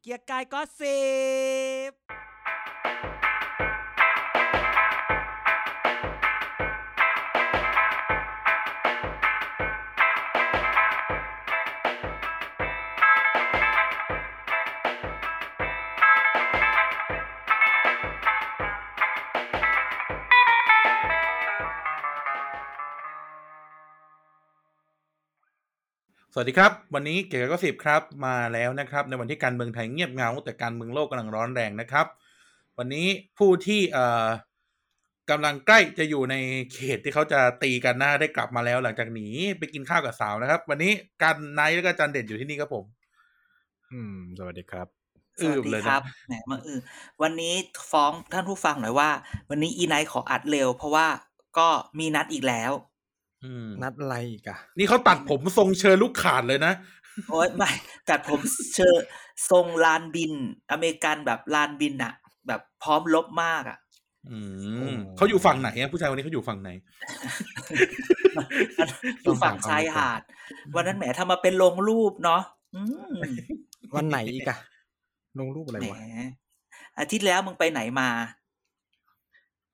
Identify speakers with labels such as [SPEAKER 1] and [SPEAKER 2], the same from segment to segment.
[SPEAKER 1] เกียร์กายก็สิบ
[SPEAKER 2] สวัสดีครับ วันนี้เก๋ก็สิบครับมาแล้วนะครับ ในวันที่การเมืองไทยเงียบเหงา แต่การเมืองโลกกำลังร้อนแรงนะครับ วันนี้ผู้ที่เอ่อกำลังใกล้จะอยู่ในเขตที่เขาจะตีกันหน้าได้กลับมาแล้วหลังจากหนีไปกินข้าวกับสาวนะครับ วันนี้การไนท์แล้วก็จันเด่นอยู่ที่นี่ครับผม
[SPEAKER 3] อืม สวัสดีครับ
[SPEAKER 2] อืบเลยนะ
[SPEAKER 4] ครับแหมมาอือวันนี้ฟ้องท่านผู้ฟังหน่อยว่า วันนี้อีไนท์ขออัดเร็ว เพราะว่าก็มีนัดอีกแล้ว
[SPEAKER 2] อืม
[SPEAKER 3] นัดอะไรอีกอะ
[SPEAKER 2] นี่เขาตัดผมทรงเชิญลูกขาดเลยนะ
[SPEAKER 4] โอ๊ยไม่จัดผมเชิญทรงลานบิน อเมริกันแบบลานบินอะแบบพร้อมลบมากอะ
[SPEAKER 2] อืมเขาอยู่ฝั่งไหนอะผู้ชายคนนี้เขาอยู่ฝั่งไหน
[SPEAKER 4] อยู่ฝั่งชายหาด วันนั้นแหมทำมาเป็นลงรูปเนาะอืม
[SPEAKER 3] วันไหนอีกอะลงรูปอะไร
[SPEAKER 4] แหม
[SPEAKER 3] วะ
[SPEAKER 4] อาทิตย์แล้วมึงไปไหนมา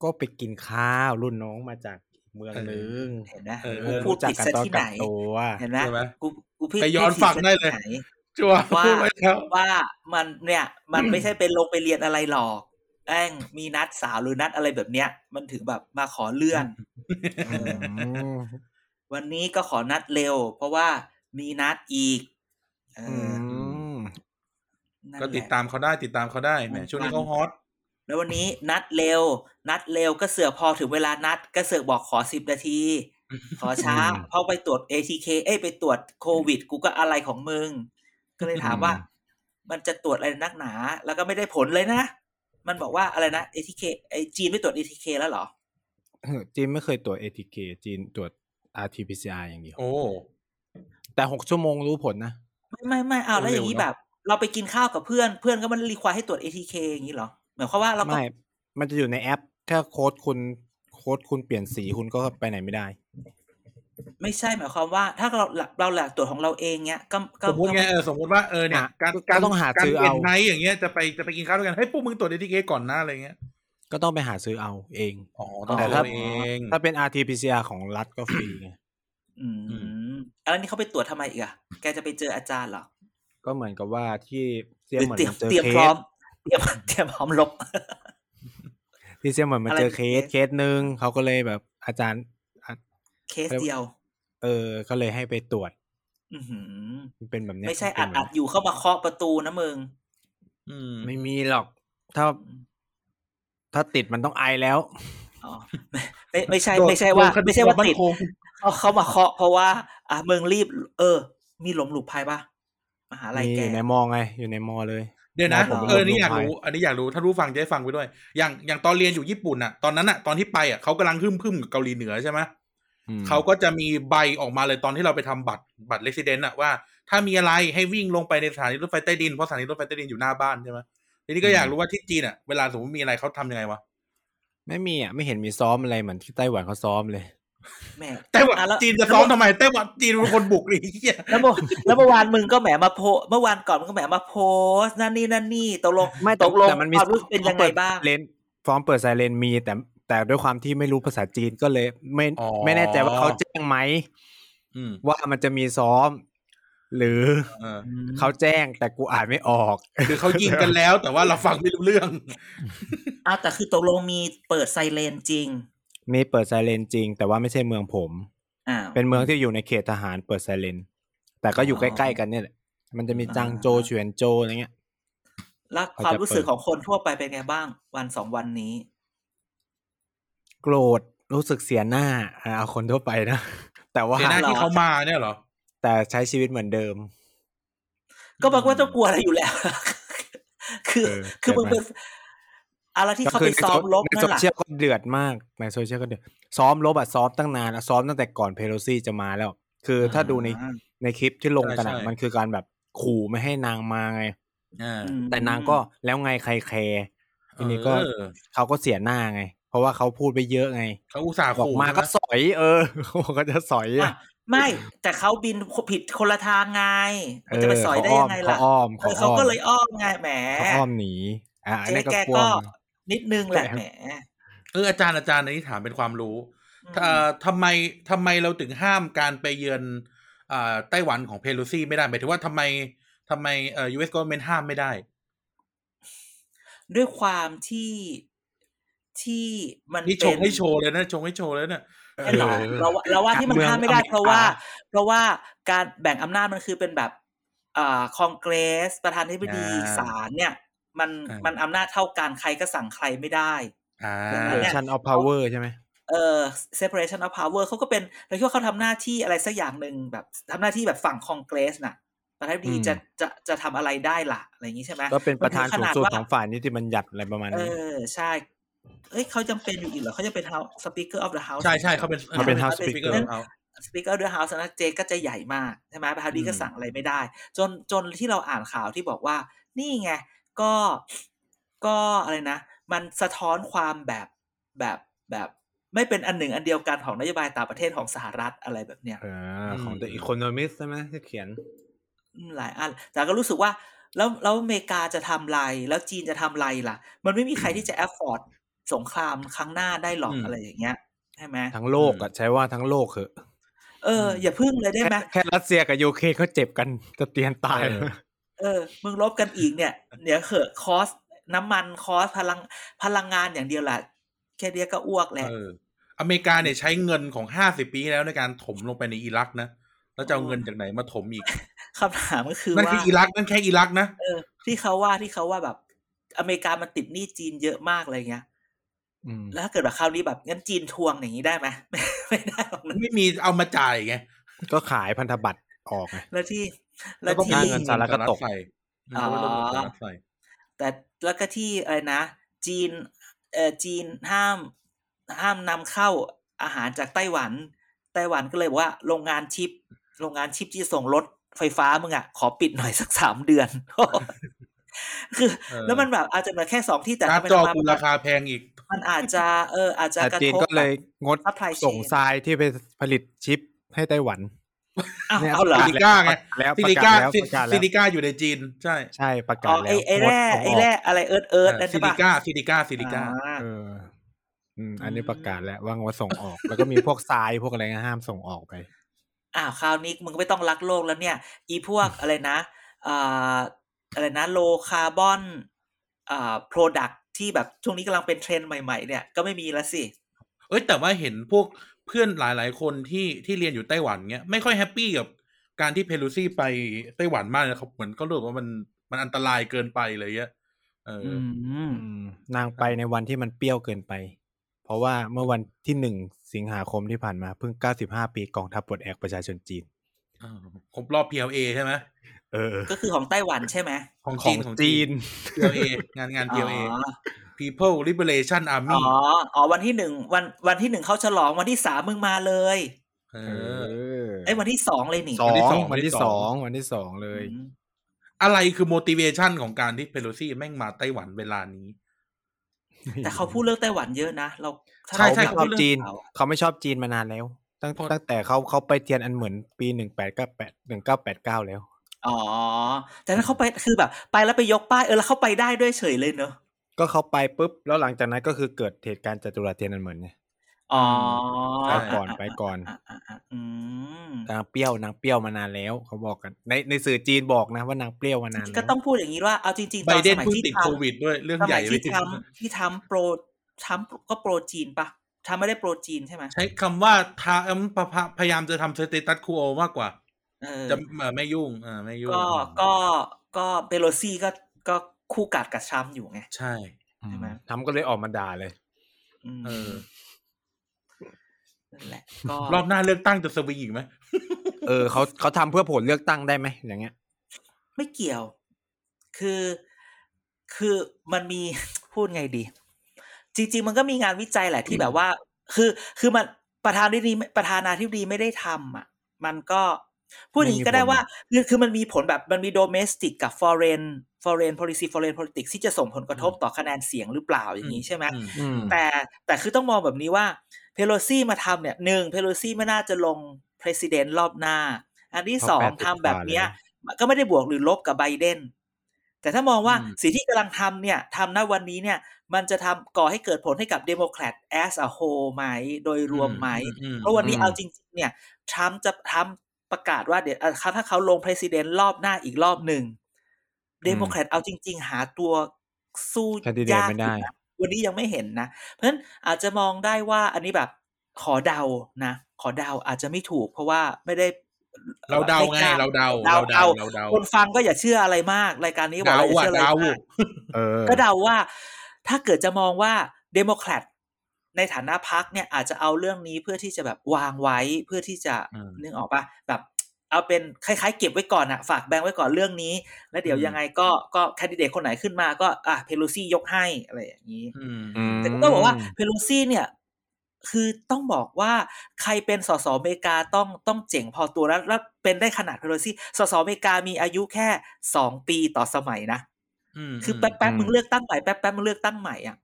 [SPEAKER 3] ก็ไปกินข้าวรุ่นน้องมาจากอีกเมืองนึง
[SPEAKER 4] เห็นไหม
[SPEAKER 2] เออ
[SPEAKER 4] กูพู
[SPEAKER 3] รู้
[SPEAKER 4] ด
[SPEAKER 3] จัก
[SPEAKER 4] ผิด
[SPEAKER 3] กัน
[SPEAKER 4] ซะ
[SPEAKER 3] ตอน
[SPEAKER 4] ที่
[SPEAKER 3] ก
[SPEAKER 4] ไห
[SPEAKER 3] ลั
[SPEAKER 4] น
[SPEAKER 3] บตัว
[SPEAKER 4] เห็นไหม
[SPEAKER 2] ใช่ไหม
[SPEAKER 4] กูกูผิด
[SPEAKER 2] ไปย้อน
[SPEAKER 4] ผิซะ
[SPEAKER 2] ฟังได้เลย
[SPEAKER 4] ที่หน
[SPEAKER 2] จัว
[SPEAKER 4] ว่า
[SPEAKER 2] พูดไว้แล้ว
[SPEAKER 4] ว่ามันเนี่ยมันไม่ใช่เป็นลงไปเรียนอะไรหรอกแองมีนัดสาวหรือนัดอะไรแบบเนี้ย มันถึงแบบมาขอเลื่อน
[SPEAKER 3] อืม
[SPEAKER 4] วันนี้ก็ขอนัดเร็ว เพราะว่ามีนัดอีกเออ
[SPEAKER 3] อื
[SPEAKER 4] อ
[SPEAKER 3] ม
[SPEAKER 4] นั่นแหละ
[SPEAKER 2] ก็ติดตามเขาได้ติดตามเขาได้แหมช่วงนี้เขาฮอต
[SPEAKER 4] แล้ววันนี้นัดเร็ว นัดเร็วก็เสือกพอถึงเวลานัดก็เสือกบอกขอสิบนา ที ขอช้า
[SPEAKER 3] อืม
[SPEAKER 4] เพราะไปตรวจ ATK เอ้ยไปตรวจโควิด กูก็อะไรของมึง ก็เลยถามว่า
[SPEAKER 3] อืม
[SPEAKER 4] มันจะตรวจอะไรนักหนา แล้วก็ไม่ได้ผลเลยนะ มันบอกว่าอะไรนะ ATK ไอจีนไม่ตรวจ ATK แล้วเหรอ
[SPEAKER 3] จีนไม่เค ยตรวจ ATK จีนตรวจ RT-PCR อย่างเดียว
[SPEAKER 2] โอ้
[SPEAKER 3] แต่หกชั่วโมงรู้ผลนะ
[SPEAKER 4] ไม่ไม่ไม่เอาแล้วอย่างนี้
[SPEAKER 2] เร็วเน
[SPEAKER 4] แบ
[SPEAKER 2] อะ
[SPEAKER 4] บ เราไปกินข้าวกับเพื่อนเพื่อนก็มันรีควายให้ตรวจ ATK อย่างนี้เหรอหมายความว่าเราก็
[SPEAKER 3] ไม่ มันจะอยู่ในแอป ถ้าโค้ดคุณ โค้ดคุณเปลี่ยนสีคุณก็ไปไหนไม่ได้
[SPEAKER 4] ไม่ใช่หมายความว่า ถ้าเราเราแหละตรวจของเราเองเนี้ยก็ก็
[SPEAKER 2] สมมติไงเออสมมติว่าเออเนี่ย
[SPEAKER 3] อ่ะ
[SPEAKER 2] การ
[SPEAKER 3] ก็
[SPEAKER 2] การ
[SPEAKER 3] ต้องหาซื้อ
[SPEAKER 2] การ
[SPEAKER 3] เอา
[SPEAKER 2] ไนท์อย่างเงี้ยจะไปจะไปกินข้าวด้วยกันให้ยพวกมึงตรวจเอทีเคก่อนหน้าอะไรเงี้ย
[SPEAKER 3] ก็ต้องไปหาซื้อเอาเอง
[SPEAKER 2] อ๋อต้อง
[SPEAKER 3] แต่
[SPEAKER 2] ซื้อ
[SPEAKER 3] ถ้า
[SPEAKER 2] เอาเอง
[SPEAKER 3] ถ้าเป็น RT-PCR ของรัฐก็ฟรีไง
[SPEAKER 4] อืมแล้วนี่เขาไปตรวจทำไมอีกอะแกจะไปเจออาจารย์เหรอ
[SPEAKER 3] ก็เหมือนกับว่าที่เซียม
[SPEAKER 4] หรือ
[SPEAKER 3] เหมือน
[SPEAKER 4] เตรียม
[SPEAKER 3] เจอ
[SPEAKER 4] เตรียม
[SPEAKER 3] เค
[SPEAKER 4] พร้อ
[SPEAKER 3] ส
[SPEAKER 4] มเตรียมเตรียมพร้อมลบ
[SPEAKER 3] ที่เซียมเหมือนมันเจอ
[SPEAKER 4] อะไร
[SPEAKER 3] เคสเคสหนึ่งเขาก็เลยแบบอาจารย์อะ
[SPEAKER 4] เคสเดียว
[SPEAKER 3] เออก็เลยให้ไปตรวจ
[SPEAKER 4] อื้อหือ
[SPEAKER 3] มันเป็นแบบเนี้ย
[SPEAKER 4] ไม่ใช่
[SPEAKER 3] นเป็
[SPEAKER 4] อั
[SPEAKER 3] น
[SPEAKER 4] ด
[SPEAKER 3] แบบ
[SPEAKER 4] อัดอยู่เข้ามาเคาะประตูนะมึง
[SPEAKER 2] อืม
[SPEAKER 3] ไม่มีหรอก ถ้าถ้าติดมันต้องไอแล้ว
[SPEAKER 4] อ๋อไม่ไม่ไม่ใช่
[SPEAKER 2] โดด
[SPEAKER 4] ไม่ใช่ว่า
[SPEAKER 2] โดด
[SPEAKER 4] ไม่ใช่ว่า
[SPEAKER 2] โดน
[SPEAKER 4] ติด
[SPEAKER 2] โคง
[SPEAKER 4] เขาเข้ามาเคาะเพราะว่า อ่ะมึงรีบ เออ มีหลมหลุมภัยปะมหาลัย
[SPEAKER 3] นี่
[SPEAKER 4] แก
[SPEAKER 3] อยู่ในมอไง อยู่ในมอเลย
[SPEAKER 2] เดี๋ยวนะ
[SPEAKER 4] ผมเป็นคน
[SPEAKER 2] เออนี่อยากรู้อันนี้อยากรู้ถ้ารู้ฟังจะได้ฟังไปด้วย อย่างอย่างตอนเรียนอยู่ญี่ปุ่นอ่ะตอนนั้นอ่ะตอนที่ไปอ่ะเขากำลังพึ่มพึ่มๆกับเกาหลีเหนือใช่ไหม
[SPEAKER 3] อืม
[SPEAKER 2] เขาก็จะมีใบออกมาเลยตอนที่เราไปทำบัตรบัตรเลสซิเดนต์อ่ะว่า ถ้ามีอะไรให้วิ่งลงไปในสถานีรถไฟใต้ดินเพราะสถานีรถไฟใต้ดินอยู่หน้าบ้านใช่ไหมทีนี้ก็อยากรู้ว่าที่จีนอ่ะเวลาสมมติมีอะไรเขาทำยังไงวะ
[SPEAKER 3] ไม่มีอ่ะ ไม่เห็นมีซ้อมอะไรเหมือนที่ไต้หวันเขาซ้อมเลย
[SPEAKER 4] แหม
[SPEAKER 2] ไต้หวัน
[SPEAKER 4] อ่แล้ว
[SPEAKER 2] จีนจะซ้อมทำไมไต้หวันจีนเป็นคนบุกนี่เหี้ย
[SPEAKER 4] แล้วเมื่อแล้วเมื่อวานมึงก็แหมมาโพเมื่อวานก่อนมึงก็แหมมาโพสต์นั่นนี่นั่นนี่ตกลง
[SPEAKER 3] ไม่
[SPEAKER 4] ต
[SPEAKER 3] แต่
[SPEAKER 4] กลง
[SPEAKER 3] แต่มันมี
[SPEAKER 4] ความรู้สึกเป็นยังไงบ้าง
[SPEAKER 3] เลนฟอร์มเปิดไซเรนมี แต่แต่ด้วยความที่ไม่รู้ภาษาจีนก็เลยไม่
[SPEAKER 2] อ๋อ
[SPEAKER 3] ไม่แน่ใจว่าเขาแจ้งไหม
[SPEAKER 2] อืม
[SPEAKER 3] ว่ามันจะมีซ้อม หรือ
[SPEAKER 2] เออ
[SPEAKER 3] เขาแจ้งแต่กูอ่านไม่ออก
[SPEAKER 2] คือเขายิงกันแล้วแต่ว่าเราฟังไม่รู้เรื่อง
[SPEAKER 4] อ้าวแต่คือตกลงมีเปิดไซเรนจริง
[SPEAKER 3] มีเปิดไซเรนจริง แต่ว่าไม่ใช่เมืองผม
[SPEAKER 4] อ้าว
[SPEAKER 3] เป็นเมืองที่อยู่ในเขตทหารเปิดไซเรนแต่ก็อยู่ใกล้ๆกันเนี่ยแหละมันจะมีจังโจวเฉวยนโจวอะไรเงี้ย
[SPEAKER 4] แล้ว
[SPEAKER 3] เขาจะ
[SPEAKER 4] ความรู้สึกของคนทั่วไปเป็นไงบ้าง วันสองวันนี้
[SPEAKER 3] โกรธรู้สึกเสียหน้าอ่าเอาคนทั่วไปนะ แต่ว่า
[SPEAKER 2] เดี๋ยวหน้าที่เขามาเนี่ยเหรอ
[SPEAKER 3] แต่ใช้ชีวิตเหมือนเดิม
[SPEAKER 4] ก็บอกว่าจะกลัวอะไรอยู่แล้ว คือ
[SPEAKER 3] เออ
[SPEAKER 4] คือมึง
[SPEAKER 3] เกิ
[SPEAKER 4] เป็
[SPEAKER 3] ดม
[SPEAKER 4] น
[SPEAKER 3] า
[SPEAKER 4] อะไรที่เขา
[SPEAKER 3] ก็
[SPEAKER 4] ไป
[SPEAKER 3] ใน
[SPEAKER 4] ซ้อมลบ
[SPEAKER 3] ใน
[SPEAKER 4] นั่
[SPEAKER 3] โซ
[SPEAKER 4] นแหละ
[SPEAKER 3] เชียลก็เดือดมากในโซเชียลก็เดือดซ้อมลบอะซ้อมตั้งนานแล้วซ้อมตั้งแต่ก่อนเพโลซี่จะมาแล้ว คือถ้าดูใน
[SPEAKER 4] อ่า
[SPEAKER 3] ในคลิปที่ลงกันอะ
[SPEAKER 2] ใช่ใช่
[SPEAKER 3] มันคือการแบบขู่ไม่ให้นางมาไง
[SPEAKER 2] อ่า
[SPEAKER 4] อืม
[SPEAKER 3] แต่นางก็แล้วไงใครแคร์ทีนี้ก็
[SPEAKER 2] เออ
[SPEAKER 3] เขาก็เสียหน้าไง เพราะว่าเขาพูดไปเยอะไง
[SPEAKER 2] เขาอุตส่าห์
[SPEAKER 3] บอก
[SPEAKER 2] ขู่
[SPEAKER 3] มาก็
[SPEAKER 2] ใช่ไห
[SPEAKER 3] สอย เออเขาบอกก็จะสอย
[SPEAKER 4] อ่ะ
[SPEAKER 3] อะ
[SPEAKER 4] ไม่แต่เขาบินผิดคนละทางไงมันจะไปสอยได้ยังไงล่ะ
[SPEAKER 3] เขาอ้อม
[SPEAKER 4] เออเขาก็เลยอ้อมไงแหม
[SPEAKER 3] เขาอ้อมหนีอ่าอัน
[SPEAKER 4] เจ๊
[SPEAKER 3] นี้ก็
[SPEAKER 4] แก
[SPEAKER 3] กลัว
[SPEAKER 4] ก็
[SPEAKER 3] นะ
[SPEAKER 4] นิดนึงแหละแหม
[SPEAKER 2] เอออาจารย์อาจารย์อันนี้ถามเป็นความรู้
[SPEAKER 4] อื
[SPEAKER 2] เอ่
[SPEAKER 4] ม
[SPEAKER 2] อทำไมทำไมเราถึงห้ามการไปเยือนอ่าไต้หวันของเพโลซี่ไม่ได้หมายถึงว่าทำไมทำไมเอ่อ US government ห้ามไม่ได้
[SPEAKER 4] ด้วยความที่ที่มัน
[SPEAKER 2] นี่ช
[SPEAKER 4] เป็
[SPEAKER 2] ง
[SPEAKER 4] น
[SPEAKER 2] ให้โชว์เลยนะชงให้โชว์เลยนะ
[SPEAKER 4] ใช่หรอ
[SPEAKER 2] เออ
[SPEAKER 4] เราว่าเราว่าที่มัน
[SPEAKER 3] เมือง
[SPEAKER 4] ห้ามไม่ได้
[SPEAKER 3] อเมริกา
[SPEAKER 4] เพราะว่า เพราะว่าการแบ่งอำนาจมันคือเป็นแบบอ่าคองเกรส ประธานธิบดี
[SPEAKER 2] อ่า
[SPEAKER 4] ศาลเนี่ย มัน
[SPEAKER 2] อ่ามั
[SPEAKER 4] มันอำนาจเท่ากันใครก็สั่งใครไม่ได้
[SPEAKER 2] อ่า
[SPEAKER 4] เออ
[SPEAKER 3] ชันออฟพาวเวอร์ใช่ไหม
[SPEAKER 4] เอ่อ separation of power เขาก็เป็นเราคิดว่าเขาทำหน้าที่อะไรสักอย่างหนึ่งแบบทำหน้าที่แบบฝั่งคองเกรสน่ะ ประธานาธิบดี
[SPEAKER 3] อืม
[SPEAKER 4] จะจะจะทำอะไรได้ล่ะอะไรอย่างนี้ใช่ไหม
[SPEAKER 3] ก็เป็นประธานสูงสุด
[SPEAKER 4] มันถึงขนาดว่า
[SPEAKER 3] ของฝ่ายนิติบัญญัติอะไรประมาณ
[SPEAKER 4] เอ
[SPEAKER 3] นี้
[SPEAKER 4] อ ใช่เอ้ยเขาจำเป็นอยู่อีกเหรอเขาจะเป็น House speaker of the house
[SPEAKER 2] ใช่ใช่เขาเป็น
[SPEAKER 3] เขาเป็น House
[SPEAKER 2] ข
[SPEAKER 3] Speaker
[SPEAKER 2] ของเขา
[SPEAKER 4] สปีกเกอร์ด้วยเฮาส์นะเจก็จะใหญ่มากใช่ไหมประธานดี
[SPEAKER 2] อืม
[SPEAKER 4] ก็สั่งอะไรไม่ได้ จนจนที่เราอ่านข่าวที่บอกว่า นี่ไง ก็ก็อะไรนะ มันสะท้อนความแบบแบบแบบ ไม่เป็นอันหนึ่งอันเดียวกันของนโยบายต่างประเทศของสหรัฐอะไรแบบเนี้ย
[SPEAKER 3] เออของตัวอีโคโนมิสใช่ไหมที่เขียน
[SPEAKER 4] อืมหลายอันแต่ก็รู้สึกว่า แล้วแล้วอเมริกาจะทำไร แล้วจีนจะทำไรล่ะ มันไม่มีใครที่จะแอฟฟอร์ดสงครามครั้งหน้าได้หรอก
[SPEAKER 2] อืม
[SPEAKER 4] อะไรอย่างเงี้ยใช่ไหม
[SPEAKER 3] ทั้งโลกอ่ะใช้ว่าทั้งโลกเหอะ
[SPEAKER 4] เอออย่าพึ่งเลยได้
[SPEAKER 3] แค่
[SPEAKER 4] ไหม
[SPEAKER 3] แค่รัสเซียกับยูเครนเขาเจ็บกันจะเตียนตาย
[SPEAKER 2] เออ
[SPEAKER 4] เออ มึงลบกันอีกเนี่ย เดี๋ยวเหอะคอส น้ำมันคอสพลังพลังงานอย่างเดียวแหละแค่เดียวก็อ้วกแหละ
[SPEAKER 2] เอออเมริกาเนี่ยใช้เงินของห้าสิบปีที่แล้วในการถมลงไปในอิรักนะ แล้วจะเอา
[SPEAKER 4] โอ้
[SPEAKER 2] เงินจากไหนมาถมอีก
[SPEAKER 4] คำถามก็คือ
[SPEAKER 2] นั่น
[SPEAKER 4] ว่า
[SPEAKER 2] คืออิรักนั่นแค่อิรักนะ
[SPEAKER 4] เออ ที่เขาว่าที่เขาว่าแบบ อเมริกามันติดหนี้จีนเยอะมากเลยเงี้ย
[SPEAKER 3] อืม
[SPEAKER 4] แล้วถ้าเกิดแบบคราวนี้แบบงั้นจีนทวงอย่างนี้ได้ไหม ไม่ได้หรอกนะ
[SPEAKER 2] ไม่มีเอามาจ่ายไง
[SPEAKER 3] ก็ขายพันธบัตรออกไง
[SPEAKER 4] แล้วที่แล้ว
[SPEAKER 2] ก็
[SPEAKER 4] ที่
[SPEAKER 3] หาเงินสหรัฐก็ตก
[SPEAKER 2] ใส่
[SPEAKER 4] อ๋อ
[SPEAKER 2] แล้วก็ลงสหรัฐใส่
[SPEAKER 4] แต่แล้วก็ที่อะไรนะ จีนเออจีนห้ามห้ามนำเข้าอาหารจากไต้หวัน ไต้หวันก็เลยบอกว่าโรงงานชิป โรงงานชิปที่ส่งรถไฟฟ้ามึงอะขอปิดหน่อย สักสามเดือน คือ
[SPEAKER 2] เออ
[SPEAKER 4] แล้วมันแบบอาจจะเหลือแค่สองที่แต่
[SPEAKER 2] การ์ด
[SPEAKER 4] ทำไป
[SPEAKER 2] จอ
[SPEAKER 4] ทำ
[SPEAKER 2] กู
[SPEAKER 4] มา
[SPEAKER 2] ราคาแพงอีก
[SPEAKER 4] มันอาจจะเอออาจจะ
[SPEAKER 3] แต่
[SPEAKER 4] กระ
[SPEAKER 3] จีน
[SPEAKER 4] ทบ
[SPEAKER 3] ก็เลยงด
[SPEAKER 4] ซัพพลายเช
[SPEAKER 3] ส่ง
[SPEAKER 4] น
[SPEAKER 3] ทรายที่ไปผลิตชิปให้ไต้หวัน
[SPEAKER 4] อ้าว
[SPEAKER 3] นี่ย
[SPEAKER 4] เอาเหรอ
[SPEAKER 3] ปะ
[SPEAKER 2] ซิลิก้าไง
[SPEAKER 3] ประแล้ว
[SPEAKER 2] ซิ
[SPEAKER 3] ประ
[SPEAKER 2] ลิ
[SPEAKER 3] กา
[SPEAKER 2] ก้า
[SPEAKER 3] ศแล้วประกาศแล้
[SPEAKER 2] ซิ
[SPEAKER 3] ว
[SPEAKER 2] ลิก้าอยู่ในจีน ใช่
[SPEAKER 3] ใช่ประกา
[SPEAKER 4] อ๋
[SPEAKER 3] ศ
[SPEAKER 4] อ
[SPEAKER 3] แล้ว
[SPEAKER 4] ไอไอแร่
[SPEAKER 3] งดส่งก
[SPEAKER 4] ไอแร่อะไรเอิร์ดเอิร์ดนั่น
[SPEAKER 2] ซิ
[SPEAKER 4] ใช่
[SPEAKER 2] ลิ
[SPEAKER 4] ปะ
[SPEAKER 2] ก้าซิลิก้าซิลิก้า
[SPEAKER 4] อ่า
[SPEAKER 3] เอออืมอันนี้ประกาศแล้วว่างดส่งออก แล้วก็มีพวกทรายพวกอะไรเงี้ยห้ามส่งออกไป
[SPEAKER 4] อ้าวคราวนี้มึงก็ไม่ต้องรักโลกแล้วเนี่ย อีพว ก อะไรนะอ่าอะไรนะโลคาร์บอนอ่าโปรดักที่แบบช่วงนี้กำลังเป็นเทรนด์ใหม่ ๆ เนี่ย ก็ไม่มีแล้วสิ
[SPEAKER 2] เอ้ยแต่ว่าเห็นพวกเพื่อนหลาย ๆ คนที่ที่เรียนอยู่ไต้หวันเงี้ยไม่ค่อยแฮปปี้กับการที่เพลูซี่ไปไต้หวันมากเลยเขาเหมือนเขารู้สึกว่ามันมันอันตรายเกินไปเลยเงี้ยเออ
[SPEAKER 4] อื
[SPEAKER 2] อ
[SPEAKER 4] ม
[SPEAKER 3] อืมนางไปในวันที่มันเปรี้ยวเกินไป เพราะว่าเมื่อวันที่หนึ่งสิงหาคมที่ผ่านมาเพิ่ง 95 ปีกองทัพปลดแอกประชาชนจีน
[SPEAKER 2] อ้าวครบรอบ PLA ใช่ไหม
[SPEAKER 3] เออ
[SPEAKER 4] ก็คือของไต้หวันใช่ไหม
[SPEAKER 2] ของ
[SPEAKER 3] ขอ
[SPEAKER 2] จี
[SPEAKER 3] ง
[SPEAKER 2] นของ
[SPEAKER 3] จี
[SPEAKER 2] จี
[SPEAKER 3] น
[SPEAKER 2] น PLA งานงาน
[SPEAKER 4] อ๋
[SPEAKER 2] PLA
[SPEAKER 4] อ
[SPEAKER 2] People Liberation
[SPEAKER 4] อ๋
[SPEAKER 2] Army
[SPEAKER 4] ออ๋อวันที่หนึ่งวันวันที่หนึ่งเขาฉลองวันที่สามมึงมาเลย
[SPEAKER 2] เอ
[SPEAKER 3] เอ
[SPEAKER 2] อ
[SPEAKER 3] อ
[SPEAKER 4] ไอ้ยวันที่สองเลยนี่
[SPEAKER 3] สอง
[SPEAKER 2] วั
[SPEAKER 3] วันน
[SPEAKER 2] ที่
[SPEAKER 3] ที่
[SPEAKER 2] ส
[SPEAKER 3] ส
[SPEAKER 2] อ
[SPEAKER 3] อง งวันที่สองเลย
[SPEAKER 4] อืม
[SPEAKER 2] อะไรคือ motivation ของการที่เพลูซี่แม่งมาไต้หวันเวลานี้
[SPEAKER 4] แต่เขาพูดเรื่องไต้หวันเยอะนะเราถ้า
[SPEAKER 2] ใช่
[SPEAKER 4] เรา
[SPEAKER 2] ใช่
[SPEAKER 4] แบบ
[SPEAKER 2] เขา
[SPEAKER 3] เขา
[SPEAKER 2] พูด
[SPEAKER 3] ชอบ
[SPEAKER 2] เรื่อง
[SPEAKER 3] จีนเขาไม่ชอบจีนมานานแล้ว ตั้ง
[SPEAKER 2] เพราะ
[SPEAKER 3] ตั้งแต่เขาเขาไปเทียนอันเหมือนปีหนึ่งแปดเก้าแปดหนึ่งเก้าแปดเก้าแล้ว
[SPEAKER 4] อ๋อแต่นั้นเขาไปคือแบบ ไปแล้วไปยกป้ายเออแล้วเขาไปได้ด้วยเฉยเลยเนอะ
[SPEAKER 3] ก็เขาไปปุ๊บ แล้วหลังจากนั้นก็คือเกิดเหตุการณ์จัตุรัสเทียนอันเหมือนไง
[SPEAKER 4] อ๋อ
[SPEAKER 2] ใช่
[SPEAKER 3] ไปก่อนไปก่อน
[SPEAKER 4] อ่ะอ่ะอ่ะอืม
[SPEAKER 3] นางเปรี้ยวนางเปรี้ยวมานานแล้ว เขาบอกกัน ในในสื่อจีนบอกนะว่านางเปรี้ยวมานานแล้ว
[SPEAKER 4] ก็ต้องพูดอย่างนี้ว่าเอาจริงๆ
[SPEAKER 2] ไบ
[SPEAKER 4] ตอน
[SPEAKER 2] เด
[SPEAKER 4] ส
[SPEAKER 2] น
[SPEAKER 4] มัย
[SPEAKER 2] เพิ่ง
[SPEAKER 4] ที่
[SPEAKER 2] ติด
[SPEAKER 4] ท
[SPEAKER 2] โควิดด้วยเรื่อง
[SPEAKER 4] ำส
[SPEAKER 2] ใหญ่
[SPEAKER 4] มัย
[SPEAKER 2] เลย
[SPEAKER 4] ที่ทำที่ทำโปรทำก็โปรจีนปะทำไม่ได้โปรจีนใช่ไหม
[SPEAKER 2] ใช้คำว่าทาพยายามจะทำ status quo มากกว่า
[SPEAKER 4] เออ
[SPEAKER 2] จะเอ่อไม่ยุ่งเออไม่ยุ่ง
[SPEAKER 4] ก็ก็ก็เปโลซี่ก็ก็คู่กัดกับทรัมป์อยู่ไง
[SPEAKER 2] ใช่
[SPEAKER 3] อืม
[SPEAKER 4] ใช่ไหม
[SPEAKER 3] ทำก็เลยออกมาด่าเลย
[SPEAKER 4] ม
[SPEAKER 2] เออ
[SPEAKER 4] นั่นแหละก็
[SPEAKER 2] รอบหน้าเลือกตั้งจะสวิงอีกไหม
[SPEAKER 3] เออเขาเขาทำเพื่อผลเลือกตั้งได้ไหมอย่างเงี้ย
[SPEAKER 4] ไม่เกี่ยว คือคือมันมี พูดไงดี จริง ๆ มันก็มีงานวิจัยแหละที่แบบว่า คือคือมันประธานาธิบดีประธานาธิบดีไม่ได้ทำอ่ะ มันก็ พูดอย่างนี้ก็ได้ว่าคือคือมันมีผลแบบมันมี domestic กับ foreign foreign policy foreign politics ที่จะส่งผลกระทบต่อคะแนนเสียงหรือเปล่าอย่างนี้ใช่ไหม
[SPEAKER 2] อืม
[SPEAKER 3] อืม
[SPEAKER 4] แต่แต่คือต้องมองแบบนี้ว่าเพโลซี่มาทำเนี่ยหนึ่งเพโลซี่ไม่น่าจะลง president รอบหน้า อันที่สองทำแบบเนี้ย ก็ไม่ได้บวกหรือลบกับไบเดน แต่ถ้ามองว่า
[SPEAKER 2] อืม
[SPEAKER 4] สิ่งที่กำลังทำเนี่ยทำณวันนี้เนี่ย มันจะทำก่อให้เกิดผลให้กับเดโมแครต as a whole ไหม โดยรวมไหม
[SPEAKER 2] อืม
[SPEAKER 4] เพราะวันนี้เอาจริงๆเนี่ยทรัมป์จะทรัมป์ประกาศว่าเดี๋ยวอ่ะถ้าเขาลง president รอบหน้าอีกรอบหนึ่งเดโมแครตเอาจริง ๆ หาตัวสู้
[SPEAKER 3] แคนดิเดต
[SPEAKER 4] ยาก
[SPEAKER 3] ไม่
[SPEAKER 4] อยู่
[SPEAKER 3] ได้
[SPEAKER 4] นะ วันนี้ยังไม่เห็นนะ เพราะฉะนั้นอาจจะมองได้ว่าอันนี้แบบขอเดานะ ขอเดาอาจจะไม่ถูก เพราะว่าไม่ได้
[SPEAKER 2] เราเดาไง
[SPEAKER 4] ม่กล้
[SPEAKER 2] เราเดา
[SPEAKER 4] เดา
[SPEAKER 2] เราเดา
[SPEAKER 4] เอา
[SPEAKER 2] เราเดา
[SPEAKER 4] คนฟังก็อย่าเชื่ออะไรมาก รายการนี้บอก
[SPEAKER 2] เดา
[SPEAKER 4] อ
[SPEAKER 2] อะ
[SPEAKER 4] ย่าเชื่ออะไร
[SPEAKER 2] เดาม
[SPEAKER 4] าก
[SPEAKER 3] เออ
[SPEAKER 4] ก็เดาว่า ถ้าเกิดจะมองว่าเดโมแครตในฐานะพักเนี่ยอาจจะเอาเรื่องนี้เพื่อที่จะแบบวางไว้เพื่อที่จะ
[SPEAKER 2] อืม
[SPEAKER 4] นึกออกปะแบบ เอาเป็นคล้ายๆ เก็บไว้ก่อนอะฝากแบงค์ไว้ก่อนเรื่องนี้ แล้วเดี๋ยว
[SPEAKER 2] อืม
[SPEAKER 4] ยังไงก็ก็แคนดิเดตคนไหนขึ้นมาก็อ่ะเพโลซี่ยกให้อะไรอย่างนี้
[SPEAKER 2] อืม
[SPEAKER 3] อืม
[SPEAKER 4] แต่ก็ต้องบอกว่าเพโลูซี่เนี่ย คือต้องบอกว่าใครเป็นสสอเมริกาต้องต้องเจ๋งพอตัวแล้วแล้วเป็นได้ขนาดเพโลูซี่สสอเมริกามีอายุแค่สองปีต่อสมัยนะ
[SPEAKER 2] ม
[SPEAKER 4] คือแป๊บแป๊บๆมึงเลือกตั้งใหม่แป๊บแป๊บๆมึงเลือกตั้งใหม่อ่ะ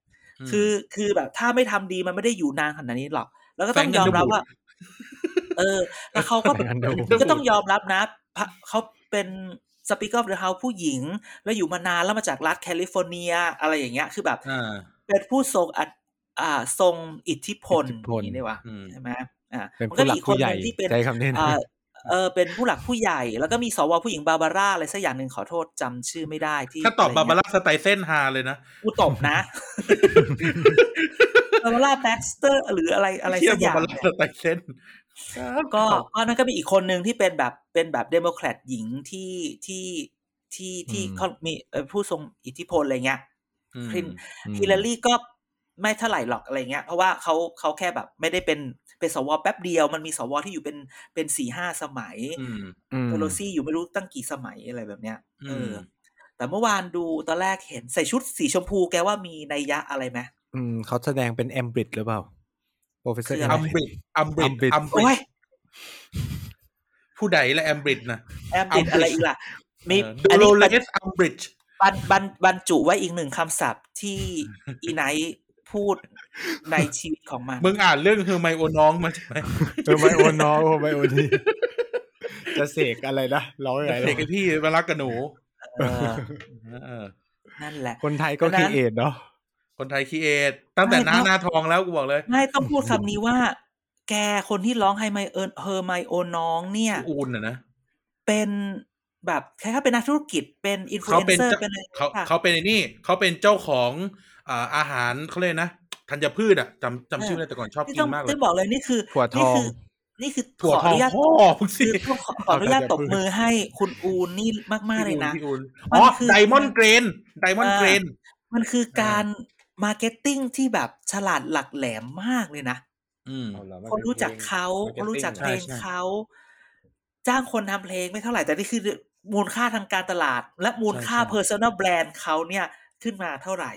[SPEAKER 2] ม
[SPEAKER 4] คือคือแบบถ้าไม่ทำดีมันไม่ได้อยู่นานขนาดนี้หรอก แล้วก็ต้องยอมรับว่า เออ แล้วเขาก็
[SPEAKER 3] แต่งั้นดู
[SPEAKER 4] ก็ต้องยอมรับนะพะเขาเป็นสปีกเกอร์เดอะเฮาผู้หญิง แล้วอยู่มานานแล้วมาจากรัฐแคลิฟอร์เนีย อะไรอย่างเงี้ย คือแบบ
[SPEAKER 2] อ่า
[SPEAKER 4] เป็นผู้ทรงอัดอ่าทรงอิทธิพล
[SPEAKER 3] อิทธิพล
[SPEAKER 4] นี่ได้วะ
[SPEAKER 2] อืม
[SPEAKER 4] ใช่ไหมอ่า
[SPEAKER 3] เป็น
[SPEAKER 4] มั
[SPEAKER 3] ผู้หลัก
[SPEAKER 4] มี
[SPEAKER 3] ผู้ใหญ่
[SPEAKER 4] งที่เป็น
[SPEAKER 3] ใจคำนี้นะ
[SPEAKER 4] อ่าเออเป็นผู้หลักผู้ใหญ่ แล้วก็มีสวผู้หญิงบาบาร่าอะไรสักอย่างหนึ่งขอโทษจำชื่อไม่ได้ที่
[SPEAKER 2] ถ้าตอบบาบา
[SPEAKER 4] ะไรเงี้ย
[SPEAKER 2] ร่าสไตเซนฮาเลยนะ
[SPEAKER 4] กูตบนะ บาบาร่าแบ็กสเตอร์หรืออะไรอะไร
[SPEAKER 2] เทีย
[SPEAKER 4] สั
[SPEAKER 2] บ
[SPEAKER 4] กอย่าง
[SPEAKER 2] บาบาร่า
[SPEAKER 4] เนี่ย
[SPEAKER 2] สไตเซน
[SPEAKER 4] ก็ก็นั่นก็เป็นอีกคนหนึ่งที่เป็นแบบเป็นแบบเดโมแครตหญิงที่ที่ที่ที่เขามีเอ่อผู้ทรงอิทธิพลอะไรเงี้ย คลิน
[SPEAKER 3] อืม
[SPEAKER 4] ฮิลลารีก็ไม่เท่าไหร่หรอกอะไรเงี้ย เพราะว่าเขาเขาแค่แบบไม่ได้เป็นเป็นสวแป๊บเดียวมันมีสวที่อยู่เป็นเป็นสี่ห้าสมัย
[SPEAKER 2] อืม
[SPEAKER 3] อืม
[SPEAKER 4] เปโลซี่อยู่ไม่รู้ตั้งกี่สมัยอะไรแบบเนี้ย
[SPEAKER 2] อืม
[SPEAKER 4] เออ แต่เมื่อวานดูตอนแรกเห็นใส่ชุดสีชมพูแกว่ามีนัยยะอะไรไหม
[SPEAKER 3] อืมเขาแสดงเป็นแอมบริดหรือเปล่า โปรเฟสเซอ
[SPEAKER 4] คื
[SPEAKER 3] ร์
[SPEAKER 4] ออะไร
[SPEAKER 2] อัมบริดอัมบริดอัมบริ
[SPEAKER 4] โอ้
[SPEAKER 2] ด
[SPEAKER 4] ย
[SPEAKER 2] ผู้ใดและแอมบริดนะ
[SPEAKER 4] แอมติดอะไรอีกล่ะมี
[SPEAKER 2] ดู
[SPEAKER 4] อัน
[SPEAKER 2] โร
[SPEAKER 4] นี้
[SPEAKER 2] เล
[SPEAKER 4] เป็น
[SPEAKER 2] สอัมบริด
[SPEAKER 4] บรรบรรบรรจุไว้อีกหนึ่งคำศัพท์ที่ อีไนท์พูดในชีวิตของมัน
[SPEAKER 2] มึงอ่านเรื่องเฮอร์ไมโอน้องมาใช่ไหม
[SPEAKER 3] เออไบโอน้องไบโอทีจะเสกอะไรนะร้องยังไงนะ
[SPEAKER 2] เด็กกับพี่มารักกับหนู
[SPEAKER 4] เออ
[SPEAKER 2] เออ
[SPEAKER 4] นั่นแหละ
[SPEAKER 3] คนไทยก็
[SPEAKER 4] เพราะ
[SPEAKER 3] คิ
[SPEAKER 4] ฉะนั้
[SPEAKER 3] ด
[SPEAKER 4] น
[SPEAKER 3] เอทเนาะ
[SPEAKER 2] คนไทยคีเอทตั้งแต่หน้าหน้าทองแล้วกูบอกเลย
[SPEAKER 4] ไม่ต้องพูดคำนี้ว่า แกคนที่ร้องไฮไมเอิร์เฮอร์ไมโอน้องเนี่ย
[SPEAKER 2] อูนอ่ะนะ
[SPEAKER 4] เป็นแบบคล้ายๆเป็นนักธุรกิจเป็นอินฟลู
[SPEAKER 2] เขา
[SPEAKER 4] เอน
[SPEAKER 2] เป็น
[SPEAKER 4] เซอร์
[SPEAKER 2] เจ้า
[SPEAKER 4] เป็นอะไร
[SPEAKER 2] เขา
[SPEAKER 4] ค่ะ
[SPEAKER 2] เขาเป็นไอ้นี่เขาเป็นเจ้าของอ่าอาหารเขาเลยกนะธัญพืชอ่ะจำจำชื่อไม่ได้แต่ก่อนชอบ
[SPEAKER 4] ที่
[SPEAKER 2] กิ
[SPEAKER 4] ต้อน ง
[SPEAKER 2] มากเล
[SPEAKER 4] ต้
[SPEAKER 2] ย
[SPEAKER 4] องบอกเลยนี่คือ
[SPEAKER 3] ถั่วท
[SPEAKER 4] นี่
[SPEAKER 3] อง
[SPEAKER 4] คือนี่คือ
[SPEAKER 2] ถั่ว
[SPEAKER 4] ข
[SPEAKER 2] ท
[SPEAKER 4] อ
[SPEAKER 2] อ
[SPEAKER 4] อ
[SPEAKER 2] ง
[SPEAKER 4] นุญาต
[SPEAKER 2] พ่อมึงสิ
[SPEAKER 4] คือต้องขอขออนุญาตตบมือให้คุณอูนนี่มากๆเลยนะ
[SPEAKER 2] พี่อุ่นพี่
[SPEAKER 4] มั
[SPEAKER 2] อุ่นอ๋
[SPEAKER 4] น
[SPEAKER 2] อ
[SPEAKER 4] คือ
[SPEAKER 2] ไดมอนด์เกรนไดมอนด์
[SPEAKER 4] อ่า
[SPEAKER 2] เกรน
[SPEAKER 4] มันคือการมาร์เก็ตติ้งที่แบบฉลาดหลักแหลมมากเลยนะ
[SPEAKER 2] อืม
[SPEAKER 4] คนรู้จักเขาคนรู้จักเพลง
[SPEAKER 2] ใช่ใช่
[SPEAKER 4] เขาจ้างคนทำเพลงไม่เท่าไหร่แต่นี่คือมูลค่าทางการตลาด และมูลค่า
[SPEAKER 2] ใช่ใช่
[SPEAKER 4] personal brand เขาเนี่ยขึ้นมาเท่าไหร่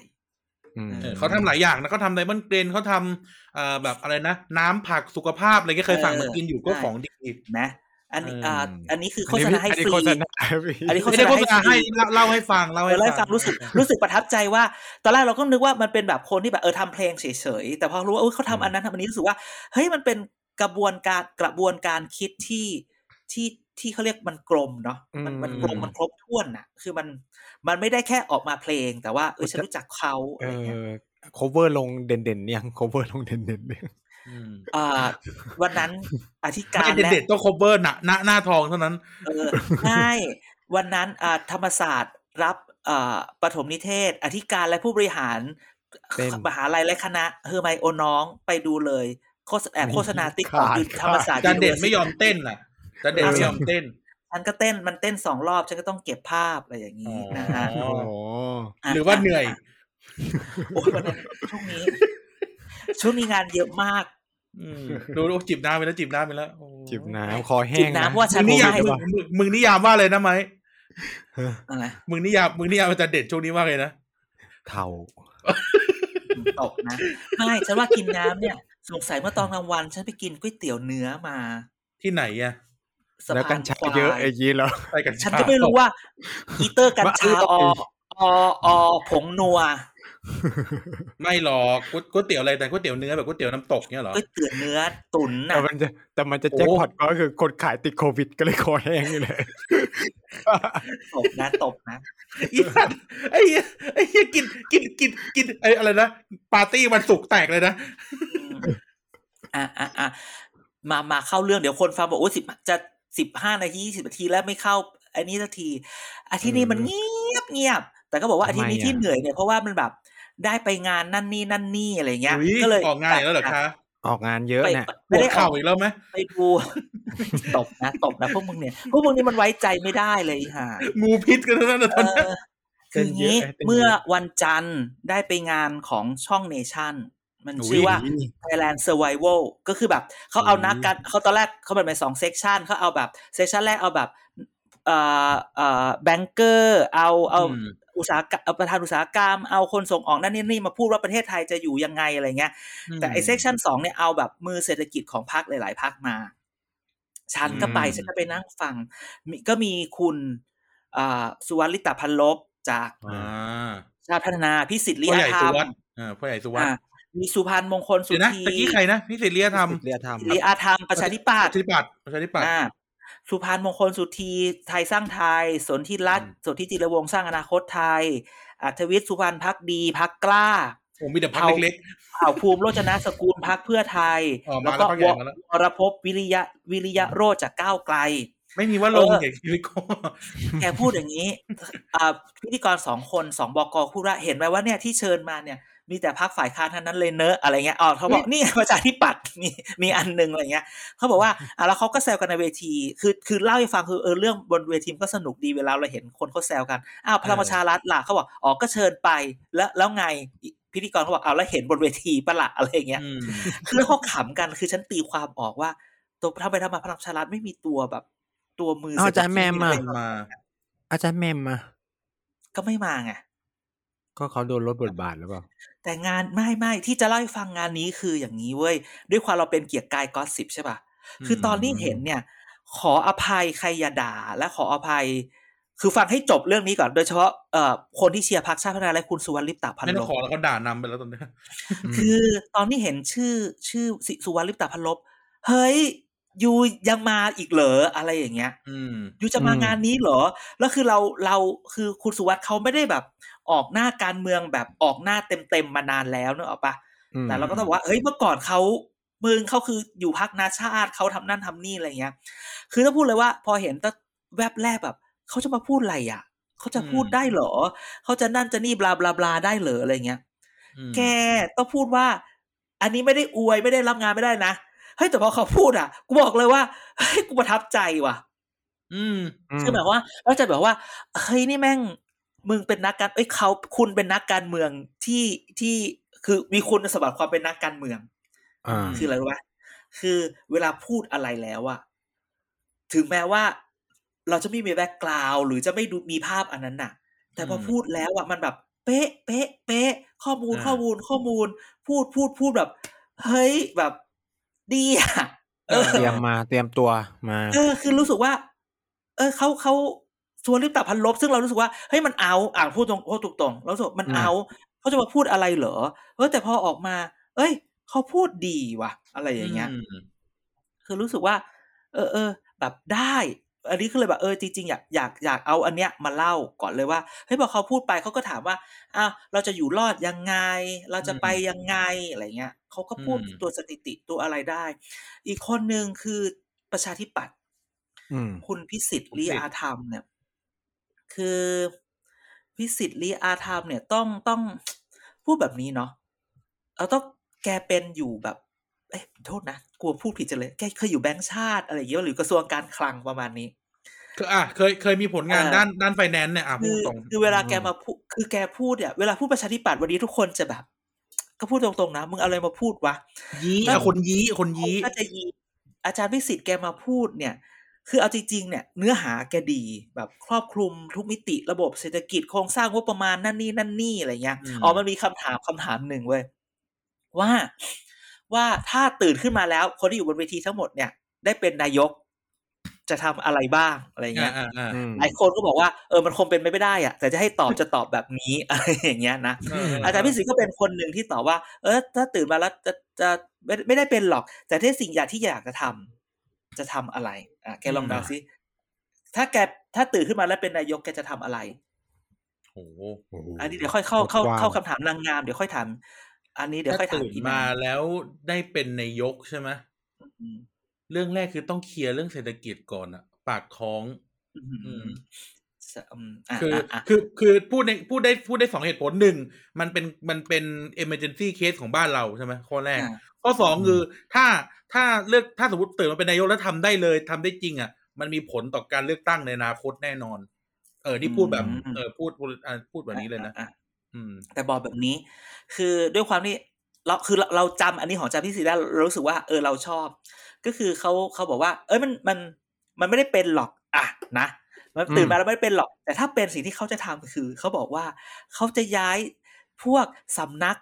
[SPEAKER 3] อืม
[SPEAKER 2] เออเขาทำหลายอย่างนะเขาทำไดมอนด์เกรนเขาทำเอ่อแบบอะไรนะ น้ำผักสุขภาพอะไรก็เคยสั่ง
[SPEAKER 4] เออ
[SPEAKER 2] มากินอยู่ก็
[SPEAKER 4] ใช่
[SPEAKER 2] ของดี
[SPEAKER 4] นะอันนี้
[SPEAKER 2] า
[SPEAKER 4] อ่าอันนี้คือโฆ
[SPEAKER 3] อัน
[SPEAKER 4] ษ
[SPEAKER 3] นี้
[SPEAKER 4] ณาให้
[SPEAKER 3] อัน
[SPEAKER 4] ฟ
[SPEAKER 3] นี้
[SPEAKER 4] รี
[SPEAKER 3] โฆษณาพี่
[SPEAKER 4] อันนี้
[SPEAKER 2] ไม่ได้โฆษณาให้เล่าเล่าให้ฟังเล่า
[SPEAKER 4] เอ
[SPEAKER 2] ให้
[SPEAKER 4] อแล้วให้ฟังรู้สึก รู้สึกประทับใจว่า ตอนแรกเราก็นึกว่ามันเป็นแบบคนที่แบบเออทำเพลงเฉยๆ แต่พอรู้ว่าเออเขาทำอันนั้นทำอันนี้รู้สึกว่าเฮ้ยมันเป็นกระบวนการกระบวนการคิดที่ที่ที่เขาเรียกมันกลมเนาะมันมันกลมมันครบถ้วนน่ะ คือมันมันไม่ได้แค่ออกมาเพลง แต่ว่าเออฉันรู้จักเขาอะ
[SPEAKER 3] เอ
[SPEAKER 4] ไรเงี้ย
[SPEAKER 3] อ cover ลงเด่นๆยัง cover ลงเด่นๆยัง
[SPEAKER 2] อืม
[SPEAKER 4] อ่าวันนั้นอธิการ
[SPEAKER 2] ไม่
[SPEAKER 4] และ
[SPEAKER 2] เด็ดๆต้อง cover หนะหน้าหน้าทองเท่านั้น
[SPEAKER 4] เออใช่วันนั้นอ่าธรรมศาสตร์รับเอ่อปฐมนิเทศ อธิการและผู้บริหาร
[SPEAKER 3] เต้น
[SPEAKER 4] มหาลัยและคณะเฮอร์ไมโอน้องไปดูเลยโฆษแอบโฆษณาติ๊กต็อก
[SPEAKER 3] ขาด
[SPEAKER 4] ธรรมศาสตร์
[SPEAKER 2] จานเด่น
[SPEAKER 4] University
[SPEAKER 2] ไม่ยอมเต้นน่ะจานเด่นไม่ยอมเต้น
[SPEAKER 4] ฉันก็เต้นมันเต้นสองรอบฉันก็ต้องเก็บภาพอะไรอย่างนี้นะฮะ
[SPEAKER 2] อ๋อ
[SPEAKER 3] โอ้โห
[SPEAKER 4] ะ
[SPEAKER 2] หรือว่าเหนื่อย
[SPEAKER 4] โอ้ยวันนั้นช่วงนี้ ช่วงนี้งานเยอะมาก
[SPEAKER 2] อืมดูดูจิบน้ำไปแล้วจิบน้ำไปแล้วโอ้
[SPEAKER 3] จิบน้ำคอแห้ง
[SPEAKER 4] จิบน้ำว่าฉั
[SPEAKER 2] มึงนิยามมึงมึงมึงนิยามว่าเลยนะไหม
[SPEAKER 4] อะไร
[SPEAKER 2] มึงนิยามมึงนิยามอาจารย์เด่นช่วงนี้ว่าไงนะ
[SPEAKER 3] เทา
[SPEAKER 4] ตกนะไม่ฉันว่ากินน้ำเนี่ย สงสัยเมื่อตอนกลางวัน ฉันไปกินก๋วยเตี๋ยวเนื้อมา
[SPEAKER 2] ที่ไหนอะ
[SPEAKER 4] สะ
[SPEAKER 3] แล้ว
[SPEAKER 4] พา
[SPEAKER 3] กัน ญ
[SPEAKER 4] ค
[SPEAKER 3] ชาว
[SPEAKER 4] าย
[SPEAKER 3] เยอะไอ้ยี้แล้ว
[SPEAKER 2] ไปกัน
[SPEAKER 4] ฉัน
[SPEAKER 2] ชา
[SPEAKER 4] ก็ไม่รู้ว่าอีเตอร์กัญชา
[SPEAKER 3] มา
[SPEAKER 4] อ
[SPEAKER 3] เอา
[SPEAKER 4] อออผงนัว
[SPEAKER 2] ไม่หรอกก๋วยก๋วยเตี๋ยวอะไรแต่ก๋วยเตี๋ยวเนื้อแบบก๋วยเตี๋ยวน้ำตกเนี่ยเหรอ
[SPEAKER 4] ก๋วยเตี๋ยวเนื้อตุ๋น
[SPEAKER 3] แต่
[SPEAKER 4] น่ะ
[SPEAKER 3] มันจะแต่มันจะ
[SPEAKER 2] โอ้
[SPEAKER 3] แจ็คพอตก็คือคนขายติดโควิดก็เลยคอแห้งอยู่เลย
[SPEAKER 4] ตบนะตบนะ
[SPEAKER 2] ไอ้สัตว์ไอ้เหี้ยไอ้เหี้ยกินกินกินกินไอ้อะไรนะปาร์ตี้วันศุกร์แตกเลยนะ
[SPEAKER 4] อืมอ่ะอ่ะอ่ะมามาเข้าเรื่องเดี๋ยวคนฟังบอกโอ้สิบจะสิบห้านาทียี่สิบนาทีแล้วไม่เข้า อันนี้สักทีอาทิตย์นี้มันเงียบเงียบ แต่ก็บอกว่า
[SPEAKER 3] ทำไม
[SPEAKER 4] อาทิตย์นี้ที่
[SPEAKER 3] อ่ะ
[SPEAKER 4] เหนื่อยเนี่ยเพราะว่ามันแบบได้ไปงานนั่นนี่นั่นนี่อะไรเงี้ย
[SPEAKER 2] อุ๊ย
[SPEAKER 4] ก็เลย
[SPEAKER 2] ออกงานอีกแล้วเหรอคะ
[SPEAKER 3] ออกงานเยอะ
[SPEAKER 4] ไป
[SPEAKER 3] เนี่ย
[SPEAKER 2] ป
[SPEAKER 4] ไม่
[SPEAKER 2] วด
[SPEAKER 4] ได้ออ
[SPEAKER 2] เข่าก อีกแล้วไหม
[SPEAKER 4] ไปดู ตบนะตบนะพวกมึงเนี่ยพวกมึงนี่มันไว้ใจไม่ได้เลยอีห่า
[SPEAKER 2] งูพิษกันทั้งนั้นนะต
[SPEAKER 4] เอ
[SPEAKER 2] อนนั้น
[SPEAKER 4] อคืออย่างนี้เมื่อวันจันทร์ได้ไปงานของช่องเนชั่น มันชื่อว่า Thailand Survival ก็คือแบบเขาเอานักการเขาตอนแรกเขาแบ่งเป็นสองเซกชันเขาเอาแบบเซกชันแรกเอาแบบเอ่อเอ่อแบงเกอร์เอาเอา
[SPEAKER 2] ม
[SPEAKER 4] อุตสาหกรรมเอาประธานอุตสาหกรรมเอาคนส่งออกนั่นนี่นี่มาพูดว่าประเทศไทยจะอยู่ยังไงอะไรเงี้ย แต่ไอเซกชันสองเนี่ยเอาแบบมือเศรษฐกิจของพรรคหลาย ๆพรรคมา ฉันก็ไป
[SPEAKER 2] อืม
[SPEAKER 4] ฉันก็ไปนั่งฟังมีก็มีคุณอ่าสุวรรณลิตาพันลบจาก
[SPEAKER 2] อ่า
[SPEAKER 4] ชาติพัฒนาพิสิทธิ์ลิ
[SPEAKER 2] พ่อให
[SPEAKER 4] ยา
[SPEAKER 2] ญ่
[SPEAKER 4] ธร
[SPEAKER 2] สุ
[SPEAKER 4] รม
[SPEAKER 2] วัสด์อ่าพ่อใหญ่สุวัส
[SPEAKER 4] อ่า
[SPEAKER 2] ด์
[SPEAKER 4] มีสุพันมงคลสุ
[SPEAKER 2] เดี๋ยวนะ
[SPEAKER 4] ธี
[SPEAKER 2] ตะกี้ใครนะนิสิตเลียธรรม
[SPEAKER 3] เรียธรรม
[SPEAKER 4] ลิยาธรรมประชาธิปั
[SPEAKER 2] ป
[SPEAKER 4] ตย์
[SPEAKER 2] ฏิปัติประชาธิปัตย์
[SPEAKER 4] อ่าสุพันมงคลสุธีไทยสร้างไทย สนธิรัตน์
[SPEAKER 2] อืม
[SPEAKER 4] สนธิจิรวงศ์สร้างอนาคตไทย อัธวิทย์สุพันพักดีพักกล้า
[SPEAKER 2] ผมมีแต่พัก
[SPEAKER 4] เอา
[SPEAKER 2] เล็ก
[SPEAKER 4] เผ่าภูมิโรจนะสกุลพักเพื่อไทย
[SPEAKER 2] อ๋อมาแล้ว
[SPEAKER 4] แล้วก็
[SPEAKER 2] พรรคใหญ่มาแล้ว
[SPEAKER 4] วรพบวิริยะวิริยะโรจน์จากก้าวไกล
[SPEAKER 2] ๆ ไม่มีว่าลง
[SPEAKER 4] เออ
[SPEAKER 2] เด็กชีวิตก็
[SPEAKER 4] แกพูด อย่างนี้ อ่าพิธีกรสองคนสองบกพูดว่าเห็นไหมว่าเนี่ยที่เชิญมาเนี่ย มีแต่พักฝ่ายค้านทั้งนั้นเลยเนอะอะไรเงี้ยอ๋อเขา บอกนี่ประชาธิปัตย์ มีมีอันหนึงอะไรเงี้ยเขาบอกว่าอ่ะแล้วเขาก็แซวกันในเวทีคือคือเล่าให้ฟังคือเออเรื่องบนเวทีมันก็สนุกดีเวลาเราเห็นคนเขาแซวกันอ้าวพลังประชารัฐล่ะเขาบอกอ๋อก็เชิญไปแล้วแล้วไงพิธีกรเขาบอกเอาแล้วเห็นบนเวทีปะละอะไรเงี้ย
[SPEAKER 2] อืม
[SPEAKER 4] คือแล้วเขาขำกันคือฉันตีความออกว่า ตัวทำไปทำมาพลังประชารัฐไม่มีตัวแบบ ตัวมือ
[SPEAKER 3] เอาอาจารย์แมมมา
[SPEAKER 2] มันมา
[SPEAKER 3] อาจารย์แมมมา
[SPEAKER 4] ก็ไม่มาไง
[SPEAKER 3] ก็เขาโดนลดบทบาทหรือเปล่า
[SPEAKER 4] แต่งานไม่ไม่ที่จะเล่าให้ฟังงานนี้คืออย่างนี้เว้ย ด้วยความเราเป็นเกียรติกายก็สิบใช่ป่ะ คือตอนนี้เห็นเนี่ย ขออภัยใครอย่าด่า และขออภัย คือฟังให้จบเรื่องนี้ก่อนโดยเฉพาะเอ่อคนที่เชียร์พรรคชาติพัฒนาและคุณสุวรรณลิปตาพัน
[SPEAKER 2] ไม่
[SPEAKER 4] ล
[SPEAKER 2] ต้อง
[SPEAKER 4] บ
[SPEAKER 2] ขอแล้วเขาด่านำไปแล้วตอนเนี้ย
[SPEAKER 4] คือตอนที่เห็นชื่อชื่อสิสุวรรณลิปตาพันลบเฮ้ยอยูยังมาอีกเหรออะไรอย่างเงี้ย
[SPEAKER 2] อืม
[SPEAKER 4] ยูจะมา
[SPEAKER 3] อืม
[SPEAKER 4] งานนี้เหรอ แล้วคือเราเราคือคุณสุวัสด์เขาไม่ได้แบบ ออกหน้าการเมืองแบบออกหน้าเต็มๆมานานแล้วเนกอะปะ
[SPEAKER 3] อืม
[SPEAKER 4] แต่เราก็ต้องบอกว่าเฮ้ยเมื่อก่อนเขามึงเขาคืออยู่พักนาชาติเขาทำนั่นทำนี่อะไรเงี้ย คือถ้าพูดเลยว่า พอเห็นตั้งแวบแรกแบบเขาจะมาพูดอะไรอ่ะเขาจะพูด
[SPEAKER 2] อืม
[SPEAKER 4] ได้เหรอเขาจะนั่นจะนี่บลาบลาบลาได้เหรออะไรเงี้ย
[SPEAKER 2] อืม
[SPEAKER 4] แกต้องพูดว่า อันนี้ไม่ได้อวยไม่ได้รับงานไม่ได้นะเฮ้ยแต่พอเขาพูดอ่ะกูบอกเลยว่าเฮ้ยกูประทับใจว่ะ
[SPEAKER 2] อืม
[SPEAKER 4] คือหมายความว่าเราจะแบบว่าเฮ้ยนี่แม่งมึงเป็นนักการเอ้ยเขาคุณเป็นนักการเมืองที่ที่คือมีคุณสมบัติความเป็นนักการเมือง
[SPEAKER 3] อ่า
[SPEAKER 2] ม
[SPEAKER 4] คืออะไรรู้ไหมคือเวลาพูดอะไรแล้วอะถึงแม้ว่า เราจะไม่มีแบ็กกราวหรือจะไม่ดูมีภาพอันนั้นน่ะ แต่พออ
[SPEAKER 2] ม
[SPEAKER 4] พูดแล้วอะมันแบบ เป๊ะเป๊ะเป๊ะข้อมูล
[SPEAKER 2] อ่า
[SPEAKER 4] ข้อมูลข้อมูล พูดพูดพูดแบบ เฮ้ยแบบดีอะ
[SPEAKER 3] เตรียมมาเตรียมตัวมา
[SPEAKER 4] เออคือรู้สึกว่า เออเขาเขาชวนลิปตาพันลบซึ่งเรารู้สึกว่าเฮ้ยมันเอาอ่านพูดตรงพูดตรงตรงๆเรารู้สึกว่ามัน
[SPEAKER 3] อืม
[SPEAKER 4] เอาเขาจะมาพูดอะไรเหรอเออแต่พอออกมา เอ้ยเขาพูดดีว่ะ อะไรอย่างเงี้ย
[SPEAKER 2] ม
[SPEAKER 4] คือรู้สึกว่า เออเออแบบได้ อันนี้ก็เลยแบบเออจริงๆอยากอยากอยากเอาอันเนี้ยมาเล่าก่อนเลยว่าเฮ้ยพอเขาพูดไปเขาก็ถามว่าอ้าวเราจะอยู่รอดยังไง เราจะไปยังไงอะไรเงี้ยเขาก็พูดตัวสถิติตัวอะไรได้ อีกคนหนึ่งคือประชาธิปัตย์
[SPEAKER 3] อืม
[SPEAKER 4] คุณพิสิทธิ์ลีอาธรรมเนี่ย คือพิสิทธิ์ลีอาธรรมเนี่ยต้องต้องพูดแบบนี้เนาะเอาต้องแกเป็นอยู่แบบ เอ้ยโทษนะกลัวพูดผิดจังเลย แกเคยอยู่แบงก์ชาติอะไรอย่างเงี้ยหรือกระทรวงการคลังประมาณนี้
[SPEAKER 2] คืออ่ะเคยเคยมีผลงาน
[SPEAKER 4] เออ
[SPEAKER 2] ด้านด้านไฟแนนซ์เนี่ยอ่ะพูด
[SPEAKER 4] คือ
[SPEAKER 2] ตรง
[SPEAKER 4] คือเวลาแกมาพูดคือแกพูดเนี่ยเวลาพูดประชาธิปัตย์วันนี้ทุกคนจะแบบ ก็พูดตรงๆนะมึงเอาอะไรมาพูดวะ
[SPEAKER 2] ยี้อ่ะคนยี้คนยี้
[SPEAKER 4] อาจารย์ยีอาจารย์วิสิทธิ์แกมาพูดเนี่ย คือเอาจริงๆเนี่ยเนื้อหาแกดีแบบครอบคลุมทุกมิติระบบเศรษฐกิจโครงสร้างงบประมาณนั่นนี่นั่นนี่อะไรเงี้ยอ๋อมันมีคำถามคำถามหนึ่งเว้ยว่าว่าถ้าตื่นขึ้นมาแล้วคนที่อยู่บนเวทีทั้งหมดเนี่ย ได้เป็นนายก จะทำอะไรบ้างอะไรเงี้ย
[SPEAKER 2] อ่าอ่า
[SPEAKER 3] อืม
[SPEAKER 4] หลายคนก็บอกว่าเออมันคงเป็นไปไม่ได้อ่ะ แต่จะให้ตอบจะตอบแบบนี้ อะไรอย่างเงี้ยนะ
[SPEAKER 2] เอา
[SPEAKER 4] จารย์พิสิทธิ์ก็เป็นคนหนึ่งที่ตอบว่า เออ ถ้าตื่นมาแล้วจะจะไม่ไม่ได้เป็นหรอก แต่ถ้าสิ่งอยากที่อยากจะทำจะทำอะไรอ่ะแกลองเดาซิถ้าแกถ้าตื่นขึ้นมาแล้วเป็นนายกแกจะทำอะไร
[SPEAKER 2] โอ้โห
[SPEAKER 3] โโห
[SPEAKER 4] อันนี้เดี๋ยวค่อยเข้าเข้าก
[SPEAKER 3] ว้ง
[SPEAKER 4] เข้าคำถามนางงามเดี๋ยวค่อยถามอันนี้เดี๋ยวค่
[SPEAKER 2] ถ้า
[SPEAKER 4] อยถาม
[SPEAKER 2] ตื่น
[SPEAKER 4] อี
[SPEAKER 2] มา
[SPEAKER 4] มา
[SPEAKER 2] แล้วได้เป็นนายกใช่ไหมเรื่องแรกคือต้องเคลียร์เรื่องเศรษฐกิจก่อนอะปากท้อง
[SPEAKER 4] อืมอืมอ่ะ
[SPEAKER 2] คือ
[SPEAKER 4] อ่ะ
[SPEAKER 2] คือคือพูดในพูดได้พูดได้สองเหตุผลหนึ่งมันเป็นมันเป็น emergency case ของบ้านเราใช่ไหมข้อแรก
[SPEAKER 4] อ่า
[SPEAKER 2] ข้อสองคือถ้าถ้าเลือกถ้าสมมติตื่นมาเป็นนายกแล้วทำได้เลยทำได้จริงอ่ะ มันมีผลต่อการเลือกตั้งในอนาคตแน่นอน เออนี่พูดแบบ
[SPEAKER 4] อืม
[SPEAKER 2] เออพูดพูดอ่ะพูดแบบนี้เลยนะ
[SPEAKER 4] อ่อ่
[SPEAKER 2] อืม
[SPEAKER 4] แต่บอกแบบนี้ คือด้วยความที่เราคือเราเราจำอันนี้ของอาจารย์พี่สีได้เรารู้สึกว่าเออเราชอบ ก็คือเขาเขาบอกว่า เอ้ยมันมันมันไม่ได้เป็นหรอกอ่ะนะมันตื่นมาแล้วไม่ได้เป็นหรอก แต่ถ้าเป็นสิ่งที่เขาจะทำคือเขาบอกว่าเขาจะย้ายพวกสำนัก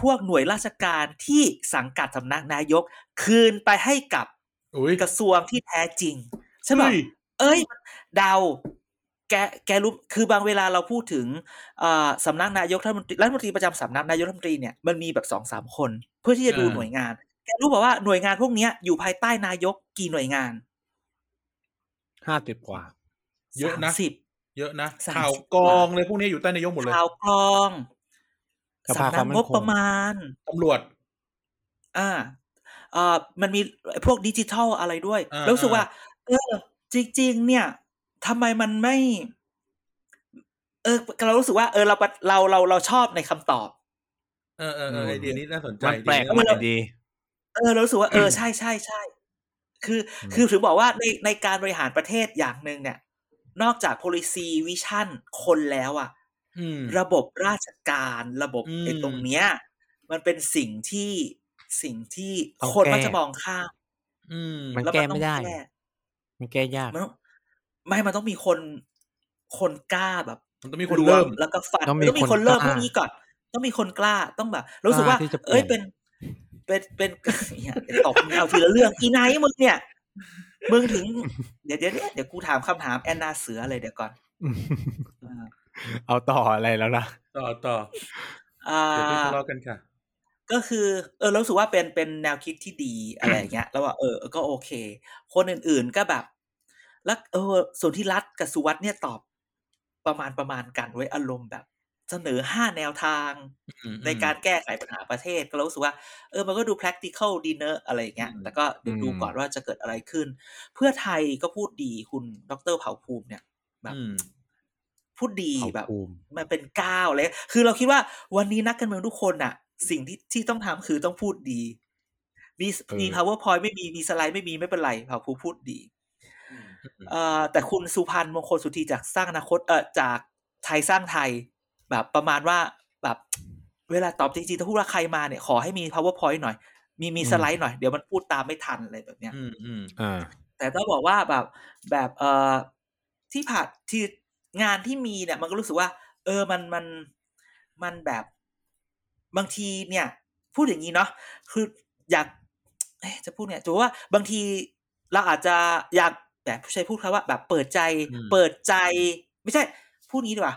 [SPEAKER 4] พวกหน่วยราชการที่สังกัดสำนักนายก คืนไปให้กับ
[SPEAKER 2] อุ้ย
[SPEAKER 4] กระทรวงที่แท้จริงใช่ไหม
[SPEAKER 2] เฮ้ย
[SPEAKER 4] เอ้ยเดาแกแกรู้คือบางเวลาเราพูดถึงเอ่อสำนักนายกรัฐมนตรีรัฐมนตรีประจำสำนักนายกรัฐมนตรีเนี่ยมันมีแบบสองสามคน เพื่อที่จะดูหน่วยงาน แกรู้บอกว่าหน่วยงานพวกเนี้ยอยู่ภายใต้นายกกี่หน่วยงาน
[SPEAKER 3] ห้าสิบกว่า
[SPEAKER 2] เยอะนะ
[SPEAKER 4] สามสิบ
[SPEAKER 2] เยอะนะ
[SPEAKER 4] สามสิบ
[SPEAKER 2] ข่าวกองเลยพวกนี้อยู่ใต้นายกหมดเลย
[SPEAKER 4] ข่าวกรอง
[SPEAKER 3] สภา
[SPEAKER 4] สำ
[SPEAKER 3] ค
[SPEAKER 4] นั
[SPEAKER 3] วาก มมั่นคง
[SPEAKER 4] งบประมาณ
[SPEAKER 2] ตำรวจ
[SPEAKER 4] อ่าเอ่อมันมีพวกดิจิทัลอะไรด้วย
[SPEAKER 2] อ่า
[SPEAKER 4] แล้วรู้สึก
[SPEAKER 2] อ่า
[SPEAKER 4] ว่า เออ จริง ๆ เนี่ยทำไมมันไม่ เออ เรารู้สึกว่า เออ เราปะเราเราเราชอบในคำตอบ
[SPEAKER 2] เออเออเออไอเดียนี้น่าสนใจ
[SPEAKER 3] มันแปลก
[SPEAKER 2] ดีะ
[SPEAKER 3] ใหม่ดี
[SPEAKER 4] เออเรารู้สึกว่าเออ ใช่ใช่ใช่คืออ
[SPEAKER 3] ม
[SPEAKER 4] คือถึงบอกว่าในในการบริหารประเทศอย่างหนึ่งเนี่ย นอกจาก policy vision คนแล้วอะ
[SPEAKER 2] อืม
[SPEAKER 4] ระบบราชการระบบ
[SPEAKER 2] อืม
[SPEAKER 4] ไอ้ตรงเนี้ย มันเป็นสิ่งที่สิ่งที่
[SPEAKER 3] ต้อง
[SPEAKER 4] คน
[SPEAKER 3] แก้
[SPEAKER 4] มันจะมองข้าม
[SPEAKER 2] อืม
[SPEAKER 3] มัน
[SPEAKER 4] แล้ว
[SPEAKER 3] แก้
[SPEAKER 4] ต้อง
[SPEAKER 3] ไม่ได้
[SPEAKER 4] ก้
[SPEAKER 3] มันแก้ยาก
[SPEAKER 4] มันต้องไม่ มันต้องมีคน คนกล้าแบบ
[SPEAKER 2] มันต้องมีคนเริ่ม
[SPEAKER 4] วแล้วก็ฟัน
[SPEAKER 3] ต้องมี
[SPEAKER 4] ต้องมีคน
[SPEAKER 3] คน
[SPEAKER 4] เริ่ม
[SPEAKER 3] กล้า
[SPEAKER 4] พวกนี้ก่อน ต้องมีคนกล้า ต้องแบบ รู้สึกว่า
[SPEAKER 3] ที่จะเปลี่ยน
[SPEAKER 4] เอ้ย เป็น เป็น เป็นเนี่ย ตบมึงเอาทีละเรื่อง อีไนท์มึงเนี่ย มึงถึง เดี๋ยวเดี๋ยวเดี๋ยวเดี๋ยวกูถามคำถามแอนนาเสือเลยเดี๋ยวก่อนอ่า
[SPEAKER 3] เอาต่ออะไรแล้วล่ะ
[SPEAKER 2] ต่อต่อ
[SPEAKER 4] อ่
[SPEAKER 2] เดี๋ยวที่
[SPEAKER 4] า
[SPEAKER 2] ทะเลาะกันค่ะ
[SPEAKER 4] ก็คือเออเรารู้สึกว่าเป็นเป็นแนวคิดที่ดีอะไรอย่างเงี้ยแล้วว่าเออก็โอเค คนอื่นๆก็แบบ แล้วเออส่วนที่รัฐกับสุวัสด์เนี่ยตอบประมาณประมาณกันไว้ยอารมณ์แบบ เสนอห้าแนวทาง
[SPEAKER 2] อืม
[SPEAKER 4] ในการแก้ไขปัญหาประเทศก็เรารู้สึกว่าเออมันก็ดู practical ดีเนอะอะไรอย่างเงี้ยแต่ก็เดี๋ยวดูก่อนว่าจะเกิดอะไรขึ้น เพื่อไทยก็พูดดีคุณดรเผ่าภูมิเนี่ย แบบ
[SPEAKER 2] อืม
[SPEAKER 4] พูดดี
[SPEAKER 3] เผ่า
[SPEAKER 4] แบบ
[SPEAKER 3] ภูมิ
[SPEAKER 4] มันเป็นก้าวเลย คือเราคิดว่าวันนี้นักการเมืองทุกคนน่ะ สิ่งที่ที่ต้องทำคือต้องพูดดี มี
[SPEAKER 3] เออ
[SPEAKER 4] มี powerpoint ไม่มี มีสไลด์ไม่มีไม่เป็นไรเผ่าภูพูดดี
[SPEAKER 2] อืม
[SPEAKER 4] เอ่อแต่คุณสุพันธ์มงคลสุธีจากสร้างอนาคตเอ่อจากไทยสร้างไทย แบบประมาณว่าแบบ เวลาตอบจริงๆถ้าพูดว่าใครมาเนี่ยขอให้มี powerpoint หน่อย มีมีสไลด์หน่อย เดี๋ยวมันพูดตามไม่ทันอะไรแบบเนี้ย
[SPEAKER 2] อืมอืม
[SPEAKER 3] อ่า
[SPEAKER 4] แต่ต้องบอกว่าแบบแบบเอ่อที่ผ่านที่งานที่มีเนี่ย มันก็รู้สึกว่า เออมันมันมันแบบบางทีเนี่ย พูดอย่างนี้เนาะคืออยากเอ๊ะจะพูดเนี่ยถือว่าบางทีเราอาจจะอยากแบบผู้ใช้พูดคำว่า แบบเปิดใจ
[SPEAKER 2] อืม
[SPEAKER 4] เปิดใจ ไม่ใช่ พูดนี้ดีกว่า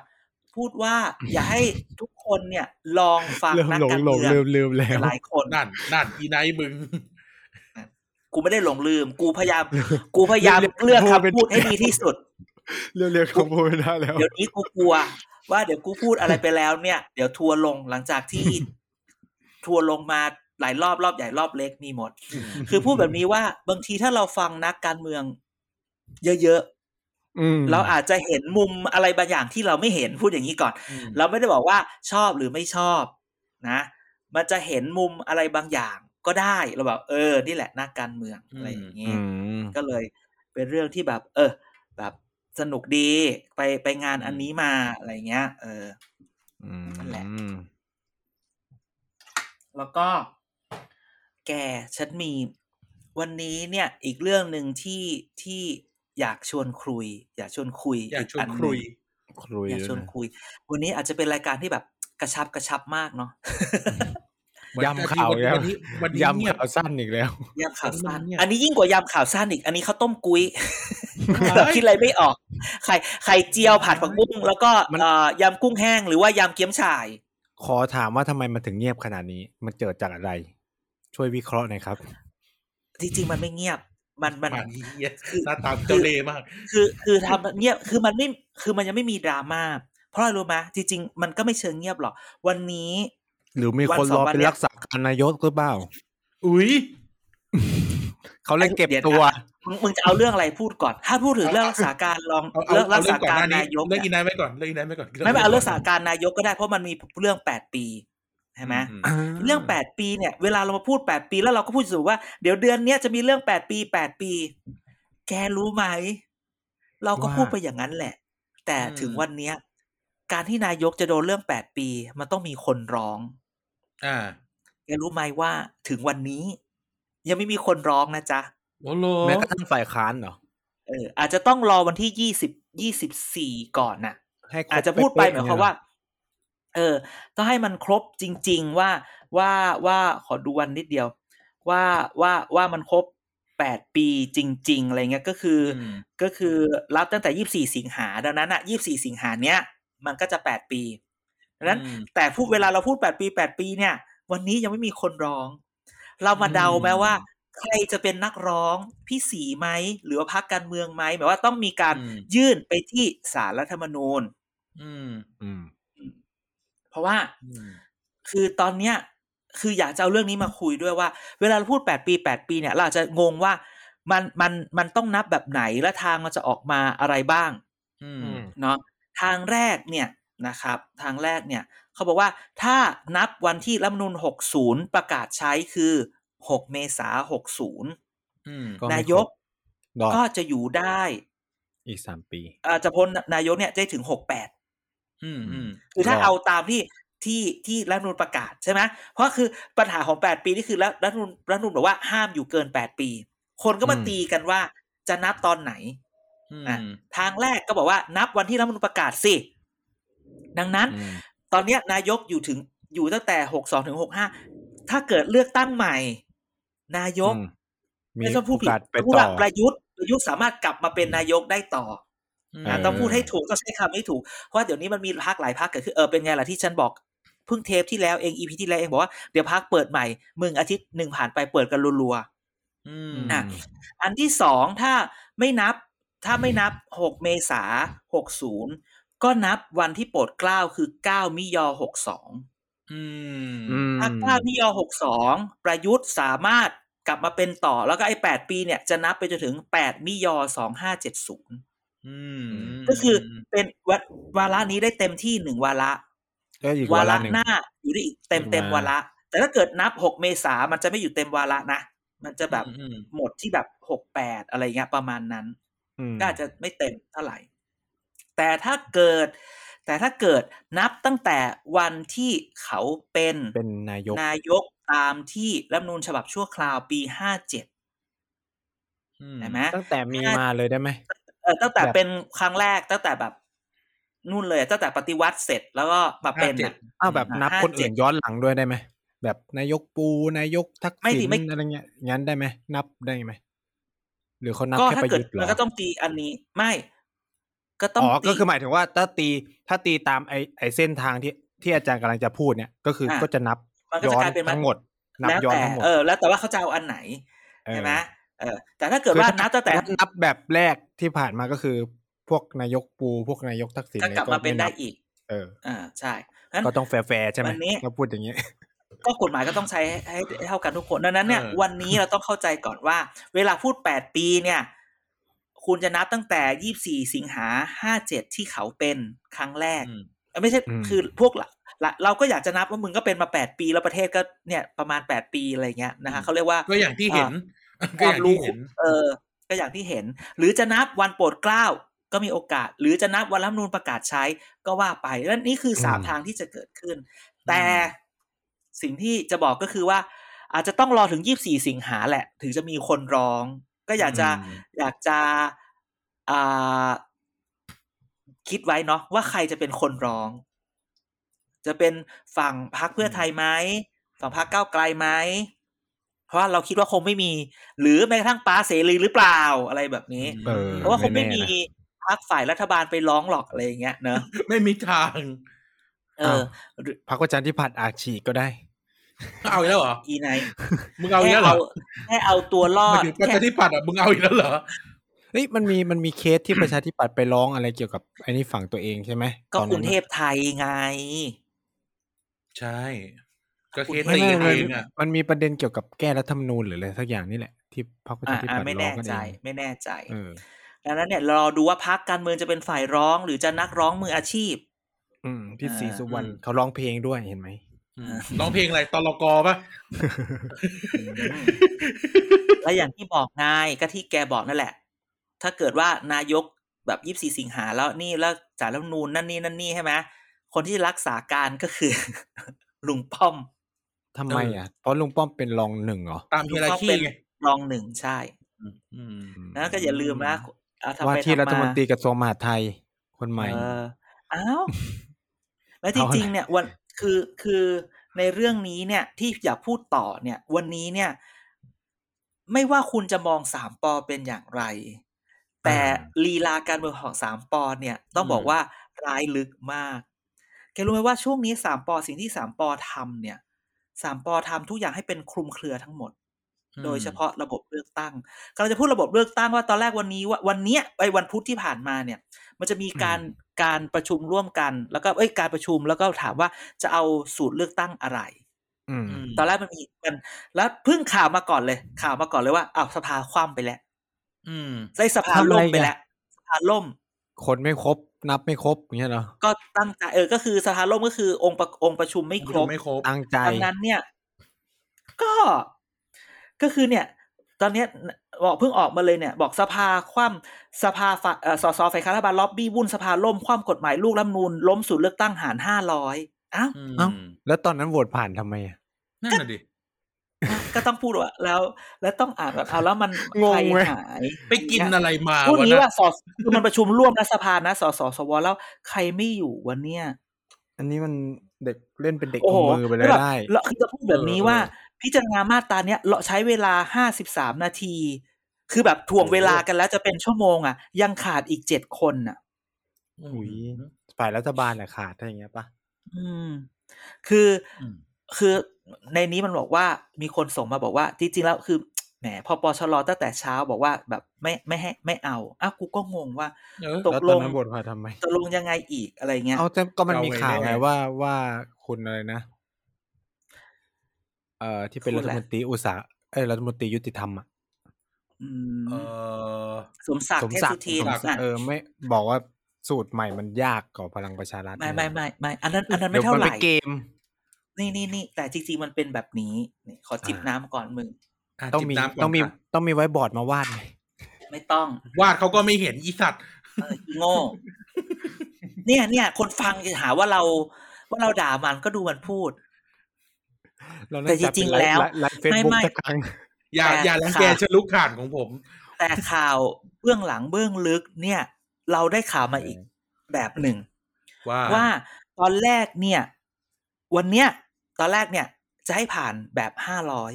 [SPEAKER 4] พูดว่า อย่าให้ทุกคนเนี่ย ลองฟัง
[SPEAKER 3] เริ่ม
[SPEAKER 4] นัก
[SPEAKER 3] หล
[SPEAKER 4] กาง ร
[SPEAKER 3] หลง
[SPEAKER 4] เมือง
[SPEAKER 3] ลืมลืมแล้ว
[SPEAKER 4] หลายคน
[SPEAKER 2] นั่นนั่นอีไนท์มึง
[SPEAKER 4] กูไม่ได้หลงลืม กูพยายาม กูพยายาม
[SPEAKER 3] เรียก
[SPEAKER 4] เลือก
[SPEAKER 3] พูดเป็น
[SPEAKER 4] คำพูดให้ดีที่สุด
[SPEAKER 3] เร็วเร็วๆเขาพูดไม่ได้แล้ว
[SPEAKER 4] เดี๋ยวนี้กูกลัว ว่าเดี๋ยวกูพูดอะไรไปแล้วเนี่ย เดี๋ยวทัวร์ลงหลังจากที่ ทัวร์ลงมาหลายรอบรอบใหญ่รอบเล็กมีหมด คือพูดแบบนี้ว่าบางทีถ้าเราฟังนักการเมือง เยอะ
[SPEAKER 3] อืม
[SPEAKER 4] ๆเราอาจจะเห็นมุมอะไรบางอย่างที่เราไม่เห็นพูดอย่างนี้ก่อน เราไม่ได้บอกว่าชอบหรือไม่ชอบนะ มันจะเห็นมุมอะไรบางอย่างก็ได้เราแบบเออ นี่แหละนักการเมืองอะไรอย่างนี้
[SPEAKER 3] อืม
[SPEAKER 4] ก็เลยเป็นเรื่องที่แบบ เออ แบบสนุกดี ไปไปงานอันนี้มาอะไรเงี้ย เออ
[SPEAKER 3] อืม
[SPEAKER 4] นั่นแหละ แล้วก็ แกฉันมี วันนี้เนี่ย อีกเรื่องหนึ่งที่ที่อยากชวนคุย อยากชวนคุย
[SPEAKER 2] อยากชวน
[SPEAKER 4] นหนึ่ง
[SPEAKER 2] คุย
[SPEAKER 3] ครุย
[SPEAKER 4] อยากชวนคุย วันนี้อาจจะเป็นรายการที่แบบกระชับกระชับมากเนาะ
[SPEAKER 3] ยำข่าว
[SPEAKER 2] วันนี้วันนี้วันนี้เงีย
[SPEAKER 3] ยำ
[SPEAKER 2] บ
[SPEAKER 3] ข่าวสั้นอีกแล้ว
[SPEAKER 4] ยามข่าวสั้น
[SPEAKER 2] มันเนี่ย
[SPEAKER 4] อันนี้ยิ่งกว่ายามข่าวสั้นอีก อันนี้เขาวต้มกุ้ย แบบคิดอะไรไม่ออกไข่ไข่เจียวผัดผักบุ้งแล้วก็
[SPEAKER 3] มัน
[SPEAKER 4] เอ่อยำกุ้งแห้งหรือว่ายำเกี๊ยมฉ่าย
[SPEAKER 3] ขอถามว่าทำไมมันถึงเงียบขนาดนี้ มันเกิดจากอะไร ช่วยวิเคราะห์หน่อยครับ
[SPEAKER 4] จริงๆมันไม่เงียบ มันมัน
[SPEAKER 2] ปากเหี้ย
[SPEAKER 4] คือ
[SPEAKER 2] หน้าตาเจ้าเล่ห์มาก
[SPEAKER 4] คือคือทำเงียบคือมันไม่คือมันยังไม่มีดราม่าเพราะอะไรรู้ไหมจริง ๆ มันก็ไม่เชิงเงียบหรอก วันนี้
[SPEAKER 3] หรือมี
[SPEAKER 4] วัน
[SPEAKER 3] คน
[SPEAKER 4] ส
[SPEAKER 3] ร
[SPEAKER 4] อ
[SPEAKER 3] อง
[SPEAKER 4] วัน
[SPEAKER 3] เป็น
[SPEAKER 4] เนี่ย
[SPEAKER 3] รักษาการนายกหรือเปล่า
[SPEAKER 2] อุ้ย
[SPEAKER 3] เขาเล่นเก็บ
[SPEAKER 4] ดี๋ยนะ
[SPEAKER 3] ตัว
[SPEAKER 4] มึงมึงจะเอาเรื่องอะไรพูดก่อน ถ้าพูดถึงเรื่องรักษาการรอง
[SPEAKER 2] เอาเอา
[SPEAKER 4] เรื่อง
[SPEAKER 2] เอา
[SPEAKER 4] รัก
[SPEAKER 2] เรื่อ
[SPEAKER 4] ษาง
[SPEAKER 2] ก่อน
[SPEAKER 4] กา
[SPEAKER 2] ห
[SPEAKER 4] ร
[SPEAKER 2] น้านี้
[SPEAKER 4] นายก
[SPEAKER 2] เรื่องอีไนท์ไว้ก่อนเรื่องอีไนท์ไว้ก่อน
[SPEAKER 4] ไม่ไม่เอาเรื่องรักษาการนายกก็ได้ เพราะมันมีเรื่องแปดปีใช่ไหม
[SPEAKER 2] อืม
[SPEAKER 4] เรื่องแปดปีเนี่ยเวลาเรามาพูดแปดปีแล้วเราก็พูดเสมอว่าเดี๋ยวเดือนเนี้ยจะมีเรื่องแปดปีแปดปี แกรู้ไหม เราก็
[SPEAKER 3] ว่า
[SPEAKER 4] พูดไปอย่างนั้นแหละ แต่
[SPEAKER 2] อืม
[SPEAKER 4] ถึงวันเนี้ย การที่นายกจะโดนเรื่องแปดปี มันต้องมีคนร้อง
[SPEAKER 2] อ่า
[SPEAKER 4] แกรู้ไหมว่าถึงวันนี้ ยังไม่มีคนร้องนะจ๊ะ
[SPEAKER 2] โอ้โห
[SPEAKER 3] แม้กระทั่งฝ่ายค้านเหรอ
[SPEAKER 4] เอออาจจะต้องรอวันที่ยี่สิบยี่สิบสี่ก่อนน่ะ
[SPEAKER 3] ให้ครบ
[SPEAKER 4] อาจจะพูดไป
[SPEAKER 3] เป๊ๆ
[SPEAKER 4] หมายความว่า เออ ต้องให้มันครบจริง ๆ ว่าว่าว่าขอดูวันนิดเดียว ว่าว่าว่ามันครบแปดปีจริง ๆ อะไรเงี้ยก็คืออ
[SPEAKER 2] ม
[SPEAKER 4] ก็คือรับตั้งแต่ยี่สี่สิงหาดังนั้นอ่ะยี่สี่สิงหาเนี้ยมันก็จะแปดปีดังนั้น
[SPEAKER 2] อืม
[SPEAKER 4] แต่พูดเวลาเราพูดแปดปีแปดปีเนี่ย วันนี้ยังไม่มีคนร้อง เรามาเดาไหม
[SPEAKER 2] อืม
[SPEAKER 4] ว่า ใครจะเป็นนักร้องพี่สีไหมหรือว่าพักการเมืองไหมหมายว่าต้องมีการ
[SPEAKER 2] อืม
[SPEAKER 4] ยื่นไปที่สารรัฐธรรมนูญ
[SPEAKER 2] อืม
[SPEAKER 3] อืม
[SPEAKER 4] เพราะว่า
[SPEAKER 2] อืม
[SPEAKER 4] คือตอนเนี้ยคืออยากจะเอาเรื่องนี้มาคุยด้วยว่า เวลาเราพูด 8 ปี 8 ปีเนี่ยเราอาจจะงงว่ามันมันมันต้องนับแบบไหนและทางมันจะออกมาอะไรบ้าง
[SPEAKER 2] อืม
[SPEAKER 4] เนาะทางแรกเนี่ยนะครับ ทางแรกเนี่ยเขาบอกว่าถ้านับวันที่รัฐธรรมนูญ60 ประกาศใช้คือ 6 เมษา60
[SPEAKER 2] อืม
[SPEAKER 3] ก็ไม่ครบ
[SPEAKER 4] นายก
[SPEAKER 3] ดอก
[SPEAKER 4] ก็จะอยู่ได้
[SPEAKER 3] อีกสามปี
[SPEAKER 4] เอ่อจะพ้นนายกเนี่ยได้ถึง 68
[SPEAKER 2] อืมอืม
[SPEAKER 4] คือถ้าร
[SPEAKER 3] อ
[SPEAKER 4] เอาตามที่ที่ที่รัฐธรรมนูญประกาศใช่ไหมเพราะคือปัญหาของ 8 ปีนี่คือรัฐรัฐธรรมนูญรัฐธรรมนูญบอกว่าห้ามอยู่เกิน 8 ปี คนก็มา
[SPEAKER 2] อืม
[SPEAKER 4] ตีกันว่าจะนับตอนไหน
[SPEAKER 2] อืม
[SPEAKER 4] อ่ะ ทางแรกก็บอกว่านับวันที่รัฐธรรมนูญประกาศสิ ดังนั้น
[SPEAKER 3] อืม
[SPEAKER 4] ตอนเนี้ยนายกอยู่ถึงอยู่ตั้งแต่ 62ถึง65 ถ้าเกิดเลือกตั้งใหม่ นายก
[SPEAKER 3] อืมมี
[SPEAKER 4] ไม่ต้องพู
[SPEAKER 3] โอ
[SPEAKER 4] ดผิด
[SPEAKER 3] กาสไป
[SPEAKER 4] พูด
[SPEAKER 3] ต่
[SPEAKER 4] ว่า
[SPEAKER 3] อ
[SPEAKER 4] ประยุทธ์ประยุทธ์สามารถกลับมาเป็นนายกได้ต่อ
[SPEAKER 3] เ
[SPEAKER 4] อ่ะต้องพูดให้ถูกต้องใช้คำให้ถูก เพราะว่าเดี๋ยวนี้มันมีพักหลายพักเกิดขึ้นเออเป็นไงล่ะที่ฉันบอกเพิ่งเทปที่แล้วเองอีพีที่แล้วเองบอกว่าเดี๋ยวพักเปิดใหม่มึงอาทิตย์หนึ่งผ่านไปเปิดกันรัว
[SPEAKER 2] อืม
[SPEAKER 4] อ่ะ ๆอันที่สองถ้าไม่นับถ้าไม่นับหกเมษาหกศูนย์ก็นับวันที่โปรดเกล้าคือเก้ามิยอหกสอง
[SPEAKER 2] อืม
[SPEAKER 3] อืม
[SPEAKER 4] ถ้าเก้ามิยอหกสองประยุทธ์สามารถกลับมาเป็นต่อแล้วก็ไอ้แปดปีเนี่ยจะนับไปจนถึงแปดมิยอสองห้าเจ็ดศูนย์
[SPEAKER 2] อืม
[SPEAKER 4] ก็คือเป็นวาวาระนี้ได้เต็มที่หนึ่งวาระ
[SPEAKER 3] ก็อี
[SPEAKER 4] วาว
[SPEAKER 3] การะ
[SPEAKER 4] ระ
[SPEAKER 3] หนึ่ง
[SPEAKER 4] หน้าอยู่ได้อีกเต็
[SPEAKER 3] ห
[SPEAKER 4] ม
[SPEAKER 3] นึ่ง
[SPEAKER 4] เต็
[SPEAKER 3] วาว
[SPEAKER 4] มา
[SPEAKER 3] ระ
[SPEAKER 4] ระ แต่ถ้าเกิดนับหกเมษามันจะไม่อยู่เต็มวาระนะ มันจะแบบ
[SPEAKER 2] อืม
[SPEAKER 4] หมดที่แบบหกแปดอะไรเงี้ยประมาณนั้น
[SPEAKER 3] อืม
[SPEAKER 4] ก็อาจจะไม่เต็มเท่าไหร่ แต่ถ้าเกิด แต่ถ้าเกิดนับตั้งแต่วันที่เขาเป็น
[SPEAKER 3] เป็นนายก
[SPEAKER 4] นายกตามที่รัฐธรรมนูญฉบับชั่วคราวปีห้าเจ็ด
[SPEAKER 2] อืม
[SPEAKER 4] ใช่ไหม
[SPEAKER 3] ตั้งแต่มีมาเลยได้ไหม
[SPEAKER 4] เออตั้งแต่
[SPEAKER 3] แบบ
[SPEAKER 4] เป็นครั้งแรกตั้งแต่แบบนู่นเลยตั้งแต่ปฏิวัติเสร็จแล้วก็มาเป็นน่ะ
[SPEAKER 3] อ้าวแบบนับ
[SPEAKER 4] ห้า
[SPEAKER 3] คน
[SPEAKER 4] เจ็
[SPEAKER 3] อื่
[SPEAKER 4] ด
[SPEAKER 3] นย้อนหลังด้วยได้ไหมแบบนายกปูนายกทัก
[SPEAKER 4] ไม่
[SPEAKER 3] ษิ
[SPEAKER 4] ดิ
[SPEAKER 3] ณ
[SPEAKER 4] ไม่
[SPEAKER 3] อะไรเงี้ยงั้นได้ไหมนับได้ไหมหรือเขานับ
[SPEAKER 4] ก็
[SPEAKER 3] แค่
[SPEAKER 4] ถ้า
[SPEAKER 3] ประ
[SPEAKER 4] เกิด
[SPEAKER 3] ยุทธ์เหร
[SPEAKER 4] มั
[SPEAKER 3] อน
[SPEAKER 4] ก็ต้องตีอันนี้ไม่ ก็ต้อง
[SPEAKER 3] อ๋อ
[SPEAKER 4] ตี
[SPEAKER 3] ก็คือหมายถึงว่าถ้าตีถ้าตีตามไอไอเส้นทางที่ที่อาจารย์กำลังจะพูดเนี่ย ก็คือ
[SPEAKER 4] อ่ะ
[SPEAKER 3] ก็จะนับ
[SPEAKER 4] มันก็
[SPEAKER 3] ย้
[SPEAKER 4] จะ
[SPEAKER 3] อน
[SPEAKER 4] กลายเป็นมัน
[SPEAKER 3] ทั้งหมด นับ
[SPEAKER 4] แล้ว
[SPEAKER 3] ย้อน
[SPEAKER 4] แต่
[SPEAKER 3] ทั้งหมด
[SPEAKER 4] เออ แล้วแต่ว่าเขาจะเอาอันไหน
[SPEAKER 3] เออ
[SPEAKER 4] ใช่ไหมเออ แต่ถ้าเกิด
[SPEAKER 3] คือ
[SPEAKER 4] ว่า
[SPEAKER 3] ถ้
[SPEAKER 4] นับตั้งแต่
[SPEAKER 3] ถ้านับแบบแรกที่ผ่านมาก็คือ พวกนายกปูพวกนายกทักษิณ
[SPEAKER 4] ก็
[SPEAKER 3] ย
[SPEAKER 4] กลับมาเป็นได้อีก
[SPEAKER 3] เออ
[SPEAKER 4] อ่าใช่งั้น
[SPEAKER 3] ก็ต้องแฟร์ๆใช่ไหม
[SPEAKER 4] วันนี้
[SPEAKER 3] เราพูดอย่างนี้ย
[SPEAKER 4] ก็กฎหมายก็ต้องใช้ให้ให้เท่ากันทุกคนดังนั้นเนี่ย
[SPEAKER 2] เออ
[SPEAKER 4] วันนี้เราต้องเข้าใจก่อนว่า เวลาพูดแปดปีเนี่ย คุณจะนับตั้งแต่ยี่สี่สิงหาห้าเจ็ดที่เขาเป็นครั้งแรก
[SPEAKER 2] อืม
[SPEAKER 4] เอ้ยไม่ใช่
[SPEAKER 3] อืม
[SPEAKER 4] คือพวกละละเราก็อยากจะนับว่ามึงก็เป็นมาแปดปีแล้วประเทศก็เนี่ยประมาณแปดปีอะไรเงี้ยนะ
[SPEAKER 2] อื
[SPEAKER 4] คะ
[SPEAKER 2] ม
[SPEAKER 4] เขาเรียกว่า
[SPEAKER 2] ก็อย่างที่เห็น ก็อ
[SPEAKER 4] ความ
[SPEAKER 2] ย่าง
[SPEAKER 4] รู้
[SPEAKER 2] ที่เห็น
[SPEAKER 4] เออ ก็อย่างที่เห็น หรือจะนับวันโปรดเกล้าก็มีโอกาส หรือจะนับวันรัฐธรรมนูญประกาศใช้ก็ว่าไปนั่นนี่คือสาม
[SPEAKER 3] อืม
[SPEAKER 4] ทางที่จะเกิดขึ้น แต่สิ่งที่จะบอกก็คือว่า อาจจะต้องรอถึงยี่บสี่สิงหาแหละ ถึงจะมีคนร้อง ก็อยากจะ
[SPEAKER 2] อืม
[SPEAKER 4] อยากจะอ่าคิดไว้เนาะว่าใครจะเป็นคนร้อง จะเป็นฝั่งพรรคเพื่อไทยไหมฝั่งพรรคก้าวไกลไหม เพราะว่าเราคิดว่าคงไม่มี หรือแม้กระทั่งป้าเสรีหรือเปล่าอะไรแบบนี้
[SPEAKER 3] เออ
[SPEAKER 4] เพราะว่าคงไม่มี
[SPEAKER 3] ไม่แน่
[SPEAKER 4] พรรคฝ่ายรัฐบาลไปร้องหรอกอะไรอย่างเงี้ยเนอะ
[SPEAKER 2] ไม่มีทาง
[SPEAKER 4] เออหรือ
[SPEAKER 3] พักประชาธิปัตย์อาจฉีกก็ได้
[SPEAKER 2] เอาอีกแล้วเหรอ
[SPEAKER 4] อีไนท์
[SPEAKER 2] มึงเอาอีกแล้วเหรอ
[SPEAKER 4] แค่เอาตัวรอ
[SPEAKER 2] หมา
[SPEAKER 4] ด
[SPEAKER 2] ยถึงประชาธิปัตย์อ่ะ มึงเอาอีกแล้วเหรอ
[SPEAKER 3] เฮ้ยมันมีมันมีเคสที่ประชาธิปัตย์ไปร้องอะไรเกี่ยวกับไอ้นี่ฝั่งตัวเองใช่ไหม
[SPEAKER 4] ก็
[SPEAKER 3] ตอน
[SPEAKER 4] กรุ
[SPEAKER 3] นั้
[SPEAKER 4] ง
[SPEAKER 3] น
[SPEAKER 4] เทพไทยไง
[SPEAKER 2] ใช่ ก็เคส
[SPEAKER 3] ไม่
[SPEAKER 2] ตีกัน
[SPEAKER 3] ไม่มั
[SPEAKER 2] เอน งอ่ะ
[SPEAKER 3] มันมีประเด็นเกี่ยวกับแก้รัฐธรรมนูญหรืออะไรสักอย่างนี่แหละที่พรรคประ
[SPEAKER 4] อ่า
[SPEAKER 3] ชาธิ
[SPEAKER 4] อ่า
[SPEAKER 3] ปัตย์
[SPEAKER 4] ไม่
[SPEAKER 3] ร้อ
[SPEAKER 4] แน่
[SPEAKER 3] งกัน
[SPEAKER 4] ใจ
[SPEAKER 3] เอง
[SPEAKER 4] ไม่แน่ใจ
[SPEAKER 3] เออ
[SPEAKER 4] ดังนั้นเนี่ยรอดูว่าพักการเมืองจะเป็นฝ่ายร้องหรือจะนักร้องมืออาชีพ
[SPEAKER 3] อืมพี่
[SPEAKER 4] อ่า
[SPEAKER 3] ศรีสุวรรณ
[SPEAKER 2] อืม
[SPEAKER 3] เขาร้องเพลงด้วยเห็นไหม
[SPEAKER 2] ร้องเพลงอะไรตลกอปะ
[SPEAKER 4] และอย่างที่บอกนายก็ที่แกบอกนั่นแหละ ถ้าเกิดว่านายกแบบยี่สี่สิงหาแล้วนี่แล้วจ่ายแล้วนูนนั่นนี่นั่นนี่ใช่ไหมคนที่รักษาการก็คือ ลุงป้อม
[SPEAKER 3] ทำไม
[SPEAKER 2] เอออ่
[SPEAKER 3] อ่ะ เพราะลุงป้อมเป็นรองหนึ่งเหรอ
[SPEAKER 2] ตามเฮราคีไง
[SPEAKER 4] รองหนึ่งใช่
[SPEAKER 2] อืม
[SPEAKER 3] อืม
[SPEAKER 4] นะก็อย่าลืมนะเอทำไป
[SPEAKER 3] ว่าที่
[SPEAKER 4] ำ
[SPEAKER 3] รัฐมนตรีกระทรวงมหาดไทยคนใหม่
[SPEAKER 4] เอออ้าวแล้วจ
[SPEAKER 3] เอาอะไร
[SPEAKER 4] ริงๆเนี่ยวันคือคือในเรื่องนี้เนี่ย ที่อยากพูดต่อเนี่ย วันนี้เนี่ย ไม่ว่าคุณจะมองสามปอเป็นอย่างไร แต่ลีลาการเมืองของสามปอเนี่ย ต้องบอก
[SPEAKER 2] อืม
[SPEAKER 4] ว่าร้ายลึกมาก แกรู้ไหมว่าช่วงนี้สามปอสิ่งที่สามปอทำเนี่ยสามปอทำทุกอย่างให้เป็นคลุมเครือทั้งหมด โดยเฉพาะระบบเลือกตั้งกำลังจะพูดระบบเลือกตั้งว่าตอนแรกวันนี้ว่าวันเนี้ยไอ้วันพุธที่ผ่านมาเนี่ย มันจะมีการการประชุมร่วมกัน แล้วก็เอ้ยการประชุมแล้วก็ถามว่าจะเอาสูตรเลือกตั้งอะไร
[SPEAKER 3] อืม
[SPEAKER 2] ม
[SPEAKER 4] ตอนแรกมันมีมันแล้วเพิ่งข่าวมาก่อนเลย ข่าวมาก่อนเลยว่าอ้าวสภาคว่ำไปแล้ว
[SPEAKER 2] อืม
[SPEAKER 4] ไอ้สภา
[SPEAKER 3] ทำไม
[SPEAKER 4] ล่มไป
[SPEAKER 3] อ่ะ
[SPEAKER 4] แล้วสภาล่ม
[SPEAKER 3] คนไม่ครบ นับไม่ครบอย่างเงี้ยเหรอ
[SPEAKER 4] ก็ตั้งใจเออก็คือสภาล่มก็คือองค์ประองค์ประชุมไม่ครบ
[SPEAKER 2] ไม่ครบ
[SPEAKER 3] ตั้งใจ
[SPEAKER 4] ดังนั้นเนี่ย ก็ก็คือเนี่ย ตอนเนี้ยบอกเพิ่งออกมาเลยเนี่ย บอกสภาคว่ำสภาฝ่ายเอ่อสสฝ่ายค้านรัฐบาลล็อบบี้วุ่นสภาล่มคว่ำกฎหมายลูกรัฐธรรมนูลล้มสูตรเลือกตั้งหารห้าร้อยอ้าว
[SPEAKER 2] อื
[SPEAKER 3] เอ้า
[SPEAKER 2] ม
[SPEAKER 3] แล้วตอนนั้นโหวตผ่านทำไมอ่ะ
[SPEAKER 2] นั่นน่ะดิ
[SPEAKER 4] ก็ต้องพูดว่าแล้ว แล้วต้องอ่านแบบเอาแล้วมัน
[SPEAKER 3] งงเว้ย
[SPEAKER 4] ใครหาย
[SPEAKER 2] ไปกินอะไรมา
[SPEAKER 4] พูด
[SPEAKER 2] วะ
[SPEAKER 4] นี้ว่า
[SPEAKER 2] นะ
[SPEAKER 4] สอคือมันประชุมร่วมนะสภานะสสสวแล้วใครไม่อยู่วันเนี้ย
[SPEAKER 3] อันนี้มันเด็กเล่นเป็นเด็ก
[SPEAKER 4] โอ้โห
[SPEAKER 3] มือไปเลย
[SPEAKER 4] แล้วแบบ
[SPEAKER 3] ได้
[SPEAKER 4] แล้วคือจะพูดแบบนี้ว่า พิจารณามาตราเนี้ยเราใช้เวลาห้าสิบสามนาที คือแบบถ่วงเวลากันแล้วจะเป็นชั่วโมงอ่ะ ยังขาดอีกเจ็ดคนอ่ะ
[SPEAKER 3] อุ๊ย ฝ่ายรัฐบาลแหละขาดถ้าอย่างเงี้ยปะ
[SPEAKER 4] อืม คือ
[SPEAKER 2] อืม
[SPEAKER 4] คือในนี้มันบอกว่ามีคนส่งมาบอกว่าจริงๆแล้วคือแหมพอปชรตั้งแต่เช้าบอกว่าแบบไม่ไม่ให้ไม่เอาอ้าวกูก็งงว่า
[SPEAKER 2] เออ
[SPEAKER 4] ตก
[SPEAKER 3] แล้ว
[SPEAKER 4] ล
[SPEAKER 3] ตอน
[SPEAKER 4] ง
[SPEAKER 3] นั้นโหวตผ่านทำไม
[SPEAKER 4] ตกลงยังไงอีกอะไรเงี้ย
[SPEAKER 3] เอาแต่ก็มันมี
[SPEAKER 2] เอาไว้
[SPEAKER 3] ข่าว
[SPEAKER 2] ได้
[SPEAKER 3] ไง
[SPEAKER 2] ไง
[SPEAKER 3] ว่าว่าคุณอะไรนะ เอ่อที่เป็นรัฐมนตรีอุตสาหเอ้ยรัฐมนตรียุติธรรมอ่ะ
[SPEAKER 4] อื
[SPEAKER 2] เอ
[SPEAKER 4] ม
[SPEAKER 2] อ
[SPEAKER 4] สมศัก
[SPEAKER 3] ส
[SPEAKER 4] ดิ์
[SPEAKER 3] ม
[SPEAKER 4] เทพ
[SPEAKER 3] ศัก
[SPEAKER 4] สุ
[SPEAKER 3] ดิ์
[SPEAKER 4] ทิน
[SPEAKER 3] สมศัก
[SPEAKER 4] อ่ะ
[SPEAKER 3] ดิ์เออไม่บอกว่าสูตรใหม่มันยากกว่าพลังประชารัฐ
[SPEAKER 4] ไม่ไม่ไม่ไม่อันนั้นอันนั้น
[SPEAKER 3] ดี๋
[SPEAKER 4] ไม่
[SPEAKER 3] ยว
[SPEAKER 4] เท่าไห
[SPEAKER 3] ป
[SPEAKER 4] ร่
[SPEAKER 3] เกม
[SPEAKER 4] นี่นี่นี่แต่จริงๆ มันเป็นแบบนี้นี่ขอจิบ
[SPEAKER 3] อ่า
[SPEAKER 4] น้ำก่อนมึง
[SPEAKER 2] อ่ะ
[SPEAKER 3] ต้องมี
[SPEAKER 2] จิบน้ำก่น
[SPEAKER 3] ต้องมี
[SPEAKER 2] ค่ะ
[SPEAKER 3] ต้องมีไว้บอร์ดมาวาดไง
[SPEAKER 4] ไม่ต้อง
[SPEAKER 2] วาดเขาก็ไม่เห็นอีสัตว์
[SPEAKER 4] เอออีโง่ เนี่ยเนี่ยคนฟังจะหาว่าเรา ว่าเราด่ามันก็ดูมันพูด
[SPEAKER 3] เรา
[SPEAKER 4] แต่จ
[SPEAKER 3] น่าะ
[SPEAKER 4] ริง
[SPEAKER 3] เป็น
[SPEAKER 4] ๆแล้ว
[SPEAKER 3] ไลฟ์เฟซ
[SPEAKER 4] ไม่
[SPEAKER 3] บุ๊ก
[SPEAKER 4] ไม่
[SPEAKER 3] สักครั้ง
[SPEAKER 2] อย่า
[SPEAKER 4] แต่
[SPEAKER 2] อย่าลังแก
[SPEAKER 4] ค่ะ
[SPEAKER 2] ชะลุกข่านของผม
[SPEAKER 4] แต่ข่าวเบื้องหลังเบื้องลึก เนี่ย เราได้ข่าวมาอีกแบบหนึ่ง
[SPEAKER 2] ว่า
[SPEAKER 4] ว่าตอนแรกเนี่ย วันเนี้ย ตอนแรกเนี่ย จะให้ผ่านแบบห้าร้อย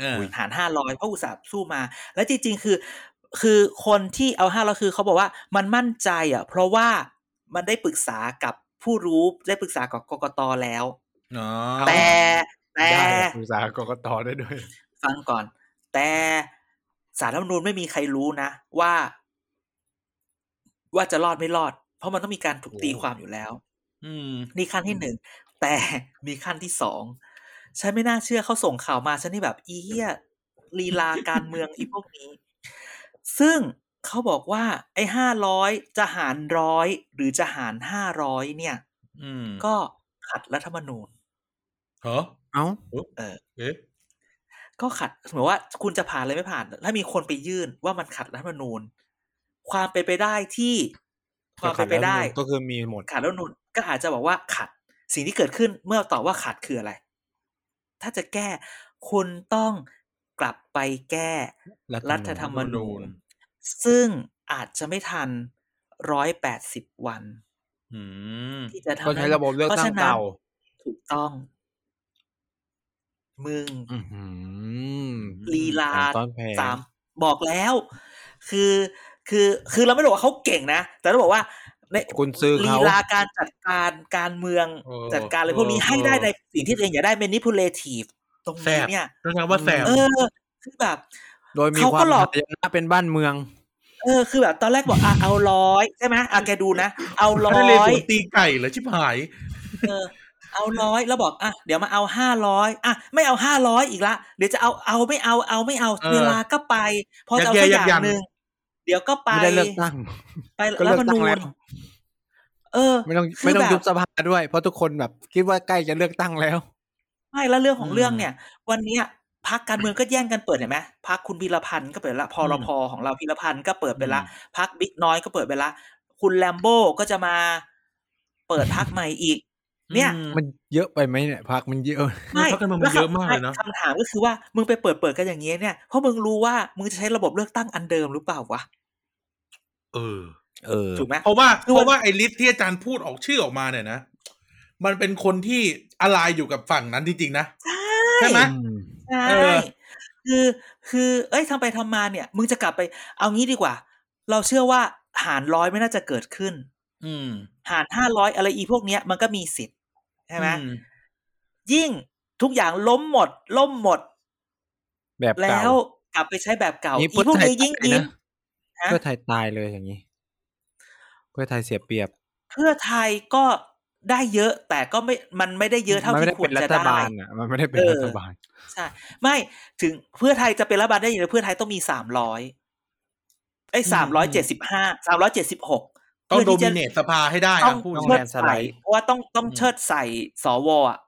[SPEAKER 2] เออ
[SPEAKER 4] หารห้าร้อยเพราะอุตสาห์สู้มา แล้วจริงๆ คือ คือคนที่เอาห้าร้อยคือเขาบอกว่ามันมั่นใจอ่ะ เพราะว่ามันได้ปรึกษากับผู้รู้ได้ปรึกษากับกกตแล้ว
[SPEAKER 2] เนาะ
[SPEAKER 4] แต่แต่
[SPEAKER 3] ได้อุตสาหกรกตได้ด้วย
[SPEAKER 4] ฟังก่อน แต่สารรัฐธรรมนูญไม่มีใครรู้นะ ว่า ว่าจะรอดไม่รอด เพราะมันต้องมีการถูกตีความอยู่แล้ว
[SPEAKER 2] อืม
[SPEAKER 4] นี่ขั้นที่หนึ่งแต่มีขั้นที่สองฉันไม่น่าเชื่อเขาส่งข่าวมาฉันนี่แบบอีเหี้ยลีลาการเมือง อีพวกนี้ ซึ่งเขาบอกว่าไอ้ห้าร้อยจะหารร้อยหรือจะหารห้าร้อยเนี่ย
[SPEAKER 2] อืม
[SPEAKER 4] ก็ขัดรัฐธรรมนูญ
[SPEAKER 2] เหรอ
[SPEAKER 3] เอ้า
[SPEAKER 4] เออ
[SPEAKER 2] เอ๊ะ
[SPEAKER 4] ก็ขัดเหมือนว่าคุณจะผ่านเลยไม่ผ่าน ถ้ามีคนไปยื่นว่ามันขัดรัฐธรรมนูญ ความเป็นไปได้ที่ความเป็นไปได้
[SPEAKER 3] ก็คือมีหมด
[SPEAKER 4] ขัดแล้วนุนก็อาจจะบอกว่าขัด สิ่งที่เกิดขึ้นเมื่อตอบว่าขัดคืออะไร ถ้าจะแก้ คุณต้องกลับไปแก้ รัฐธรรมนูญ ซึ่งอาจจะไม่ทันร้อยแปดสิบวัน
[SPEAKER 2] อืม
[SPEAKER 4] ที่จะทำ
[SPEAKER 3] ก็ใช้ระบบเลือกตั้งเก่า
[SPEAKER 4] พระฉะนั้นถูกต้อง มึง
[SPEAKER 3] อื้อหือ
[SPEAKER 4] ลีลา
[SPEAKER 3] ต้อนแพง
[SPEAKER 4] สามบอกแล้ว คือคือคือเราไม่ได้บอกว่าเขาเก่งนะ แต่เราบอกว่าใน
[SPEAKER 3] กุนซื้อ
[SPEAKER 4] ลี
[SPEAKER 3] เขา
[SPEAKER 4] ลาการจัดการการเมือง
[SPEAKER 2] เออ
[SPEAKER 4] จัดการอะไรพวกนี้
[SPEAKER 2] เออ
[SPEAKER 4] ให้ได้
[SPEAKER 2] เออ
[SPEAKER 4] ในสิ่งที่ตัวเองอยากได้ manipulative ตรง
[SPEAKER 2] แส
[SPEAKER 4] นี้
[SPEAKER 2] บ
[SPEAKER 4] เนี่ย
[SPEAKER 2] ต้องใช้คำว่าแสบ
[SPEAKER 4] เออคือแบบ
[SPEAKER 3] โดยมี
[SPEAKER 4] เขา
[SPEAKER 3] ค
[SPEAKER 4] ก็
[SPEAKER 3] วาม
[SPEAKER 4] หลอก
[SPEAKER 3] หายนะเป็นบ้านเมือง
[SPEAKER 4] เออคือแบบตอนแรกบอกอ่ะเอาร้อยใช่ไหมอ่ะแกดูนะ เอาร้อ
[SPEAKER 2] ไม่ได้เลย
[SPEAKER 4] ย
[SPEAKER 2] สูตรตีไก่เหรอชิบหาย
[SPEAKER 4] เออเอาร้อยแล้วบอกอ่ะเดี๋ยวมาเอาห้าร้อยอ่ะไม่เอาห้าร้อยอีกละเดี๋ยวจะเอาเอาไม่เอาเอาไม่เอา
[SPEAKER 2] เออ
[SPEAKER 4] เวลาก็ไป พอจะเอา
[SPEAKER 2] ยัดเยี
[SPEAKER 4] สักอย
[SPEAKER 2] ด
[SPEAKER 4] ย่า
[SPEAKER 2] ยั
[SPEAKER 4] ง
[SPEAKER 2] น
[SPEAKER 4] หนึ่งเดี๋ยวก็ไป
[SPEAKER 3] ไม่ได้เลือกตั้ง
[SPEAKER 4] ไป
[SPEAKER 3] ก็เลื
[SPEAKER 4] รัฐ
[SPEAKER 3] อก
[SPEAKER 4] ธรรม
[SPEAKER 3] ตั้
[SPEAKER 4] นู
[SPEAKER 3] งแล้ว
[SPEAKER 4] ญเออ
[SPEAKER 3] ไม่ต้อง
[SPEAKER 4] คือ
[SPEAKER 3] ไม่ต้อง
[SPEAKER 4] แบบ
[SPEAKER 3] ยุบสภาด้วย เพราะทุกคนแบบ คิดว่าใกล้จะเลือกตั้งแล้ว
[SPEAKER 4] ไม่แล้วเรื่องของ
[SPEAKER 2] อืม
[SPEAKER 4] เรื่องเนี่ย วันเนี้ยพักการเมืองก็แย่งกันเปิดเห็นไหมพักคุณพีรพันธ์ก็เปิดละพอรพของเราพีรพันธ์ก็เปิดไปละ
[SPEAKER 2] อื
[SPEAKER 4] พักบิ๊กน้อยก็เปิดไปละ คุณแลมโบ้ก็จะมาเปิดพักใหม่อีก เนี่ย
[SPEAKER 2] อืม
[SPEAKER 3] มันเยอะไปไหมเนี่ยพักมันเยอะ
[SPEAKER 4] ไม่
[SPEAKER 2] พรรคการเมืองมัน
[SPEAKER 4] แล้ว
[SPEAKER 2] เยอะมากเลยนะ
[SPEAKER 4] คำถามก็คือว่ามึงไปเปิดเปิดกันอย่างเงี้ยเนี่ยเพราะมึงรู้ว่ามึงจะใช้ระบบเลือกตั้งอันเดิมหรือเปล่าวะ
[SPEAKER 2] เออ
[SPEAKER 3] เออ
[SPEAKER 4] ถูกไหม
[SPEAKER 2] เพราะว่า
[SPEAKER 4] คื
[SPEAKER 2] เพ
[SPEAKER 4] อมัน
[SPEAKER 2] ราะว่าไอ้ลิสต์ที่อาจารย์พูดออกชื่อออกมาเนี่ยนะ มันเป็นคนที่อะไรอยู่กับฝั่งนั้นจริงๆนะ ใช่ไหม
[SPEAKER 4] ใช่
[SPEAKER 2] เออ
[SPEAKER 4] คือคือ เอ้ยทำไปทำมาเนี่ย มึงจะกลับไปเอางี้ดีกว่า เราเชื่อว่าหารร้อยไม่น่าจะเกิดขึ้น
[SPEAKER 2] อืม
[SPEAKER 4] หารห้าร้อยอะไรอีพวกเนี้ยมันก็มีสิทธิ์ใช่ไหม
[SPEAKER 2] อืม
[SPEAKER 4] ยิ่งทุกอย่างล้มหมด ล่มหมด
[SPEAKER 3] แบบ
[SPEAKER 4] แล้
[SPEAKER 3] เก่าว
[SPEAKER 4] กลับไปใช้แบบเก่าอี
[SPEAKER 3] นี่เพื่อ
[SPEAKER 4] พวก
[SPEAKER 3] ไทย
[SPEAKER 4] นี้ยิ่ง
[SPEAKER 3] ตาย
[SPEAKER 4] ยิ่ง
[SPEAKER 3] นะเพื่อไทยตายเลยอย่างนี้ เพื่อไทยเสียเปรียบ
[SPEAKER 4] เพื่อไทยก็ได้เยอะ แต่ก็ไม่มันไม่ได้เยอะเท่า
[SPEAKER 3] มันไม่
[SPEAKER 4] ที่
[SPEAKER 3] ได้
[SPEAKER 4] คว
[SPEAKER 3] เป็
[SPEAKER 4] ร
[SPEAKER 3] นรั
[SPEAKER 4] จะ
[SPEAKER 3] ฐ
[SPEAKER 4] ได้
[SPEAKER 3] บาลอ่ะมันไม่ได้เป็น
[SPEAKER 4] เออ
[SPEAKER 3] รัฐบาล
[SPEAKER 4] ใช่ไม่ถึงเพื่อไทยจะเป็นรัฐบาลได้อย่างไรเพื่อไทยต้องมีสามร้อยไอ้สามร้อยเจ็ดสิบห้าสามร้อยเจ็ดสิบหก
[SPEAKER 2] ต้องโดมิเนตสภาให้ได้
[SPEAKER 4] ต้อ
[SPEAKER 2] อะ
[SPEAKER 4] ง
[SPEAKER 2] พูด
[SPEAKER 3] ต้อง
[SPEAKER 4] เชิ
[SPEAKER 3] แล
[SPEAKER 4] ด
[SPEAKER 3] นด์สไล
[SPEAKER 4] ใส่
[SPEAKER 3] ด์
[SPEAKER 4] เพราะว่าต้องต้องเชิดใส่สวอ่ะ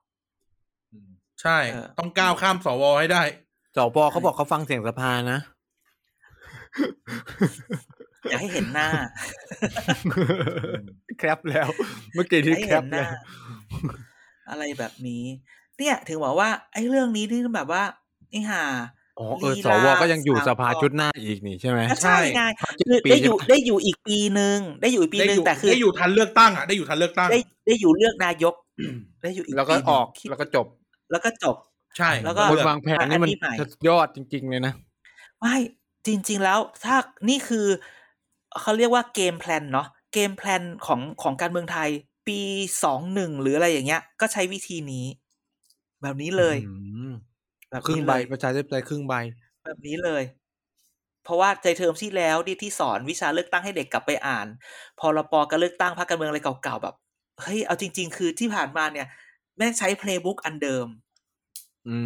[SPEAKER 2] ใช่
[SPEAKER 4] เออ
[SPEAKER 2] ต้องก้าวข้ามสวให้ได้
[SPEAKER 3] สปเขาบอกเขาฟังเสียงสภานะ
[SPEAKER 4] อยากให้เห็นหน้า
[SPEAKER 3] แคปแล้ว เมื่อกี้ที่
[SPEAKER 4] ให้
[SPEAKER 3] แค
[SPEAKER 4] เห็
[SPEAKER 3] ป
[SPEAKER 4] นห
[SPEAKER 3] แล้
[SPEAKER 4] น้าวอะไรแบบนี้ เนี่ยถึงบอกว่า ไอ้เรื่องนี้ที่แบบว่านี่ห่า
[SPEAKER 3] อ๋อเออ
[SPEAKER 4] ลี
[SPEAKER 3] ส
[SPEAKER 4] ลาว
[SPEAKER 3] ก็ยังอยู่
[SPEAKER 4] สาม
[SPEAKER 3] สภา
[SPEAKER 4] ข้อ
[SPEAKER 3] ชุดหน้าอีกนี่ใช่ไหม
[SPEAKER 4] ก็ใช่ไง
[SPEAKER 3] พักเจ็ด
[SPEAKER 4] คือ
[SPEAKER 3] ปี
[SPEAKER 4] ได้อยู่
[SPEAKER 3] ใช่ปะ
[SPEAKER 4] ได้อยู่อีกปีหนึ่งได้อยู่อีกปีหนึ่
[SPEAKER 2] ได้
[SPEAKER 4] ง
[SPEAKER 2] ยู่
[SPEAKER 4] แต่คือ
[SPEAKER 2] ได้อยู่ทันเลือกตั้งอ่ะได้อยู่ทันเลือกตั้ง
[SPEAKER 4] ได้ได้อยู่เลือกนายก ได้อยู่อีก
[SPEAKER 3] แล้วก็
[SPEAKER 4] ปีหนึ่ง
[SPEAKER 3] ออกแล้วก็จบ
[SPEAKER 4] แล้วก็จบ
[SPEAKER 2] ใช่
[SPEAKER 4] แล้วก็
[SPEAKER 3] คน
[SPEAKER 2] เอ
[SPEAKER 3] วางแผนนี่มัน
[SPEAKER 4] อันนี้ใหม่
[SPEAKER 3] สุดยอดจริง ๆ เลยนะ
[SPEAKER 4] ไม่จริง ๆ แล้วถ้านี่คือเขาเรียกว่าเกมแพลนเนาะเกมแพลนของของการเมืองไทย ปีสองหนึ่งหรืออะไรอย่างเงี้ย ก็ใช้วิธีนี้ แบบนี้เลย
[SPEAKER 3] อืม
[SPEAKER 4] แบบ
[SPEAKER 3] ครึ่ง
[SPEAKER 4] นี้
[SPEAKER 3] ใบ
[SPEAKER 4] เลย
[SPEAKER 3] ประชาธิปไตยครึ่งใบ
[SPEAKER 4] แบบนี้เลย เพราะว่าใจเทอมที่แล้วดิที่สอนวิชาเลือกตั้งให้เด็กกลับไปอ่านพอรปการเลือกตั้งพรรคการเมืองอะไรเก่าๆแบบเฮ้ยเอาจริง ๆ คือที่ผ่านมาเนี่ย แม่งใช้เพลย์บุ๊กอันเดิม
[SPEAKER 3] อื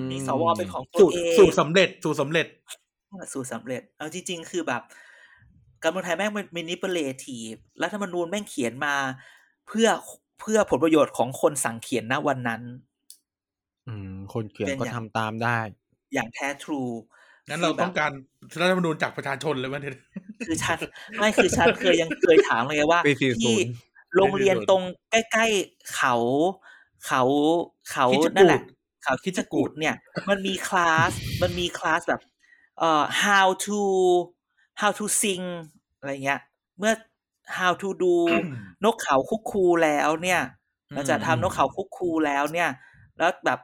[SPEAKER 3] ม
[SPEAKER 4] มีสวเป็นของตัว
[SPEAKER 2] สูตร
[SPEAKER 4] เอง
[SPEAKER 2] สูตรสำเร็จสูตรสำเร็จ
[SPEAKER 4] สู่สำเร็จ เอาจริง ๆ คือแบบการเมืองไทยแม่งมันมินิเปเลทีฟรัฐธรรมนูญแม่งเขียนมา เพื่อเพื่อผลประโยชน์ของคนสั่งเขียนณวันนั้น
[SPEAKER 3] อืมคนเขียน
[SPEAKER 4] เป็น
[SPEAKER 3] ก็
[SPEAKER 4] อย่าง
[SPEAKER 3] ทำตามได้
[SPEAKER 4] อย่างแท้ทรู
[SPEAKER 2] งั้นเราต้องการรัฐธรรมนูญจากประชาชนเลยวันนี้
[SPEAKER 4] คือฉันไม่คือฉันเคยยังเคยถามเลยว่า
[SPEAKER 3] ปี40
[SPEAKER 4] ที่โรงเรียนตรงใกล้ๆเขา เขาเขานั่นแหละ เขาคิดจะกูดเนี่ย มันมีคลาส มันมีคลาสแบบเอ่อ how to how to sing อะไรเงี้ย เมื่อ how to do นกเขาคุกคูแล้วเนี่ยเราจะทำนกเขาคุกคูแล้วเนี่ย แล้วแบบ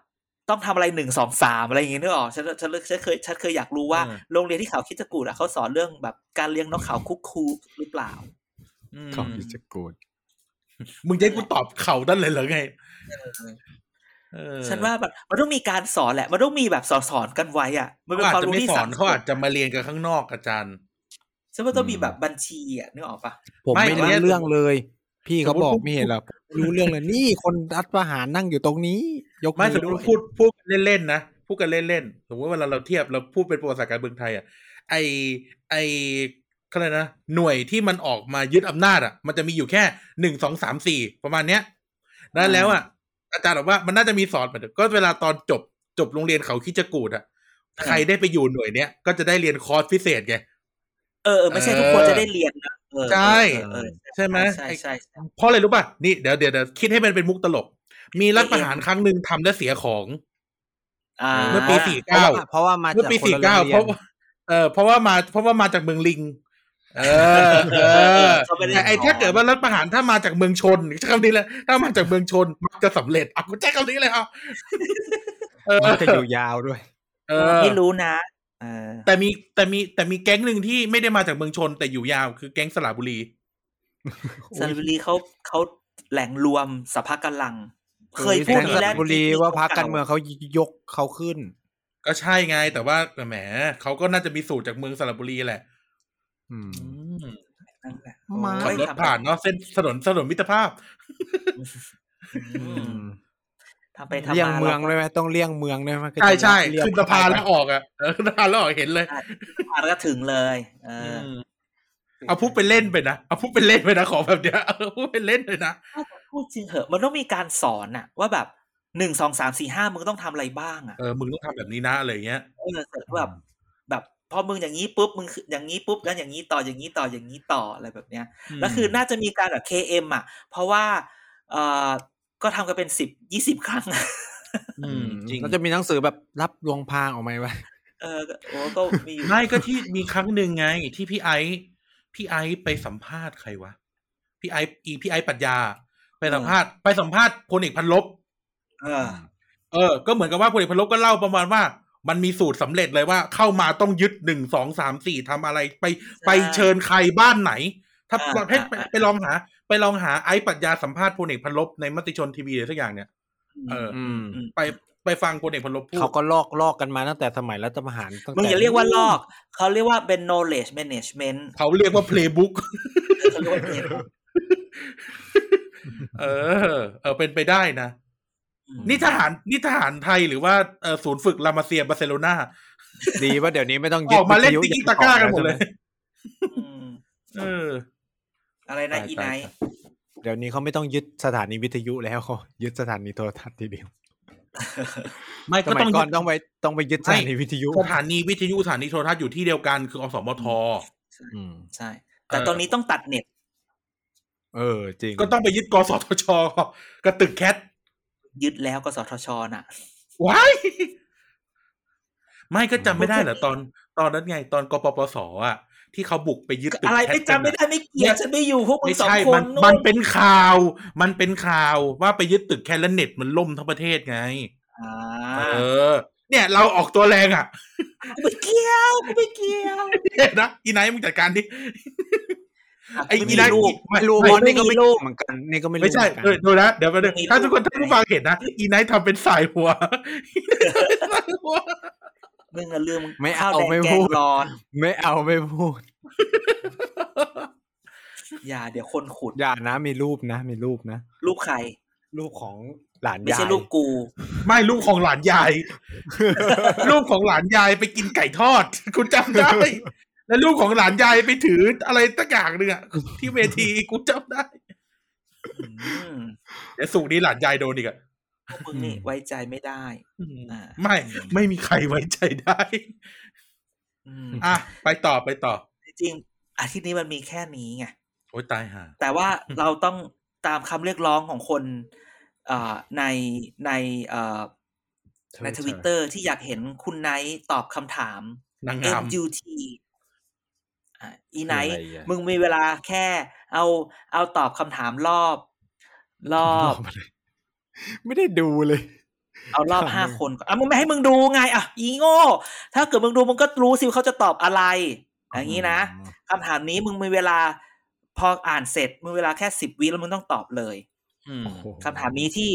[SPEAKER 4] ต้องทำอะไรหนึ่งสองสามอะไรอย่างเงี้ยนึกออกฉันฉันฉันเคยฉันเคยอยากรู้ว่า
[SPEAKER 2] อืม
[SPEAKER 4] โรงเรียนที่เขาคิดจะกูดอะเขาสอนเรื่องแบบการเลี้ยงนกเขาคุกคูหรือเปล่า
[SPEAKER 2] อืม
[SPEAKER 3] ของกิจกูด
[SPEAKER 2] มึงจะให้กูตอบเขาด้านเลยเหรอไงเออ
[SPEAKER 4] ฉันว่าแบบมันต้องมีการสอนแหละมันต้องมีแบบสอนสอนๆกันไว้อะมันเป็น
[SPEAKER 2] เขาอา
[SPEAKER 4] ความ
[SPEAKER 2] จจะ
[SPEAKER 4] รู้
[SPEAKER 2] ไม่
[SPEAKER 4] ที่
[SPEAKER 2] สอ
[SPEAKER 4] สั่
[SPEAKER 2] น
[SPEAKER 4] ง
[SPEAKER 2] เขาอาจจะมาเรียนกันข้างนอกอาจารย์
[SPEAKER 4] ฉันว่าต้องมีแบบบัญชีอะนึกออกปะ
[SPEAKER 3] ผม
[SPEAKER 2] ไม่
[SPEAKER 3] ไม่รู้
[SPEAKER 2] เนี่ย
[SPEAKER 3] เรื่องเลย พี่เขา
[SPEAKER 2] สมมุติ
[SPEAKER 3] บอก
[SPEAKER 2] พูด
[SPEAKER 3] ไม่เห็นหรอกผมไม่รู้เรื่องเลยนี่คนรัฐประหารนั่งอยู่ตรงนี้ ยก
[SPEAKER 2] ไม่
[SPEAKER 3] อ
[SPEAKER 2] สมม
[SPEAKER 3] ด้ว
[SPEAKER 2] ติ
[SPEAKER 3] ย
[SPEAKER 2] พูดพูดกันเล่นๆนะพูดกันเล่นๆสมมติเวลาเราเทียบเราพูดเป็นประวัติศาสตร์การเมืองไทยอ่ะไอไอเขาเรียกนะหน่วยที่มันออกมายึดอำนาจอ่ะ มันจะมีอยู่แค่หนึ่งสองสามสี่ประมาณเนี้ยนั่นแล้วอ่ะ อาจารย์บอกว่ามันน่าจะมีสอนเหมือนกันก็เวลาตอนจบจบโรงเรียนเขาคิดจกูดอ่ะใครได้ไปอยู่หน่วยเนี้ยก็จะได้เรียนคอร์สพิเศษไง
[SPEAKER 4] เออเออไม่ใช่ทุกคนจะได้เรียนนะเออ
[SPEAKER 2] ใช่
[SPEAKER 4] เออ
[SPEAKER 2] ใช่ไหม
[SPEAKER 4] ใช่ใช่ใช่
[SPEAKER 2] เพราะอะไรรู้ป่ะนี่เดี๋ยวเดี๋ยวเดี๋ยวคิดให้มันเป็นมุกตลก มีรัฐประหาร
[SPEAKER 4] เอ็ม
[SPEAKER 2] ครั้งหนึ่งทำและเสียของ
[SPEAKER 4] อ่า
[SPEAKER 2] เมื่อปีสี่
[SPEAKER 3] เพราะว่าเพราะว่ามา
[SPEAKER 2] เมื่อ
[SPEAKER 3] จาก
[SPEAKER 2] ปี
[SPEAKER 3] คน
[SPEAKER 2] สี่
[SPEAKER 3] ละ
[SPEAKER 2] เก้า
[SPEAKER 3] โรงเรี
[SPEAKER 2] เพ
[SPEAKER 3] ยน
[SPEAKER 2] ราะว่าเออเพราะว่ามาเพราะว่ามาจากเมืองลิง เออ เออ
[SPEAKER 4] เขาม่ด้
[SPEAKER 2] แต่ไอ้ถ้าเกิดว่ารัฐประหารถ้ามาจากเมืองชนใช้คำนี้เลยถ้ามาจากเมืองชนมักจะสำเร็จอ่ะกูใช้คำนี้เลยครับ เออ
[SPEAKER 3] มันจะอยู่ยาวด้วย
[SPEAKER 2] เออ
[SPEAKER 4] ไม่รู้นะเออ
[SPEAKER 2] แต่มีแต่มีแต่มีแก๊งหนึ่งที่ไม่ได้มาจากเมืองชน แต่อยู่ยาวคือแก๊งสระบุรี
[SPEAKER 4] สระบุรีเขาเขาแหล่งรวมสภากำลัง เคย
[SPEAKER 3] พู
[SPEAKER 4] พู
[SPEAKER 3] ด
[SPEAKER 4] ด
[SPEAKER 3] ส
[SPEAKER 4] นี่แห
[SPEAKER 3] ระ
[SPEAKER 4] ละ
[SPEAKER 3] บุรีว่าพักการเมืองเขายกเขาขึ้น
[SPEAKER 2] ก็ใช่ไง แต่ว่าแหมเขาก็น่าจะมีสูตรจากเมืองสระบุรีแหละ
[SPEAKER 3] อืม
[SPEAKER 4] นั่นแหละ
[SPEAKER 3] มา
[SPEAKER 2] ขับ
[SPEAKER 4] โอ้ย
[SPEAKER 2] รถผ่านเนาะเส้นถนนถนนมิตรภาพ
[SPEAKER 4] อืมทำไปทำมา
[SPEAKER 3] เลี่ยงเมือง
[SPEAKER 4] รา
[SPEAKER 3] เลยไหมต้องเลี่ยงเมืองเลยไหม
[SPEAKER 2] ใช่ใช่
[SPEAKER 3] เลี่ยง
[SPEAKER 2] ขึ้นสะพานแล้วออกอ่ะเออขึ้นสะพานแล้วออกเห็นเลย
[SPEAKER 4] ผ่านแล้วก็ถึงเลย เออ
[SPEAKER 2] มเอาพูดเป็นเล่นไปนะเอาพูดเป็นเล่นไปนะขอแบบเนี้ยเออพูดเป็นเล่นเลยนะ
[SPEAKER 4] พูดจริงเหอะมันต้องมีการสอนอะว่าแบบหนึ่งสองสามสี่ห้ามึงต้องทำอะไรบ้างอะ
[SPEAKER 2] เออมึงต้องทำแบบนี้นะอะไรอย่างเงี้ย
[SPEAKER 4] เออเสร็จแบบแบบพอมึงอย่างนี้ปุ๊บมึงคืออย่างนี้ปุ๊บแล้วอย่างนี้ต่ออย่างนี้ต่ออย่างนี้ต่ออะไรแบบเนี้ยแล้วคือน่าจะมีการแบบ KM อ่ะ เพราะว่าเออก็ทำกันเป็นสิบยี่สิบครั้ง
[SPEAKER 2] อื
[SPEAKER 3] อื
[SPEAKER 2] ม
[SPEAKER 3] ม
[SPEAKER 2] จริง
[SPEAKER 3] แล้วจะมีหนังสือแบบรับลวงพางออกไหมวะ
[SPEAKER 4] เออก็โอ้ก็มีอยู่
[SPEAKER 2] ไม่ก็ที่มีครั้งหนึ่งไง ที่พี่ไอซ์พี่ไอซ์ไปสัมภาษณ์ใครวะพี่ไอซ์อีพี่ไอซ์ปรัญญา ไปสัมภาษณ์ไปสัมภาษณ์พลเอกพันลบ
[SPEAKER 4] เออ
[SPEAKER 2] เออ ก็เหมือนกับว่าพลเอกพนลบก็เล่าประมาณว่า มันมีสูตรสำเร็จเลยว่าเข้ามาต้องยึดหนึ่งสองสามสี่ทำอะไรไปไปเชิญใครบ้านไหน ถ้าประเภทไปไปลองหา ไปลองหาไอ้ปรัชญาสัมภาษณ์พลเอกพนลบในมติชนทีวีหรือสักอย่างเนี่ย เออ
[SPEAKER 3] อืม
[SPEAKER 2] ไปไปฟังพลเอกพนลบพูด
[SPEAKER 3] เขาก็ลอกลอกกันมาตั้งแต่สมัยรัฐประหารตั้งแต่
[SPEAKER 4] มึงอย่าเรียกว่าลอกเขาเรียกว่าเป็น knowledge management
[SPEAKER 2] เขาเรียก ว่า playbook
[SPEAKER 4] เขาเรียกว่าเป็น
[SPEAKER 2] เออ เออเป็นไปได้นะ นี่ทหารนี่ทหารไทยหรือว่าเอ่อศูนย์ฝึกลามาเซียบาร์เซโลนา
[SPEAKER 3] ดีว่าเดี๋ยวนี้ไม่ต้อง
[SPEAKER 2] ออกมาเล่น
[SPEAKER 3] วิทยุ
[SPEAKER 2] ติ๊กตะกร้ากันหมดเลย
[SPEAKER 4] อืม
[SPEAKER 2] เออ
[SPEAKER 4] อะไรนะอีไนท์
[SPEAKER 3] เดี๋ยวนี้เขาไม่ต้องยึดสถานีวิทยุแล้วเขายึดสถานีโทรทัศน์ทีเดียว
[SPEAKER 2] ไม่
[SPEAKER 3] ส
[SPEAKER 2] ก็
[SPEAKER 3] มั
[SPEAKER 2] ต้
[SPEAKER 3] ย
[SPEAKER 2] อง
[SPEAKER 3] ก่อนต้องไปต้องไปยึดสถานีวิทยุ
[SPEAKER 2] สถานีวิทยุสถานีโทรทัศน์อยู่ที่เดียวกันคืออสมท
[SPEAKER 3] อืม
[SPEAKER 4] ใช่ แต่ตอนนี้ต้องตัดเน็ต
[SPEAKER 3] เออ จริง
[SPEAKER 2] ก็ต้องไปยึดกสทชกับตึกแคท
[SPEAKER 4] ยึดแล้วกสทชน่ะ
[SPEAKER 2] ว้ายไม่ก็จำไม่ได้เหรอตอน ตอนนั้นไง ตอนกปปสอ่ะ ที่เขาบุกไปยึดตึก
[SPEAKER 4] อะไร
[SPEAKER 2] แคท
[SPEAKER 4] ไม่
[SPEAKER 2] กั
[SPEAKER 4] จำไม่
[SPEAKER 2] น
[SPEAKER 4] ได้
[SPEAKER 2] อะ
[SPEAKER 4] ไม่เกี่ยว
[SPEAKER 2] เนี่ย
[SPEAKER 4] ฉันไม่อยู่พวกมึ
[SPEAKER 2] ไม่
[SPEAKER 4] งสอง
[SPEAKER 2] ใช่
[SPEAKER 4] ค
[SPEAKER 2] มัน น
[SPEAKER 4] นู่
[SPEAKER 2] มัน
[SPEAKER 4] น
[SPEAKER 2] เป็นข่าว มันเป็นข่าวว่าไปยึดตึกแคทและเน็ตมันล่มทั้งประเทศไง
[SPEAKER 4] อ่า
[SPEAKER 2] เออ เนี่ย เราออกตัวแรงอ่ะ
[SPEAKER 4] ไม่เกี่ยวไม่เกี่ยว
[SPEAKER 2] เนี่ยนะอีไนท์มึงจัดการดิ ไอ้อี
[SPEAKER 4] ม่
[SPEAKER 2] ไนท์
[SPEAKER 4] รูป
[SPEAKER 3] ไม่รู้
[SPEAKER 4] ไม่
[SPEAKER 3] เพราะนี่ก็ไม่
[SPEAKER 4] ไม่รู้
[SPEAKER 3] รู้เหมือนกันนี่ก็ไม่รู้
[SPEAKER 2] ไม่ใช่
[SPEAKER 3] เหอนกัน
[SPEAKER 2] เออดูนะเดี๋ยวมาดู
[SPEAKER 4] ไม่รู้
[SPEAKER 2] ถ้าทุกคนถ้าผู้ฟังเห็นนะอีไนท์ทำเป็นสายหัว
[SPEAKER 4] มึงอะลืม
[SPEAKER 3] ไม่
[SPEAKER 4] ข้า
[SPEAKER 3] เอา
[SPEAKER 4] วแดง
[SPEAKER 3] ไม่
[SPEAKER 4] แก
[SPEAKER 3] พู
[SPEAKER 4] ง
[SPEAKER 3] ด
[SPEAKER 4] ร้อน
[SPEAKER 3] ไม่เอาไม่พูด
[SPEAKER 4] อย่าเดี๋ยวคนขุด
[SPEAKER 3] อย่านะมีรูปนะ มีรูปนะ
[SPEAKER 4] รูปใคร
[SPEAKER 3] รูปของหลาน
[SPEAKER 4] ไม่
[SPEAKER 3] ยาย
[SPEAKER 4] ใช่รูปกู
[SPEAKER 2] ไม่ลูกของหลานยาย ลูกของหลานยายไปกินไก่ทอด คุณจำได้ แล้วลูกของหลานยายไปถืออะไรตะกอย่างหนึ่งอะที่เวที กูจำได้
[SPEAKER 4] อืม
[SPEAKER 2] เดี๋ยวสูงนี้หลานยายโดนอีกอะ
[SPEAKER 4] พวกมึงนี่ไว้ใจไม่ได้อ่า
[SPEAKER 2] ไม่ ไม่มีใครไว้ใจได้
[SPEAKER 4] อืม
[SPEAKER 2] อ่ะไปต่อไปต่อ
[SPEAKER 4] จริงๆอาทิตย์นี้มันมีแค่นี้ไง
[SPEAKER 2] โอ้ยตายห่า
[SPEAKER 4] แต่ว่าเราต้องตามคำเรียกร้องของคนเอ่อในในเอ่อในทวิตเตอร์ที่อยากเห็นคุณไนท์ตอบคำถาม
[SPEAKER 2] นางงาม
[SPEAKER 4] MUT อ่ะอีไนท์
[SPEAKER 3] คืออะไรอ่ะ
[SPEAKER 4] มึงมีเวลาแค่ เอาเอาตอบคำถามรอบ รอบ
[SPEAKER 3] ไม่ได้ดูเลย
[SPEAKER 4] เอารอบ
[SPEAKER 3] ถาม
[SPEAKER 4] ห้า
[SPEAKER 3] เลย
[SPEAKER 4] คนก่อนอ่ะมึงไม่ให้มึงดูไงอ่ะอีโง่ ถ้าเกิดมึงดูมึงก็รู้สิว่าเขาจะตอบอะไร อย่างนี้นะคำถามนี้มึงมีเวลา พออ่านเสร็จมึงเวลาแค่สิบวิแล้วมึงต้องตอบเลย
[SPEAKER 2] อืม
[SPEAKER 3] โอ้โห
[SPEAKER 4] คำถามนี้ที่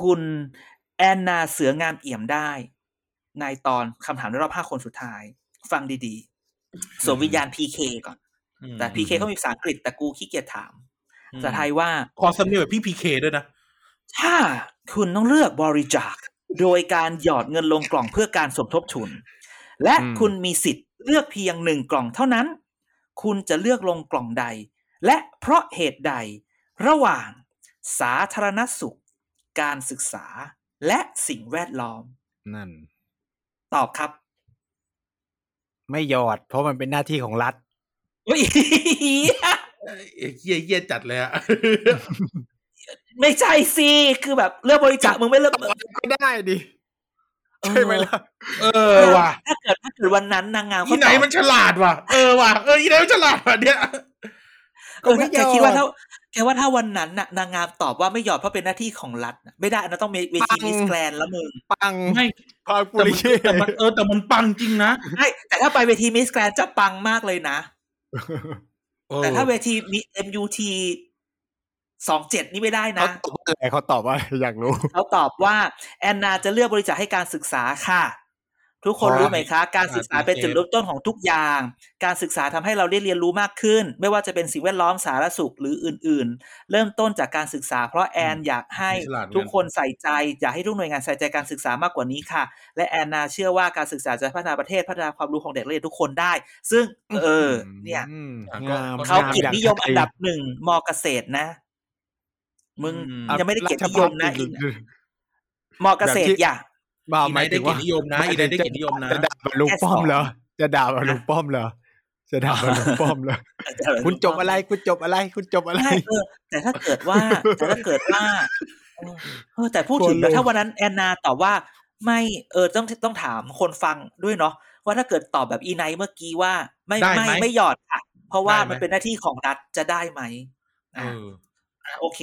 [SPEAKER 4] คุณแอนนาเสืองามเอี่ยมได้ ในตอนคำถามในรอบห้าคนสุดท้าย ฟังดีๆสวมวิญญาณพีเคก่อน แต่พีเคเขามีภาษาอังกฤษแต่กูขี้เกียจถามภาษาไทยว่า
[SPEAKER 2] ขอสำเนียงแบบพี่พีเคด้วยนะ
[SPEAKER 4] ถ้าคุณต้องเลือกบริจาค โดยการหยอดเงินลงกล่องเพื่อการสมทบทุน และ
[SPEAKER 3] อืม
[SPEAKER 4] คุณมีสิทธิ์เลือกเพียงหนึ่งกล่องเท่านั้น คุณจะเลือกลงกล่องใด และเพราะเหตุใด ระหว่างสาธารณสุข การศึกษา และสิ่งแวดล้อม
[SPEAKER 3] นั่น
[SPEAKER 4] ตอบครับ
[SPEAKER 3] ไม่หยอด เพราะมันเป็นหน้าที่ของรัฐ
[SPEAKER 4] อุ๊ย
[SPEAKER 2] เอ้ยเหี้ยเหี้ยจัดเลยอะ
[SPEAKER 4] ไม่ใช่สิคือแบบเลือกบริจาคมึงไม่เลือก
[SPEAKER 3] ก็ได้ดิ
[SPEAKER 4] เออ
[SPEAKER 3] ใช่ไหมล่ะ
[SPEAKER 2] เออว่ะ
[SPEAKER 4] ถ้าเกิดถ้าเกิดวันนั้นนางงาม
[SPEAKER 2] อี
[SPEAKER 4] เขา
[SPEAKER 2] ไหน
[SPEAKER 4] ตอบ
[SPEAKER 2] มันฉลาดว่ะ เออว่ะ เอออีไหนมันฉลาดว่ะเนี่ย
[SPEAKER 4] เออถ้าแกคิดว่าถ้า แกว่าถ้าวันนั้นน่ะนางงามตอบว่าไม่ยอมเพราะเป็นหน้าที่ของรัฐน่ะไม่ได้อันนั้นต้องมีเวทีมิสแกรนแล้วมึง
[SPEAKER 3] ปัง
[SPEAKER 2] ไม่
[SPEAKER 3] พาปุ
[SPEAKER 2] แต่มั
[SPEAKER 3] ริ
[SPEAKER 2] น
[SPEAKER 3] เช่
[SPEAKER 2] แต่มันเออแต่มันปังจริงนะ
[SPEAKER 4] ใช่แต่ถ้าไปเวทีมิสแกรนจะปังมากเลยนะ
[SPEAKER 2] เออ
[SPEAKER 4] แต่ถ้าเวทีมี MUT สองเจ็ดนี่ไม่ได้นะ
[SPEAKER 3] แต่เขาตอบว่าอยากรู้
[SPEAKER 4] เขาตอบว่าแอนนาจะเลือกบริจาคให้การศึกษาค่ะ ทุกคนรู้ไหมคะ การศึกษาเป็นจุดเริ่มต้นของทุกอย่าง การศึกษาทำให้เราได้เรียนรู้มากขึ้น ไม่ว่าจะเป็นสิ่งแวดล้อมสารสุขหรืออื่น ๆ เริ่มต้นจากการศึกษา เพราะแอนอยากให้ทุกคนใส่ใจ อยากให้ทุกหน่วยงานใส่ใจการศึกษามากกว่านี้ค่ะ และแอนนาเชื่อว่าการศึกษาจะพัฒนาประเทศพัฒนาความรู้ของเด็กและเยนทุกคนได้ ซึ่งเออ เนี่ย
[SPEAKER 3] อืมงาม
[SPEAKER 4] เขาเกียรติ
[SPEAKER 3] ง
[SPEAKER 4] นิยมอันดับหนึ่งมเกษตรนะ มึง
[SPEAKER 3] อ่ะ
[SPEAKER 4] ยังไม่ได้เกียรตินิยมนะอีกนะ
[SPEAKER 3] ราชภัฏ
[SPEAKER 4] มเกษตรอย่า
[SPEAKER 3] บ่าว
[SPEAKER 2] อี
[SPEAKER 3] ห
[SPEAKER 2] ไน
[SPEAKER 3] มาย
[SPEAKER 2] ท์
[SPEAKER 3] ถึ
[SPEAKER 2] ได้
[SPEAKER 3] ง
[SPEAKER 2] เกียรติ
[SPEAKER 3] ว่า
[SPEAKER 2] นิยมนะอีไนท์ได้เกียรตินิยมนะ
[SPEAKER 3] จะด่าแบบลุงป้อมเหรอ จะด่าแบบลุงป้อมเหรอจะด่าแบบลุงป้อมเหรอ คุณจบอะไรคุณจบอะไรคุณจบอะไร
[SPEAKER 4] ใช่เออแต่ถ้าเกิ ดว่า แต่ถ้าเกิดว่าเออเออแต่พูดถึ
[SPEAKER 3] ค
[SPEAKER 4] ง
[SPEAKER 3] นเล
[SPEAKER 4] แล้ว
[SPEAKER 3] ย
[SPEAKER 4] ถ้าวันนั้นแอนนาตอบว่าไม่เออต้องต้องถามคนฟังด้วยเนาะว่าถ้าเกิดตอบแบบอีไนท์เมื่อกี้ว่า ไม่
[SPEAKER 2] ได้ไหม
[SPEAKER 4] ไม่ไม่หยอดค่ะ เพราะว่า
[SPEAKER 2] ได้ไหม
[SPEAKER 4] มันเป็นหน้าที่ของรัฐจะได้ไหม
[SPEAKER 2] เอ
[SPEAKER 4] อ่ะ
[SPEAKER 2] อ
[SPEAKER 4] ะโอเค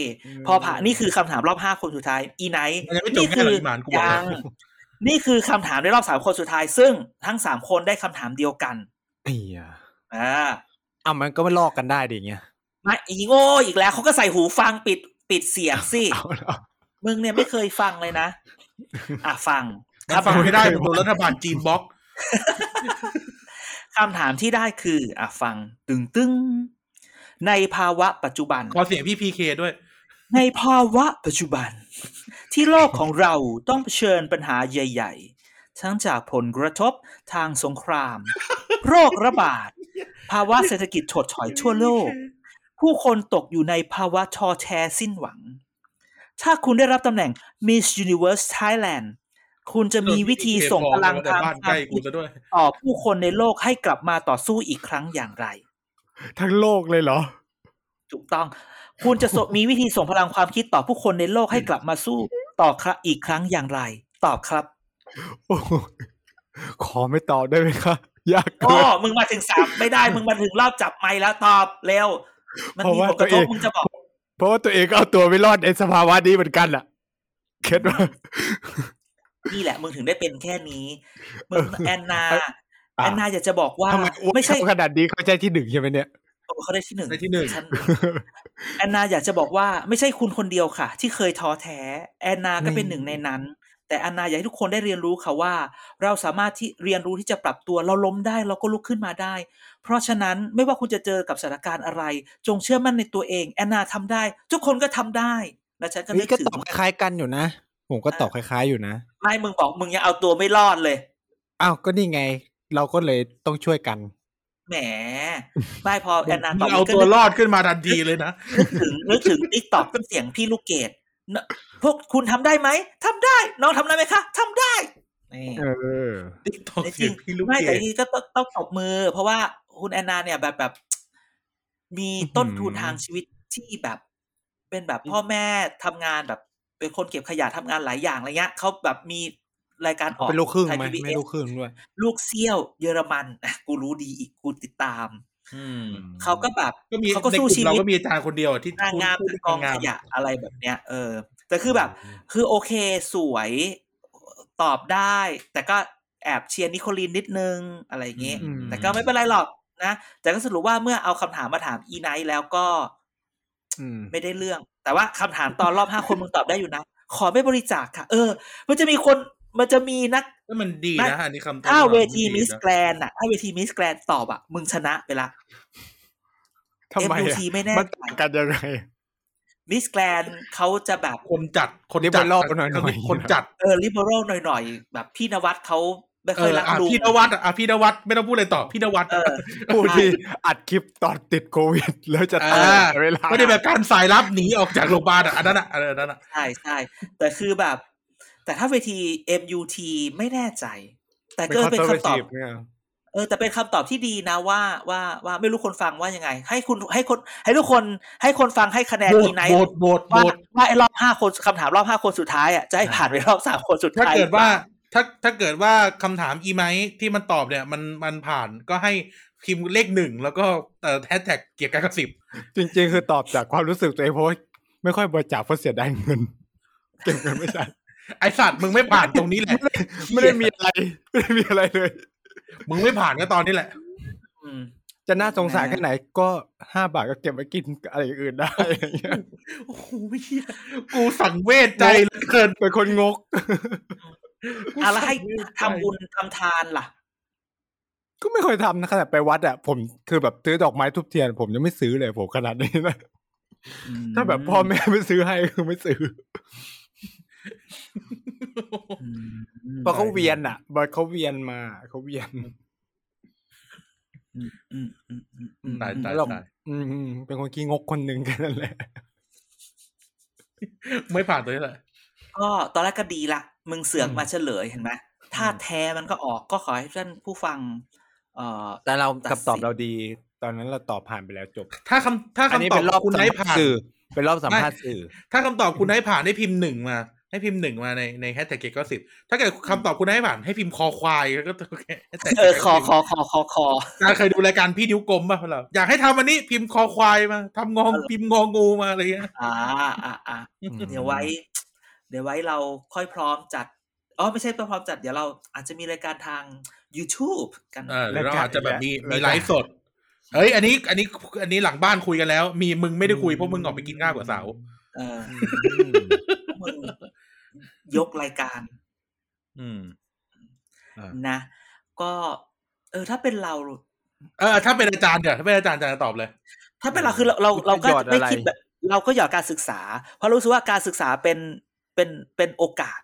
[SPEAKER 4] พอผ่านนี่คือคำถามรอบห้าคนสุดท้ายอีไนท์
[SPEAKER 2] มันยังไม่จบ
[SPEAKER 4] นี่
[SPEAKER 2] แค่หรอกอีหมานกูบอกเลย
[SPEAKER 4] ยังนี่คือคำถามในรอบสามคนสุดท้าย ซึ่งทั้งสามคนได้คำถามเดียวกัน
[SPEAKER 3] ไอ้ยา
[SPEAKER 4] อ่า
[SPEAKER 3] อ่ะมันก็มาลอกกันได้ดิอย่างเงี้ย
[SPEAKER 4] มาอีโง่อีกแล้วเขาก็ใส่หูฟังปิดปิดเสียงสิ
[SPEAKER 3] เอาแล้ว
[SPEAKER 4] มึงเนี่ยไม่เคยฟังเลยนะ อ่ะฟัง
[SPEAKER 2] มันฟัง
[SPEAKER 4] คำถาม
[SPEAKER 2] ไม่ได้มันโดนรัฐบาลจีนบล็อก
[SPEAKER 4] คำถามที่ได้คือ อ่ะฟังตึงตึงในภาวะปัจจุบัน
[SPEAKER 2] ขอเสียงพี่พีเคด้วย
[SPEAKER 4] ในภาวะปัจจุบัน ที่โลกของเราต้องเผชิญปัญหาใหญ่ ๆ ทั้งจากผลกระทบทางสงคราม โรคระบาด ภาวะเศรษฐกิจถดถอยทั่วโลก ผู้คนตกอยู่ในภาวะท้อแท้สิ้นหวัง ถ้าคุณได้รับตำแหน่ง Miss Universe Thailand คุณจะมีวิธีส่งพลังทาง
[SPEAKER 2] บ้าน
[SPEAKER 4] ค
[SPEAKER 2] ใก
[SPEAKER 4] วา
[SPEAKER 2] ล้
[SPEAKER 4] ม
[SPEAKER 2] กู
[SPEAKER 4] คิด
[SPEAKER 2] ซะด้วย
[SPEAKER 4] ต่อผู้คนในโลกให้กลับมาต่อสู้อีกครั้งอย่างไร
[SPEAKER 3] ทั้งโลกเลยเหรอ
[SPEAKER 4] ถูก ต้อง คุณจะสมีวิธีส่งพลังความคิดต่อผู้คนในโลกให้กลับมา สู้ต่อครับอีกครั้งอย่างไร ตอบครับ
[SPEAKER 3] โอ้โหขอไม่ตอบได้ไหมคะยาก
[SPEAKER 4] โอ้
[SPEAKER 3] เกิน
[SPEAKER 4] มึงมาถึงสามไม่ได้ มึงมาถึงรอบจับไม้แล้วตอบเร็ว มันมีผลกระทบ
[SPEAKER 3] เพราะว่าตัวเอง
[SPEAKER 4] มึงจะบอก
[SPEAKER 3] เพราะว่าตัวเองก็เอาตัวไม่รอดในสภาวะนี้เหมือนกันล่ะเคล็ดว่า
[SPEAKER 4] นี่แหละ มึงถึงได้เป็นแค่นี้ มึงแอนนา
[SPEAKER 3] อ่ะ
[SPEAKER 4] แอนนาอยากจะบอกว่า
[SPEAKER 3] ทำไมอ้วน
[SPEAKER 4] ไม่ใช่
[SPEAKER 3] เท่าขนาดนี้เขาใจที่หนึ่งใช่ไหมเนี่ย
[SPEAKER 4] โอ้เขาได้ที่หนึ่ง
[SPEAKER 2] ในที่หนึ่ง
[SPEAKER 4] ฉัน แอนนาอยากจะบอกว่าไม่ใช่คุณคนเดียวค่ะ ที่เคยท้อแท้ แอนนาก็เป็น
[SPEAKER 3] นี่
[SPEAKER 4] หนึ่งในนั้น แต่แอนนาอยากให้ทุกคนได้เรียนรู้ค่ะว่า เราสามารถที่เรียนรู้ที่จะปรับตัวเราล้มได้เราก็ลุกขึ้นมาได้ เพราะฉะนั้นไม่ว่าคุณจะเจอกับสถานการณ์อะไร จงเชื่อมั่นในตัวเองแอนนาทำได้ ทุกคนก็ทำได้และฉันก็นึ
[SPEAKER 3] นี่
[SPEAKER 4] ก
[SPEAKER 3] ก็
[SPEAKER 4] ถึง
[SPEAKER 3] ตอบคล้ายๆกันอยู่นะ ผมก็ตอบคล้ายๆอยู่นะ
[SPEAKER 4] ไม่มึงบอกมึงยังเอาตัวไม่รอดเลย
[SPEAKER 3] อ้าว ก็นี่ไง เราก็เลยต้องช่วยกัน
[SPEAKER 4] แหมไม่พอแอนนาต
[SPEAKER 2] มั
[SPEAKER 4] อบ
[SPEAKER 2] นเอา
[SPEAKER 4] ก็
[SPEAKER 2] ตัว
[SPEAKER 4] นึก
[SPEAKER 2] รอดขึ้นมาทันทีเลยนะ
[SPEAKER 4] นึกถึงนึกถึงติ๊กตอกเสียงพี่ลูกเกดนะพวกคุณทำได้ไหมทำได้ น้องทำได้ไหมคะทำได้นี่
[SPEAKER 3] เออ
[SPEAKER 2] ติ๊กตอก
[SPEAKER 4] แต่จ
[SPEAKER 2] เสี
[SPEAKER 4] ริ
[SPEAKER 2] ยง
[SPEAKER 4] ง
[SPEAKER 2] พี่ลูก
[SPEAKER 4] ไม่
[SPEAKER 2] เก
[SPEAKER 4] แต่
[SPEAKER 2] ด
[SPEAKER 4] ที่ก็ต้องต้องตบมือ เพราะว่าคุณแอนนาเนี่ยแบบแบบ มีต้นทุนทางชีวิตที่แบบ เป็นแบบพ่อแม่ทำงานแบบ เป็นคนเก็บขยะทำงานหลายอย่างอะไรเงี้ยเขาแบบมีรายการออก
[SPEAKER 3] เป็นลูกครึ่ง
[SPEAKER 4] ทาง
[SPEAKER 3] ไหม
[SPEAKER 4] PBS
[SPEAKER 3] ไม่ลูกครึ่งด้วย
[SPEAKER 4] ลูกเซี่ยวเยอรมันอ่ะกูรู้ดีอีกกูติดตาม
[SPEAKER 2] อืม
[SPEAKER 4] เขาก็แบบ
[SPEAKER 2] ก็มี
[SPEAKER 4] เขา
[SPEAKER 2] ใน
[SPEAKER 4] ก็
[SPEAKER 2] ก
[SPEAKER 4] สู้
[SPEAKER 2] ลุ่ม
[SPEAKER 4] ชี
[SPEAKER 2] เรา
[SPEAKER 4] วิต
[SPEAKER 2] ก็มีอาจารย์คนเดียวที่
[SPEAKER 4] นางงาม
[SPEAKER 2] พูด
[SPEAKER 4] กอง
[SPEAKER 2] งาม
[SPEAKER 4] ขยะอะไรแบบเนี้ย เออ แต่คือแบบ คือโอเคสวยตอบได้ แต่ก็แอบเชียร์นิโคลีนนิดนึงอะไรอย่างเงี้ย
[SPEAKER 3] อืม
[SPEAKER 4] แต่ก็ไม่เป็นไรหรอกนะ แต่ก็สรุปว่าเมื่อเอาคำถามมาถามอีไนท์แล้วก็
[SPEAKER 3] อืม
[SPEAKER 4] ไม่ได้เรื่อง แต่ว่าคำถามตอนรอบห้าคนมึงตอบได้อยู่นะ ขอไม่บริจาคค่ะ เออ มันจะมีคนมันจะมีนัก
[SPEAKER 2] ก็มันดีนะ อันนี้คำตอบ
[SPEAKER 4] ถ้าเวที
[SPEAKER 2] ของ
[SPEAKER 4] มิส
[SPEAKER 2] ดีะ
[SPEAKER 4] แกรนอะถ้าเวทีมิสแกรนตอบอะมึงชนะไปละ
[SPEAKER 3] ทำไมอะ
[SPEAKER 4] MUT ไม่แน่
[SPEAKER 3] มันต่างกันยังไง
[SPEAKER 4] มิสแกรนเขาจะแบบ
[SPEAKER 2] คนจัดคน
[SPEAKER 3] นี่
[SPEAKER 2] จั
[SPEAKER 3] มั
[SPEAKER 2] ด
[SPEAKER 3] นรอบหน่อยๆ
[SPEAKER 2] คนจัด
[SPEAKER 4] เออลิเบอรัลหน่อยๆ แบบพี่นวัดเขาไม่
[SPEAKER 2] เอ
[SPEAKER 4] ค่อย
[SPEAKER 2] อ
[SPEAKER 4] รัก
[SPEAKER 2] อ่ะ
[SPEAKER 4] ลุง
[SPEAKER 2] พี่นวัดอ่ะพี่นวัดไม่ต้องพูดอะไรต่อพี่นวัด
[SPEAKER 4] เออ
[SPEAKER 3] ผู้ที่อัดคลิปตอนติดโควิด แล้วจะตาย
[SPEAKER 2] อ่า
[SPEAKER 3] เวลา
[SPEAKER 2] ไม่ได้แบบการสายลับหนีออกจากโรงพยาบาลอ่ะอันนั้นอ่ะอันนั้นอ่ะ
[SPEAKER 4] ใช่ใช่แต่คือแบบ แต่ถ้าเวที MUT ไม่แน่ใจ แต่
[SPEAKER 3] เป็น
[SPEAKER 4] ก็
[SPEAKER 3] คอน
[SPEAKER 4] เป็น
[SPEAKER 3] เซอร์
[SPEAKER 4] คำตอบ
[SPEAKER 3] เนี่ย
[SPEAKER 4] เออแต่เป็นคำตอบที่ดีนะว่าว่าว่าไม่รู้คนฟังว่ายังไง ให้คุณให้คนให้ทุกคนให้คนฟังให้คะแนน
[SPEAKER 2] โหว
[SPEAKER 4] อี
[SPEAKER 2] ต
[SPEAKER 4] ไน
[SPEAKER 2] โหวตโหวตโหว
[SPEAKER 4] ว่า
[SPEAKER 2] ต
[SPEAKER 4] ว่าไอ้รอบห้าคนคำถามรอบห้าคนสุดท้ายอ่ะจะให้ผ่านไปรอบสามคนสุด
[SPEAKER 2] ถ้า
[SPEAKER 4] ท้าย
[SPEAKER 2] เกิดว่าถ้าถ้าเกิดว่าคำถามอีไมค์ที่มันตอบเนี่ย มันมันผ่านก็ให้ พิมพ์เลขหนึ่งแล้วก็แฮชแท็กเกียร์กายกสิบ
[SPEAKER 3] จริงๆ คือตอบจากความรู้สึกตัวเองเพราะว่าไม่ค่อยบริจาคเพราะเสียดายเงิน เก็บเงินไม่ได้
[SPEAKER 2] ไอสัตว์มึงไม่ผ่านตรงนี้แหละ
[SPEAKER 3] ไม่ได้มีอะไรไม่ได้มีอะไรเลย
[SPEAKER 2] มึงไม่ผ่านก็ตอนนี้แหละ
[SPEAKER 4] อืม
[SPEAKER 3] จะน่าสงสารแค่ไหนก็ห้าบาทก็เก็บไว้กินอะไรอย่างอื่นได้อะไรอย่างเงี้ย
[SPEAKER 2] โอ้โหเหี้ยกูสังเวชใจเหลือเกิน
[SPEAKER 3] เป็นคนงก
[SPEAKER 4] อะแล้วให้ทำบุญทำทานล่ะ
[SPEAKER 3] ก็ไม่เคยทำนะขนาดไปวัดอ่ะผมคือแบบซื้อดอกไม้ทุบเทียน ผมยังไม่ซื้อเลยผมขนาดนี้นะถ้าแบบพ่อแม่ไม่ซื้อให้คือไม่ซื้อเพราะเขาเวียนอ่ะบอยเขาเวียนมาเขาเวียน
[SPEAKER 2] ตายตาย
[SPEAKER 3] เรา
[SPEAKER 2] ตาย
[SPEAKER 3] อืมๆเป็นคนขี้งกคนหนึ่งแค่นั้นแหละ
[SPEAKER 2] ไม่ผ่านตรงนี้แหละ
[SPEAKER 4] ก็ตอนแรกก็ดีละมึงเสือก
[SPEAKER 3] อืม
[SPEAKER 4] มาเฉลยเห็นไหมถ้าแท้มันก็ออกก็ขอให้ท่านผู้ฟัง เอ่อ
[SPEAKER 3] แต่เรา
[SPEAKER 4] ตัดสิน
[SPEAKER 3] คำตอบเราดี ตอนนั้นเราตอบผ่านไปแล้วจบ
[SPEAKER 2] ถ้าคำถ้าคำ
[SPEAKER 3] อันนี้
[SPEAKER 2] ตอ
[SPEAKER 3] เป็
[SPEAKER 2] บ
[SPEAKER 3] นรอบ
[SPEAKER 2] คุณ
[SPEAKER 3] สัม
[SPEAKER 2] ให้
[SPEAKER 3] ภาษ
[SPEAKER 2] ผ่าน
[SPEAKER 3] ณ์สื่อ เป็นรอบสัมภาษณ์สื่อ
[SPEAKER 2] ถ้าคำตอบคุณให้ผ่านให้พิมพ์หนึ่งมา ให้พิมพ์หนึ่งมาในในแฮชแท็กเกก็สิบถ้าเกิดคำตอบคุณให้ผ่านให้พิมพ์คอควายแล้วก็โอเคแต่
[SPEAKER 4] เออคอคอคอคอคอ
[SPEAKER 2] การเคยดูรายการพี่นิ้วกลมป่ะเราอยากให้ทำอันนี้พิมพ์คอควายมาทำงอง
[SPEAKER 4] เออ
[SPEAKER 2] พิมพ์งองูมาอะไรเงี้ย
[SPEAKER 4] อ่าอ่าอ่า
[SPEAKER 3] อืม
[SPEAKER 4] เดี๋ยวไว้ เดี๋ยวไว้เราค่อยพร้อมจัดอ๋อไม่ใช่พร้อมจัด เดี๋ยวเราอาจจะมีรายการทาง YouTube กัน
[SPEAKER 2] เออหรือเราอาจจะแบบมี
[SPEAKER 3] ราย
[SPEAKER 2] มี
[SPEAKER 3] การ
[SPEAKER 2] ไลฟ์สดเอ้ยอันนี้อันนี้อันนี้หลังบ้านคุยกันแล้ว มีมึงไม่ได้คุยเพราะมึงออกไปกินข้าวกับสาว
[SPEAKER 4] เออ
[SPEAKER 3] อืม
[SPEAKER 4] มึงยกรายการ
[SPEAKER 2] อืม
[SPEAKER 4] นะ ก็ เออ ถ้าเป็นเรา
[SPEAKER 2] เออถ้าเป็นอาจารย์เนี่ยถ้าเป็นอาจารย์อาจารย์จะตอบเลย
[SPEAKER 4] ถ้าเป็นเราคือเราเราเราก็ไม่คิดแบบ เราก็หยอดการศึกษา เพราะรู้สึกว่าการศึกษาเป็นเป็นเป็นโอกาส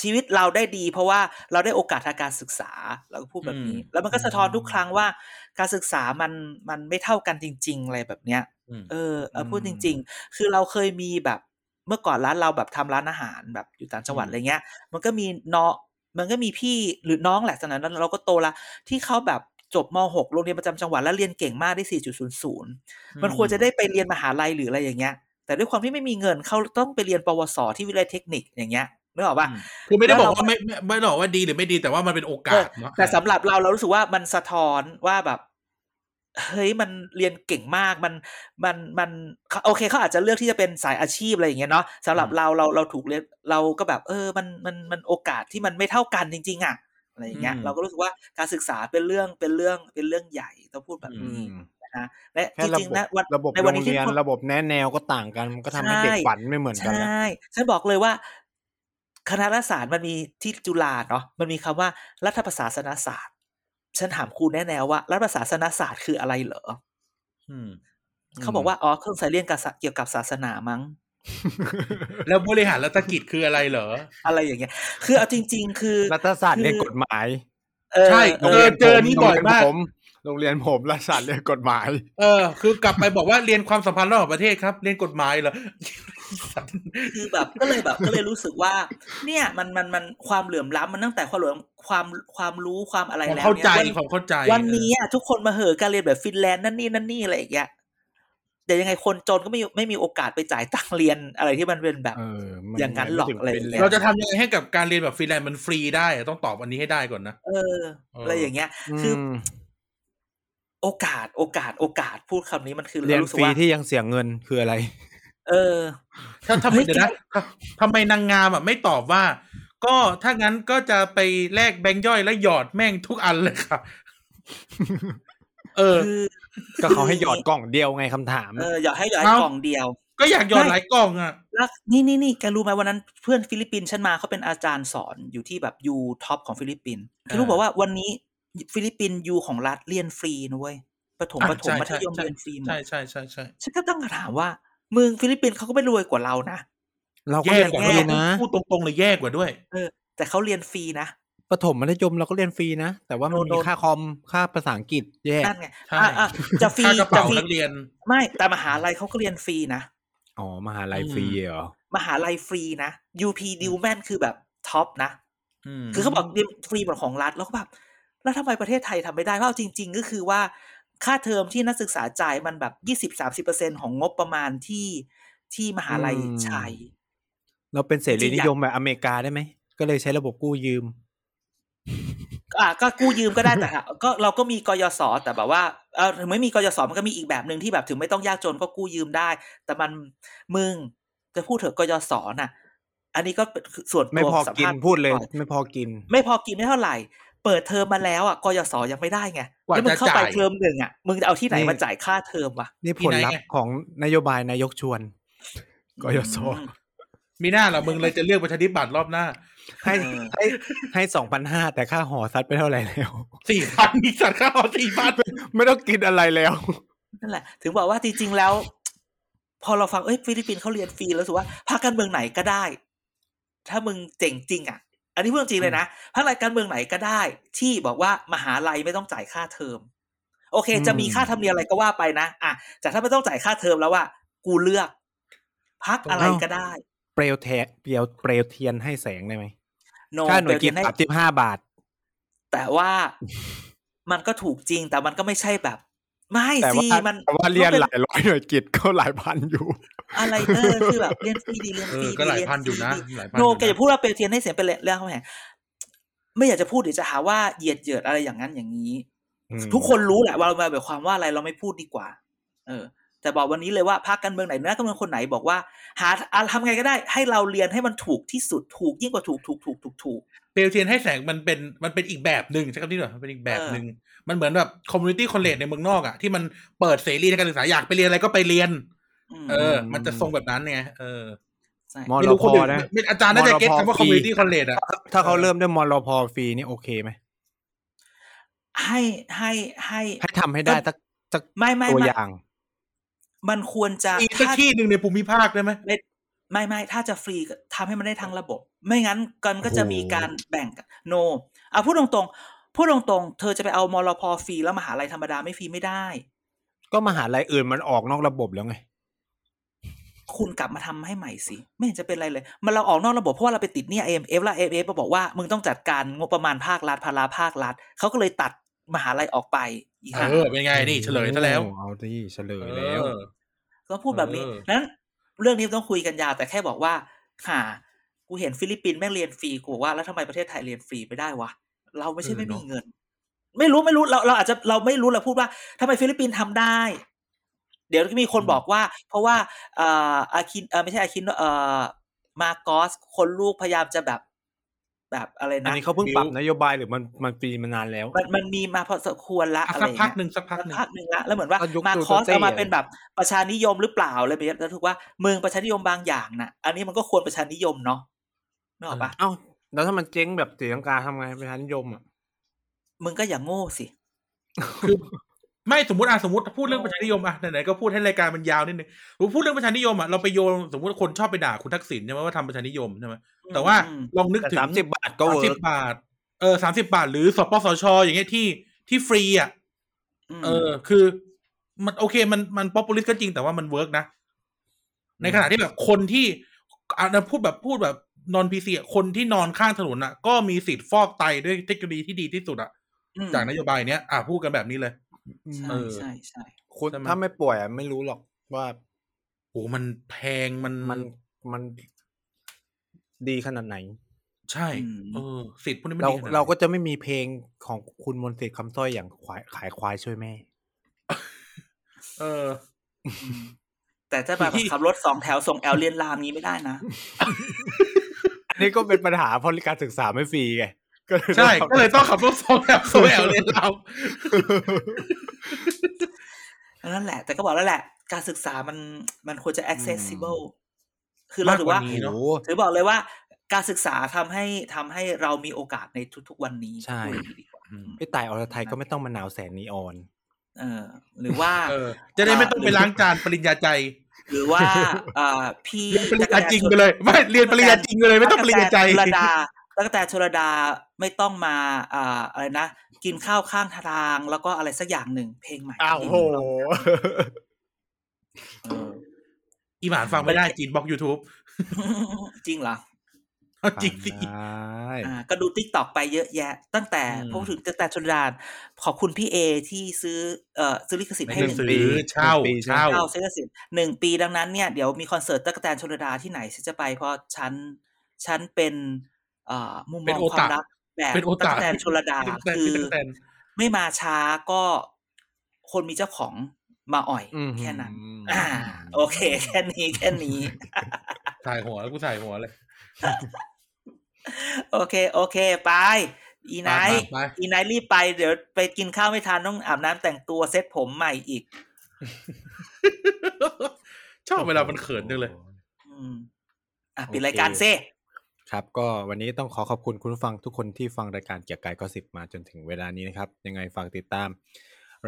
[SPEAKER 4] ชีวิตเราได้ดี เพราะว่าเราได้โอกาสทางการศึกษาเราก็พูดแบบนี้
[SPEAKER 2] อืม
[SPEAKER 4] แล้วมันก็สะท้อนทุกครั้งว่า การศึกษามันมันไม่เท่ากันจริง ๆ อะไรแบบเนี้ย
[SPEAKER 2] อืม
[SPEAKER 4] เออเอออ
[SPEAKER 2] ม
[SPEAKER 4] พูดจริง ๆ คือเราเคยมีแบบเมื่อก่อนร้านเราแบบทำร้านอาหารแบบอยู่ต่างจังหวัด
[SPEAKER 2] อืม
[SPEAKER 4] อะไรเงี้ย มันก็มีเนาะมันก็มีพี่หรือน้องแหละสมัยนั้นเราก็โตละที่เขาแบบจบม .6 โรงเรียนประจำจังหวัดแล้วเรียนเก่งมากได้ 4.00 มันควรจะได้ไปเรียนมหาลัยหรืออะไรอย่างเงี้ย แต่ด้วยความที่ไม่มีเงินเขาต้องไปเรียนปวสที่วิทยาลัยเทคนิคอย่างเงี้ยนึกออกปะ
[SPEAKER 2] อืมคือไม่ได้
[SPEAKER 4] แล้ว
[SPEAKER 2] บอก
[SPEAKER 4] เรา
[SPEAKER 2] ว่าไม่ไม่ไม่ได้บอกว่าดีหรือไม่ดีแต่ว่ามันเป็นโอกาสเนอะ
[SPEAKER 4] แต่สำหรับเราเรารู้สึกว่ามันสะท้อนว่าแบบเฮ้ยมันเรียนเก่งมากมันมันมันเขาโอเคเขาอาจจะเลือกที่จะเป็นสายอาชีพอะไรอย่างเงี้ยเนาะสำหรับ
[SPEAKER 2] อืม
[SPEAKER 4] เราเราเราถูกเรียนเราก็แบบ เออมันมันมันโอกาสที่มันไม่เท่ากันจริง ๆอะอะไรอย่างเงี้ย เราก็รู้สึกว่าการศึกษาเป็นเรื่องเป็นเรื่องเป็นเรื่องใหญ่ต้องพูดแบบนี้นะฮะและ
[SPEAKER 3] แค่
[SPEAKER 4] จ
[SPEAKER 3] ระ
[SPEAKER 4] ริง
[SPEAKER 3] บบ
[SPEAKER 4] ๆนะวัน
[SPEAKER 3] ระบบ
[SPEAKER 4] ใน
[SPEAKER 3] โร
[SPEAKER 4] วั
[SPEAKER 3] ง
[SPEAKER 4] นนี้ที่
[SPEAKER 3] เรียน
[SPEAKER 4] คน
[SPEAKER 3] ระบบแนะแนวก็ต่างกัน มันก็ทำให้
[SPEAKER 4] ใช่
[SPEAKER 3] เด็กฝันไม่เหมือน
[SPEAKER 4] ใช
[SPEAKER 3] กันแล้ว
[SPEAKER 4] ่ ฉันบอกเลยว่า คณะรัฐศาสตร์มันมีที่จุฬาเนาะ มันมีคำว่ารัฐประศาสนศาสตร์ ฉันถามครูแน่แนวว่า รัฐประศาสนศาสตร์คืออะไรเหรอ
[SPEAKER 2] อืม
[SPEAKER 4] เขาบอกว่า อ๋อ เครื่องสายเรียนกับศาเกี่ยวกับศาสนามั้ง
[SPEAKER 2] แล้วบริหารรัฐกิจคืออะไรเหรอ
[SPEAKER 4] อะไรอย่างเงี้ย คือเอาจริง ๆ คือ
[SPEAKER 3] รัฐศาสตร์เรียนกฎหมาย
[SPEAKER 4] เออ
[SPEAKER 2] ใช่
[SPEAKER 3] โรง
[SPEAKER 4] เอ
[SPEAKER 3] รี
[SPEAKER 4] อย
[SPEAKER 2] เจอนี่บ่อยมาก
[SPEAKER 3] โรงเรียนผมรัฐศาสตร์เรียนกฎหมาย
[SPEAKER 2] เออ คือกลับไปบอกว่าเรียนความสัมพันธ์ระหว่างประเทศครับ เรียนกฎหมายเหรอ
[SPEAKER 4] คือแบบ ก็เลยแบบ ก็เลยรู้สึกว่า เนี่ย มัน มัน มัน ความเหลื่อมล้ำมันตั้งแต่ความเหลื่อมความ ความรู้ความอะไร
[SPEAKER 2] ของ
[SPEAKER 4] แล้ว
[SPEAKER 2] เข้า
[SPEAKER 4] นี่ย
[SPEAKER 2] ใจ
[SPEAKER 4] วัน
[SPEAKER 2] ของเข้าใจ
[SPEAKER 4] วันนี้อ่ะทุกคนมาเหอะการเรียนแบบฟินแลนด์นั่นนี่นั่นนี่อะไรอย่างเงี้ยแต่ยังไงคนจนก็ไม่ไม่มีโอกาสไปจ่ายตังค์เรียนอะไรที่มันเป็นแบบ
[SPEAKER 3] เออมั
[SPEAKER 4] อย่างนั้นหรอก
[SPEAKER 3] ม่ถึ
[SPEAKER 4] อะไรอย่างเงี้ย
[SPEAKER 2] เราจะทำยังไงให้กับการเรียนแบบฟรีแลนซ์มันฟรีได้อะต้องตอบอันนี้ให้ได้ก่อนนะ
[SPEAKER 4] เออ อะไรอย่างเงี้ย คือ
[SPEAKER 3] ม
[SPEAKER 4] โอกาสโอกาสโอกาสพูดคำนี้มันคือ
[SPEAKER 3] เรียน
[SPEAKER 4] รู้สึ
[SPEAKER 3] ฟ
[SPEAKER 4] ก
[SPEAKER 3] รี
[SPEAKER 4] ว่า
[SPEAKER 3] ที่ยังเสียเงินคืออะไร
[SPEAKER 4] เออ
[SPEAKER 2] ถ้าทำไม
[SPEAKER 4] เฮ้ย
[SPEAKER 2] เดี๋ยวนะทำไมนางงามอ่ะไม่ตอบว่า ก็ถ้างั้นก็จะไปแลกแบงค์ย่อยและหยอดแม่งทุกอันเลย ค่ะ เออ
[SPEAKER 4] คือ
[SPEAKER 3] ก็เขาให้หยอดกล่องเดียวไงคำถาม
[SPEAKER 4] เอออยากให้หยอดให้
[SPEAKER 2] เอ้า
[SPEAKER 4] กล่องเดียว
[SPEAKER 2] ก็อยากหยอดหลายกล่องอ่ะ
[SPEAKER 4] แล้วนี่นี่นี่แกรู้ไหมวันนั้นเพื่อนฟิลิปปินส์ฉันมาเขาเป็นอาจารย์สอนอยู่ที่แบบยูท็อปของฟิลิปปินส์
[SPEAKER 2] อ่า
[SPEAKER 4] แกรู้บอกว่าวันนี้ฟิลิปปินส์ยูของรัฐเรียนฟรีนะเว้ยประถม
[SPEAKER 2] อ่า
[SPEAKER 4] ประถม
[SPEAKER 2] ใช่
[SPEAKER 4] มัธยม
[SPEAKER 2] ใช่
[SPEAKER 4] เรียนฟรีหมด
[SPEAKER 2] ใช่ใช่ใช่ใช่
[SPEAKER 4] ฉันก็ต้องถามว่ามึงฟิลิปปินส์เขาก็ไม่รวยกว่าเรานะ
[SPEAKER 3] เราก็
[SPEAKER 2] แย่
[SPEAKER 3] เรียน
[SPEAKER 2] กว่าด้วย
[SPEAKER 3] ฟรีนะ
[SPEAKER 2] พูดตรงๆเลยแย่กว่าด้วย
[SPEAKER 4] แต่เขาเรียนฟรีนะ
[SPEAKER 3] ปฐมมัธยมเราก็เรียนฟรีนะ แต่ว่ามัน
[SPEAKER 4] โด
[SPEAKER 3] มี
[SPEAKER 4] น
[SPEAKER 3] ค่าคอมค่าภาษาอังกฤษแย่
[SPEAKER 4] นั่นไง
[SPEAKER 2] ใช่
[SPEAKER 4] อ่ะอ่ะจะฟรี
[SPEAKER 2] ค่ากระ
[SPEAKER 4] จะ
[SPEAKER 2] เป๋า
[SPEAKER 4] ฟรี
[SPEAKER 2] นักเรียน
[SPEAKER 4] ไม่แต่มหาลัยเขาก็เรียนฟรีนะ
[SPEAKER 3] อ๋อมหาลัยฟรีเหรอ
[SPEAKER 4] มหาลัยฟรีนะ UP Dillman คือแบบท็อปนะ
[SPEAKER 2] อืม
[SPEAKER 4] คือเขาบอกเรียนฟรีหมดของรัฐแล้วก็แบบแล้วทำไมประเทศไทยทำไม่ได้เพราะเอาจริง ๆ ก็คือว่าค่าเทอมที่นักศึกษาจ่ายมันแบบยี่สิบสามสิบเปอร์เซ็นของงบประมาณที่ที่มหาลัย
[SPEAKER 3] อืม
[SPEAKER 4] ใช้
[SPEAKER 3] เราเป็นเสรีนิยมแบบอเมริกาได้ไหม ก็เลยใช้ระบบกู้ยืม
[SPEAKER 4] อ่ะก็กู้ยืมก็ได้แต่ค่ะก็เราก็มีกยศแต่แบบว่าเออถึงไม่มีกยศมันก็มีอีกแบบหนึ่งที่แบบถึงไม่ต้องยากจนก็กู้ยืมได้ แต่มันมึงจะพูดเถอะกยศน่ะ อันนี้ก็เป็นส่วนตัว
[SPEAKER 3] ไม่พอ
[SPEAKER 4] สัภาษณ์
[SPEAKER 3] กินพูดเลย
[SPEAKER 4] ก่อน
[SPEAKER 3] ไม่พอกิน
[SPEAKER 4] ไม่พอกินไม่เท่าไหร่ เปิดเทอมมาแล้วอ่ะกยศยังไม่ได้ไง
[SPEAKER 2] กว่า
[SPEAKER 4] แล้วมึงเข้าไป
[SPEAKER 2] จะจ่าย
[SPEAKER 4] เทอมหนึ่งอ่ะมึงจะเอาที่ไหน
[SPEAKER 3] นี่
[SPEAKER 4] มาจ่ายค่าเทอมวะ
[SPEAKER 3] นี่ผลลัพธ์ของนโยบายนายกชวนกยศ
[SPEAKER 4] ม
[SPEAKER 2] มีหน้าเหรอมึงเลยจะเลือกประชาธิปัตย์รอบหน้า
[SPEAKER 3] ให้
[SPEAKER 4] เออ
[SPEAKER 3] ให้ให้สองพันห้าแต่ค่าหอซัดไปเท่าไหร่แล้ว
[SPEAKER 2] สี่พัน มีสัตว์ข้าวสี่พัน
[SPEAKER 3] ไม่ต้องกินอะไรแล้ว
[SPEAKER 4] นั่นแหละ ถึงบอกว่าจริงๆแล้ว พอเราฟังเอ้ยฟิลิปปินส์เขาเรียนฟรีแล้วรู้สึกว่าพรรคการเมืองไหนก็ได้ ถ้ามึงเจ๋งจริงอ่ะ อันนี้พูดจริงเลยนะพรรคการเมืองไหนก็ได้ ที่บอกว่ามหาลัยไม่ต้องจ่ายค่าเทอม โอเค จะมี
[SPEAKER 3] อืม
[SPEAKER 4] ค่าธรรมเนียมอะไรก็ว่าไปนะอ่ะแต่ถ้าไม่ต้องจ่ายค่าเทอมแล้วว่ากูเลือกพักอะไรก็ได้
[SPEAKER 3] เปลวแทะเปลวเปลวเทียนให้แสงได้ไหม
[SPEAKER 4] โน
[SPEAKER 3] ค่าหน่วย
[SPEAKER 4] เป
[SPEAKER 3] กิ
[SPEAKER 4] ลี่
[SPEAKER 3] น
[SPEAKER 4] ยนให้
[SPEAKER 3] สามสิบห้าบาท
[SPEAKER 4] แต่ว่ามันก็ถูกจริง แต่มันก็ไม่ใช่แบบ ไม่
[SPEAKER 3] แต่
[SPEAKER 4] สิ
[SPEAKER 3] ว่า
[SPEAKER 4] มัน
[SPEAKER 3] แต่ว่าเรียน
[SPEAKER 4] มัป็
[SPEAKER 3] หลายร้อยหน่วยกิจก็หลายพันอยู่
[SPEAKER 4] อะไรเนอร์คือแบบเรียนฟรีดีเรียน
[SPEAKER 2] เอ
[SPEAKER 4] ฟ
[SPEAKER 2] อ
[SPEAKER 4] รีดี
[SPEAKER 2] ก็หลายพันอ
[SPEAKER 4] เรี
[SPEAKER 2] ยู่นะ
[SPEAKER 4] ฟรีดี
[SPEAKER 2] หลายพัน
[SPEAKER 4] โน
[SPEAKER 2] อยู่
[SPEAKER 4] แกอย่าพูดว่าเปลวเทียนให้เสียงเป็นเรื่องเขาแหมไม่อยากจะพูดเดี๋ยวจะหาว่าเหยียดเหยียดอะไรอย่างนั้นอย่างนี้ ทุกคนรู้แหละว่าเราแบบความว่าอะไรเราไม่พูดดีกว่า เออ แต่บอกวันนี้เลยว่าพรรคการเมืองไหนนักการเมืองคนไหนบอกว่า หาอะทำไงก็ได้ ให้เราเรียนให้มันถูกที่สุดถูกยิ่งกว่าถูกถูกถูกถูกถูก
[SPEAKER 2] เปลวเทียนให้แสงมันเป็นมันเป็นอีกแบบหนึ่งใช่คำนี้เหรอมันเป็นอีกแบบหนึ่งมันเหมือนแบบคอมมูนิตี้คอลเลจในเมืองนอกอ่ะที่มันเปิดเสรีในการศึกษาอยากไปเรียนอะไรก็ไปเรียน
[SPEAKER 4] อืม
[SPEAKER 2] เออ มันจะทรงแบบนั้นไงเออ
[SPEAKER 4] ใช่
[SPEAKER 3] มอ
[SPEAKER 2] ไม่รู้คนอื่น
[SPEAKER 3] นะ
[SPEAKER 2] ไม่อาจารย์น่าจะเก็ตคำว่าคอมมูนิตี้คอลเลจอ่ะ
[SPEAKER 3] ถ้าเขาเริ่มด้วยมรพฟรีนี่โอเคไหม
[SPEAKER 4] ให้ให้ให้
[SPEAKER 3] ให้ทำให้ได้สักสัก
[SPEAKER 4] ไม่ไม่
[SPEAKER 3] ตัว
[SPEAKER 4] ไม่
[SPEAKER 3] อย่าง
[SPEAKER 4] มันควรจะ
[SPEAKER 2] อีกสัก
[SPEAKER 4] ถ้า
[SPEAKER 2] ที่หนึ่งในภูมิภาคได้ไหม
[SPEAKER 4] ไม่ไม่ถ้าจะฟรีก็ทำให้มันได้ทั้งระบบ ไม่งั้นกันก็จะมีการแบ่งกันโนเอาพูดตรงๆพูดตรงๆ เธอจะไปเอามรพฟรีแล้วมหาลัยธรรมดาไม่ฟรีไม่ได้
[SPEAKER 3] ก็มหาลัยอื่นมันออกนอกระบบแล้วไง
[SPEAKER 4] คุณกลับมาทำให้ใหม่สิ ไม่เห็นจะเป็นไรเลย มันเราออกนอกระบบเพราะว่าเราไปติดหนี่ IMF และ IMF มาบอกว่า มึงต้องจัดการงบประมาณภาครัฐภาระภาครัฐเขาก็เลยตัดมหาลัยออกไปอีกฮะ
[SPEAKER 2] เออเป็นไงนี่เฉลยซะแล้ว
[SPEAKER 3] เอาที่เฉลยแล้ว
[SPEAKER 2] เออ
[SPEAKER 4] ก็พูดแบบนี้
[SPEAKER 2] เออ
[SPEAKER 4] นั้น เรื่องนี้ต้องคุยกันยาวแต่แค่บอกว่าค่ะกูเห็นฟิลิปปินส์แม่งเรียนฟรีกูบอกว่าแล้วทำไมประเทศไทยเรียนฟรีไม่ได้วะ เราไม่ใช่ไม่มีเงิน ไม่รู้ไม่รู้เราเราอาจจะเราไม่รู้เราพูดว่าทำไมฟิลิปปินส์ทำได้ เดี๋ยวก็มีคนบอกว่า เพราะว่าเอ่ออาคินเอ่อไม่ใช่อาคินเอ่อมาโกอสคนลูกพยายามจะแบบ แบบอะไร
[SPEAKER 3] อัน
[SPEAKER 4] นะ
[SPEAKER 3] นี้เขาเพิ่งปรับนโยบายหรือมันมันฟรีมานานแล้ว
[SPEAKER 4] มันมันมีมาพอสมควรละ
[SPEAKER 2] อ่ะ
[SPEAKER 4] อะไร
[SPEAKER 2] สัก
[SPEAKER 4] อย่าง
[SPEAKER 2] พัก
[SPEAKER 4] เงี้ย
[SPEAKER 2] หนึ่งสักพักหนึ่ง
[SPEAKER 4] พักหนึ่งละแล้วเหมือนว่า
[SPEAKER 3] ก็ยุค
[SPEAKER 4] มา
[SPEAKER 3] ดู
[SPEAKER 4] คอส
[SPEAKER 3] เต้
[SPEAKER 4] เอามา
[SPEAKER 3] อะ
[SPEAKER 4] เป็นแบบประชานิยมหรือเปล่าอะไรแบบนี้แล้วถูกว่าเมืองประชานิยมบางอย่างน่ะ อันนี้มันก็ควรประชานิยมเนาะนึกออกปะ
[SPEAKER 3] เอ้าแล้วถ้ามันเจ๊งแบบเสียงกาทำไงประชานิยมอ่ะ
[SPEAKER 4] มึงก็อย่างโง่สิ
[SPEAKER 2] คือไม่สมมติอ่ะสมมติพูดเรื่องประชานิยมอ่ะไหนๆก็พูดให้รายการมันยาวนิดนึงผมพูดเรื่องประชานิยมอ่ะเราไปโยนสมมติคนชอบไปด่าคุณทักษิณใช่ไหมว่าทำประชานิยมใช่ไหมแต่ว่า
[SPEAKER 4] อืม
[SPEAKER 2] ลองนึก
[SPEAKER 3] แต่
[SPEAKER 2] ถึง
[SPEAKER 3] สามสิบบาทก็เวิ
[SPEAKER 2] สิ
[SPEAKER 3] ร์
[SPEAKER 2] บ
[SPEAKER 3] ก
[SPEAKER 2] บาทเออสามสิบาท หรือสปสชอย่างเงี้ยที่ที่ฟรีอ่ะ
[SPEAKER 4] ม
[SPEAKER 2] เออ คือ มันโอเคมันมันป๊อปปูลิสก็จริงแต่ว่ามันเวิร์กนะ ในขณะที่แบบคนที่อ่ะพูดแบบพูดแบบนอนพีซีคนที่นอนข้างถนนอ่ะ ก็มีสิทธิ์ฟอกไตด้วยเทคโนโลยีที่ดีที่สุดอ่ะ
[SPEAKER 4] ม
[SPEAKER 2] จากนโยบายเนี้ยอ่ะพูดกันแบบนี้เลย
[SPEAKER 4] ใช่
[SPEAKER 2] เออ
[SPEAKER 4] ใช่ใช่
[SPEAKER 3] คุณ
[SPEAKER 2] ใช่ไหม
[SPEAKER 3] ถ้าไม่ป่วยอะไม่รู้หรอกว่า
[SPEAKER 2] โอ้มันแพงมัน
[SPEAKER 3] มันมันดีขนาดไหน
[SPEAKER 2] ใช่เออสิทธิ์พวกนี้มัน
[SPEAKER 3] เรา
[SPEAKER 2] ดีขนาดไหน
[SPEAKER 3] เราก็จะไม่มีเพลงของคุณมนต์สิทธิ์คำสร้อยอย่างขายขายควายช่วยแม่
[SPEAKER 2] เออ
[SPEAKER 4] อืมแต่ถ้าแบบ
[SPEAKER 2] ที่
[SPEAKER 4] ขับรถสองแถวส่งแอลเลียนลามงี้ไม่ได้นะ
[SPEAKER 3] อันนี้ก็เป็นปัญหาเพราะการศึกษาไม่ฟรีไงก็เลย
[SPEAKER 2] ใช่ ก็เลยต้องขับรถสองแถ วสวยแอลเลนเรา
[SPEAKER 4] นั่นแหละ แต่ก็บอกแล้วแหละ การศึกษามันมันควรจะ accessible คือเรา
[SPEAKER 2] มาก
[SPEAKER 4] ถือก
[SPEAKER 2] ว่า
[SPEAKER 4] ว่า
[SPEAKER 2] นี้
[SPEAKER 3] โอ้
[SPEAKER 2] เนาะ
[SPEAKER 3] โห
[SPEAKER 4] ถือบอกเลยว่า การศึกษาทำให้ทำให้เรามีโอกาสในทุก ๆ วันนี้
[SPEAKER 3] ใช่
[SPEAKER 4] พูดอย่างนี้ดีกว่าอืม
[SPEAKER 3] พี่ตายอรไทยก็ไม่ต้องมาหนาวแสนนีออน
[SPEAKER 4] เออหรือว่า
[SPEAKER 2] เออ จะได้ไม่ต้องไปล้างจานปริญญาใจ
[SPEAKER 4] หรือว่าเอ่อพี่
[SPEAKER 2] เรียนปริญญาจริงไปเลย ไม่เรียนปริญญาจริงไปเลย ไม่ต้องปริญญาใจ
[SPEAKER 4] ชลดาตั๊กแต่ชลดาไม่ต้องมาเอ่ออะไรนะ กินข้าวข้างทาง แล้วก็อะไรสักอย่างหนึ่งเพลงใหม่
[SPEAKER 3] อ้าว
[SPEAKER 4] ที่
[SPEAKER 3] โห
[SPEAKER 4] เออ
[SPEAKER 2] อีหมานฟังไม่ได้จีนบล็อกยูทูบ
[SPEAKER 4] จริงเหรอ
[SPEAKER 2] จริงสิ
[SPEAKER 3] ได้
[SPEAKER 4] อ่าก็ดูติ๊กตอกไปเยอะแยะ ตั้งแต่
[SPEAKER 2] อืม
[SPEAKER 4] พูดถึงตั๊กแต่ชลดาขอบคุณพี่เอที่ซื้อเอ่อซื้อลิขสิทธิ์
[SPEAKER 2] ไม่
[SPEAKER 4] ให้
[SPEAKER 2] ได้
[SPEAKER 4] หนึ่ง
[SPEAKER 2] ซื้
[SPEAKER 4] ปี
[SPEAKER 2] อเช่าเช่า
[SPEAKER 4] เราซื้อลิขสิทธิ์หนึ่งปีดังนั้นเนี่ยเดี๋ยวมีคอนเสิร์ตตั๊กแต่ชลดาที่ไหนฉันจะไปเพราะฉันฉันเป็นเอ่อมุมม
[SPEAKER 2] เป็
[SPEAKER 4] อน ง
[SPEAKER 2] โอ
[SPEAKER 4] ควา
[SPEAKER 2] ตะ
[SPEAKER 4] มรัก แบบ
[SPEAKER 2] เป็นโอ
[SPEAKER 4] ตั๊
[SPEAKER 2] ตาก
[SPEAKER 4] แตนชลดา
[SPEAKER 2] ตั๊กแตน
[SPEAKER 4] คือ
[SPEAKER 2] ตั๊กแตน
[SPEAKER 4] ไม่มาช้าก็คนมีเจ้าของมาอ่อย แค่นั้น อ่า โอเค แค่นี้แค่นี้
[SPEAKER 2] ถ่ายหัวแล้วกูถ่ายหัวเลย
[SPEAKER 4] โอเค โอเค ไป อีไนท์
[SPEAKER 2] ไป
[SPEAKER 4] อีไนท์รีบไปเดี๋ยวไปกินข้าวไม่ทันต้องอาบน้ำแต่งตัวเซ็ตผมใหม่อีก
[SPEAKER 2] ๆๆชอบเวลามันเขินจังเลย
[SPEAKER 4] อืมอ่ะปิดรายการเซ่
[SPEAKER 3] ครับ ก็วันนี้ต้องขอขอบคุณคุณผู้ฟังทุกคนที่ฟังรายการเกียร์กายก็สิบมาจนถึงเวลานี้นะครับ ยังไงฝากติดตาม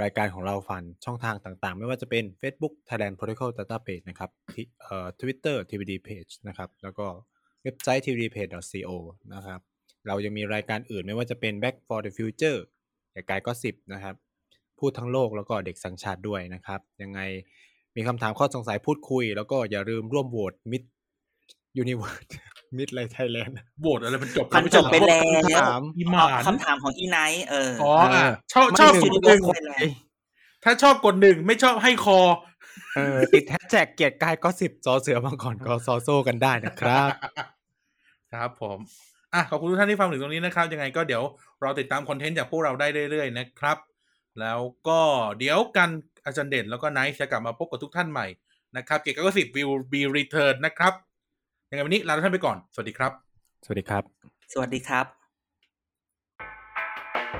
[SPEAKER 3] รายการของเราฟันช่องทางต่างๆ ไม่ว่าจะเป็น Facebook Thailand Protocol Data Page นะครับที่เอ่อ Twitter TVD Page นะครับ แล้วก็เว็บไซต์ tvdpage.co นะครับ เรายังมีรายการอื่นไม่ว่าจะเป็น Back for the Future เกียร์กายก็สิบนะครับ พูดทั้งโลกแล้วก็เด็กสังชาติด้วยนะครับ ยังไงมีคำถามข้อสงสัยพูดคุย แล้วก็อย่าลืมร่วมโหวตมิดยูนิเวิร์ส มิดไรไทยแลนด์
[SPEAKER 2] โบดอะไรมันจบ
[SPEAKER 4] มันจบไปแล้ว
[SPEAKER 3] คำถาม
[SPEAKER 2] อีหมา
[SPEAKER 4] คำถามของอีไนท์เออ
[SPEAKER 2] อ๋ออ่ะชอบชอบ
[SPEAKER 4] ไม่
[SPEAKER 2] ก
[SPEAKER 4] ถึ
[SPEAKER 2] ด
[SPEAKER 4] ง
[SPEAKER 2] หนึ่งถ้าชอบกดหนึ่งไม่ชอบให้คอ
[SPEAKER 3] เออติดแฮชแท็กเกียรติกายก็สิบซอเสือมังกรก็ซอโซ่กันได้ นะครับ
[SPEAKER 2] ครับผม อ่ะขอบคุณทุกท่านที่ฟังถึงตรงนี้นะครับ ยังไงก็เดี๋ยวเราติดตามคอนเทนต์จากพวกเราได้เรื่อยๆนะครับ แล้วก็เดี๋ยวกันอาจารย์เด่นแล้วก็ไนท์จะกลับมาพบกับทุกท่านใหม่นะครับ เกียรติกายก็สิบวิวบีรีเทิร์นนะครับ ยังไงวันนี้ลาทุกท่านไปก่อน สวัสดีครับ
[SPEAKER 3] สวัสดีครับ
[SPEAKER 4] สวัสดีครับ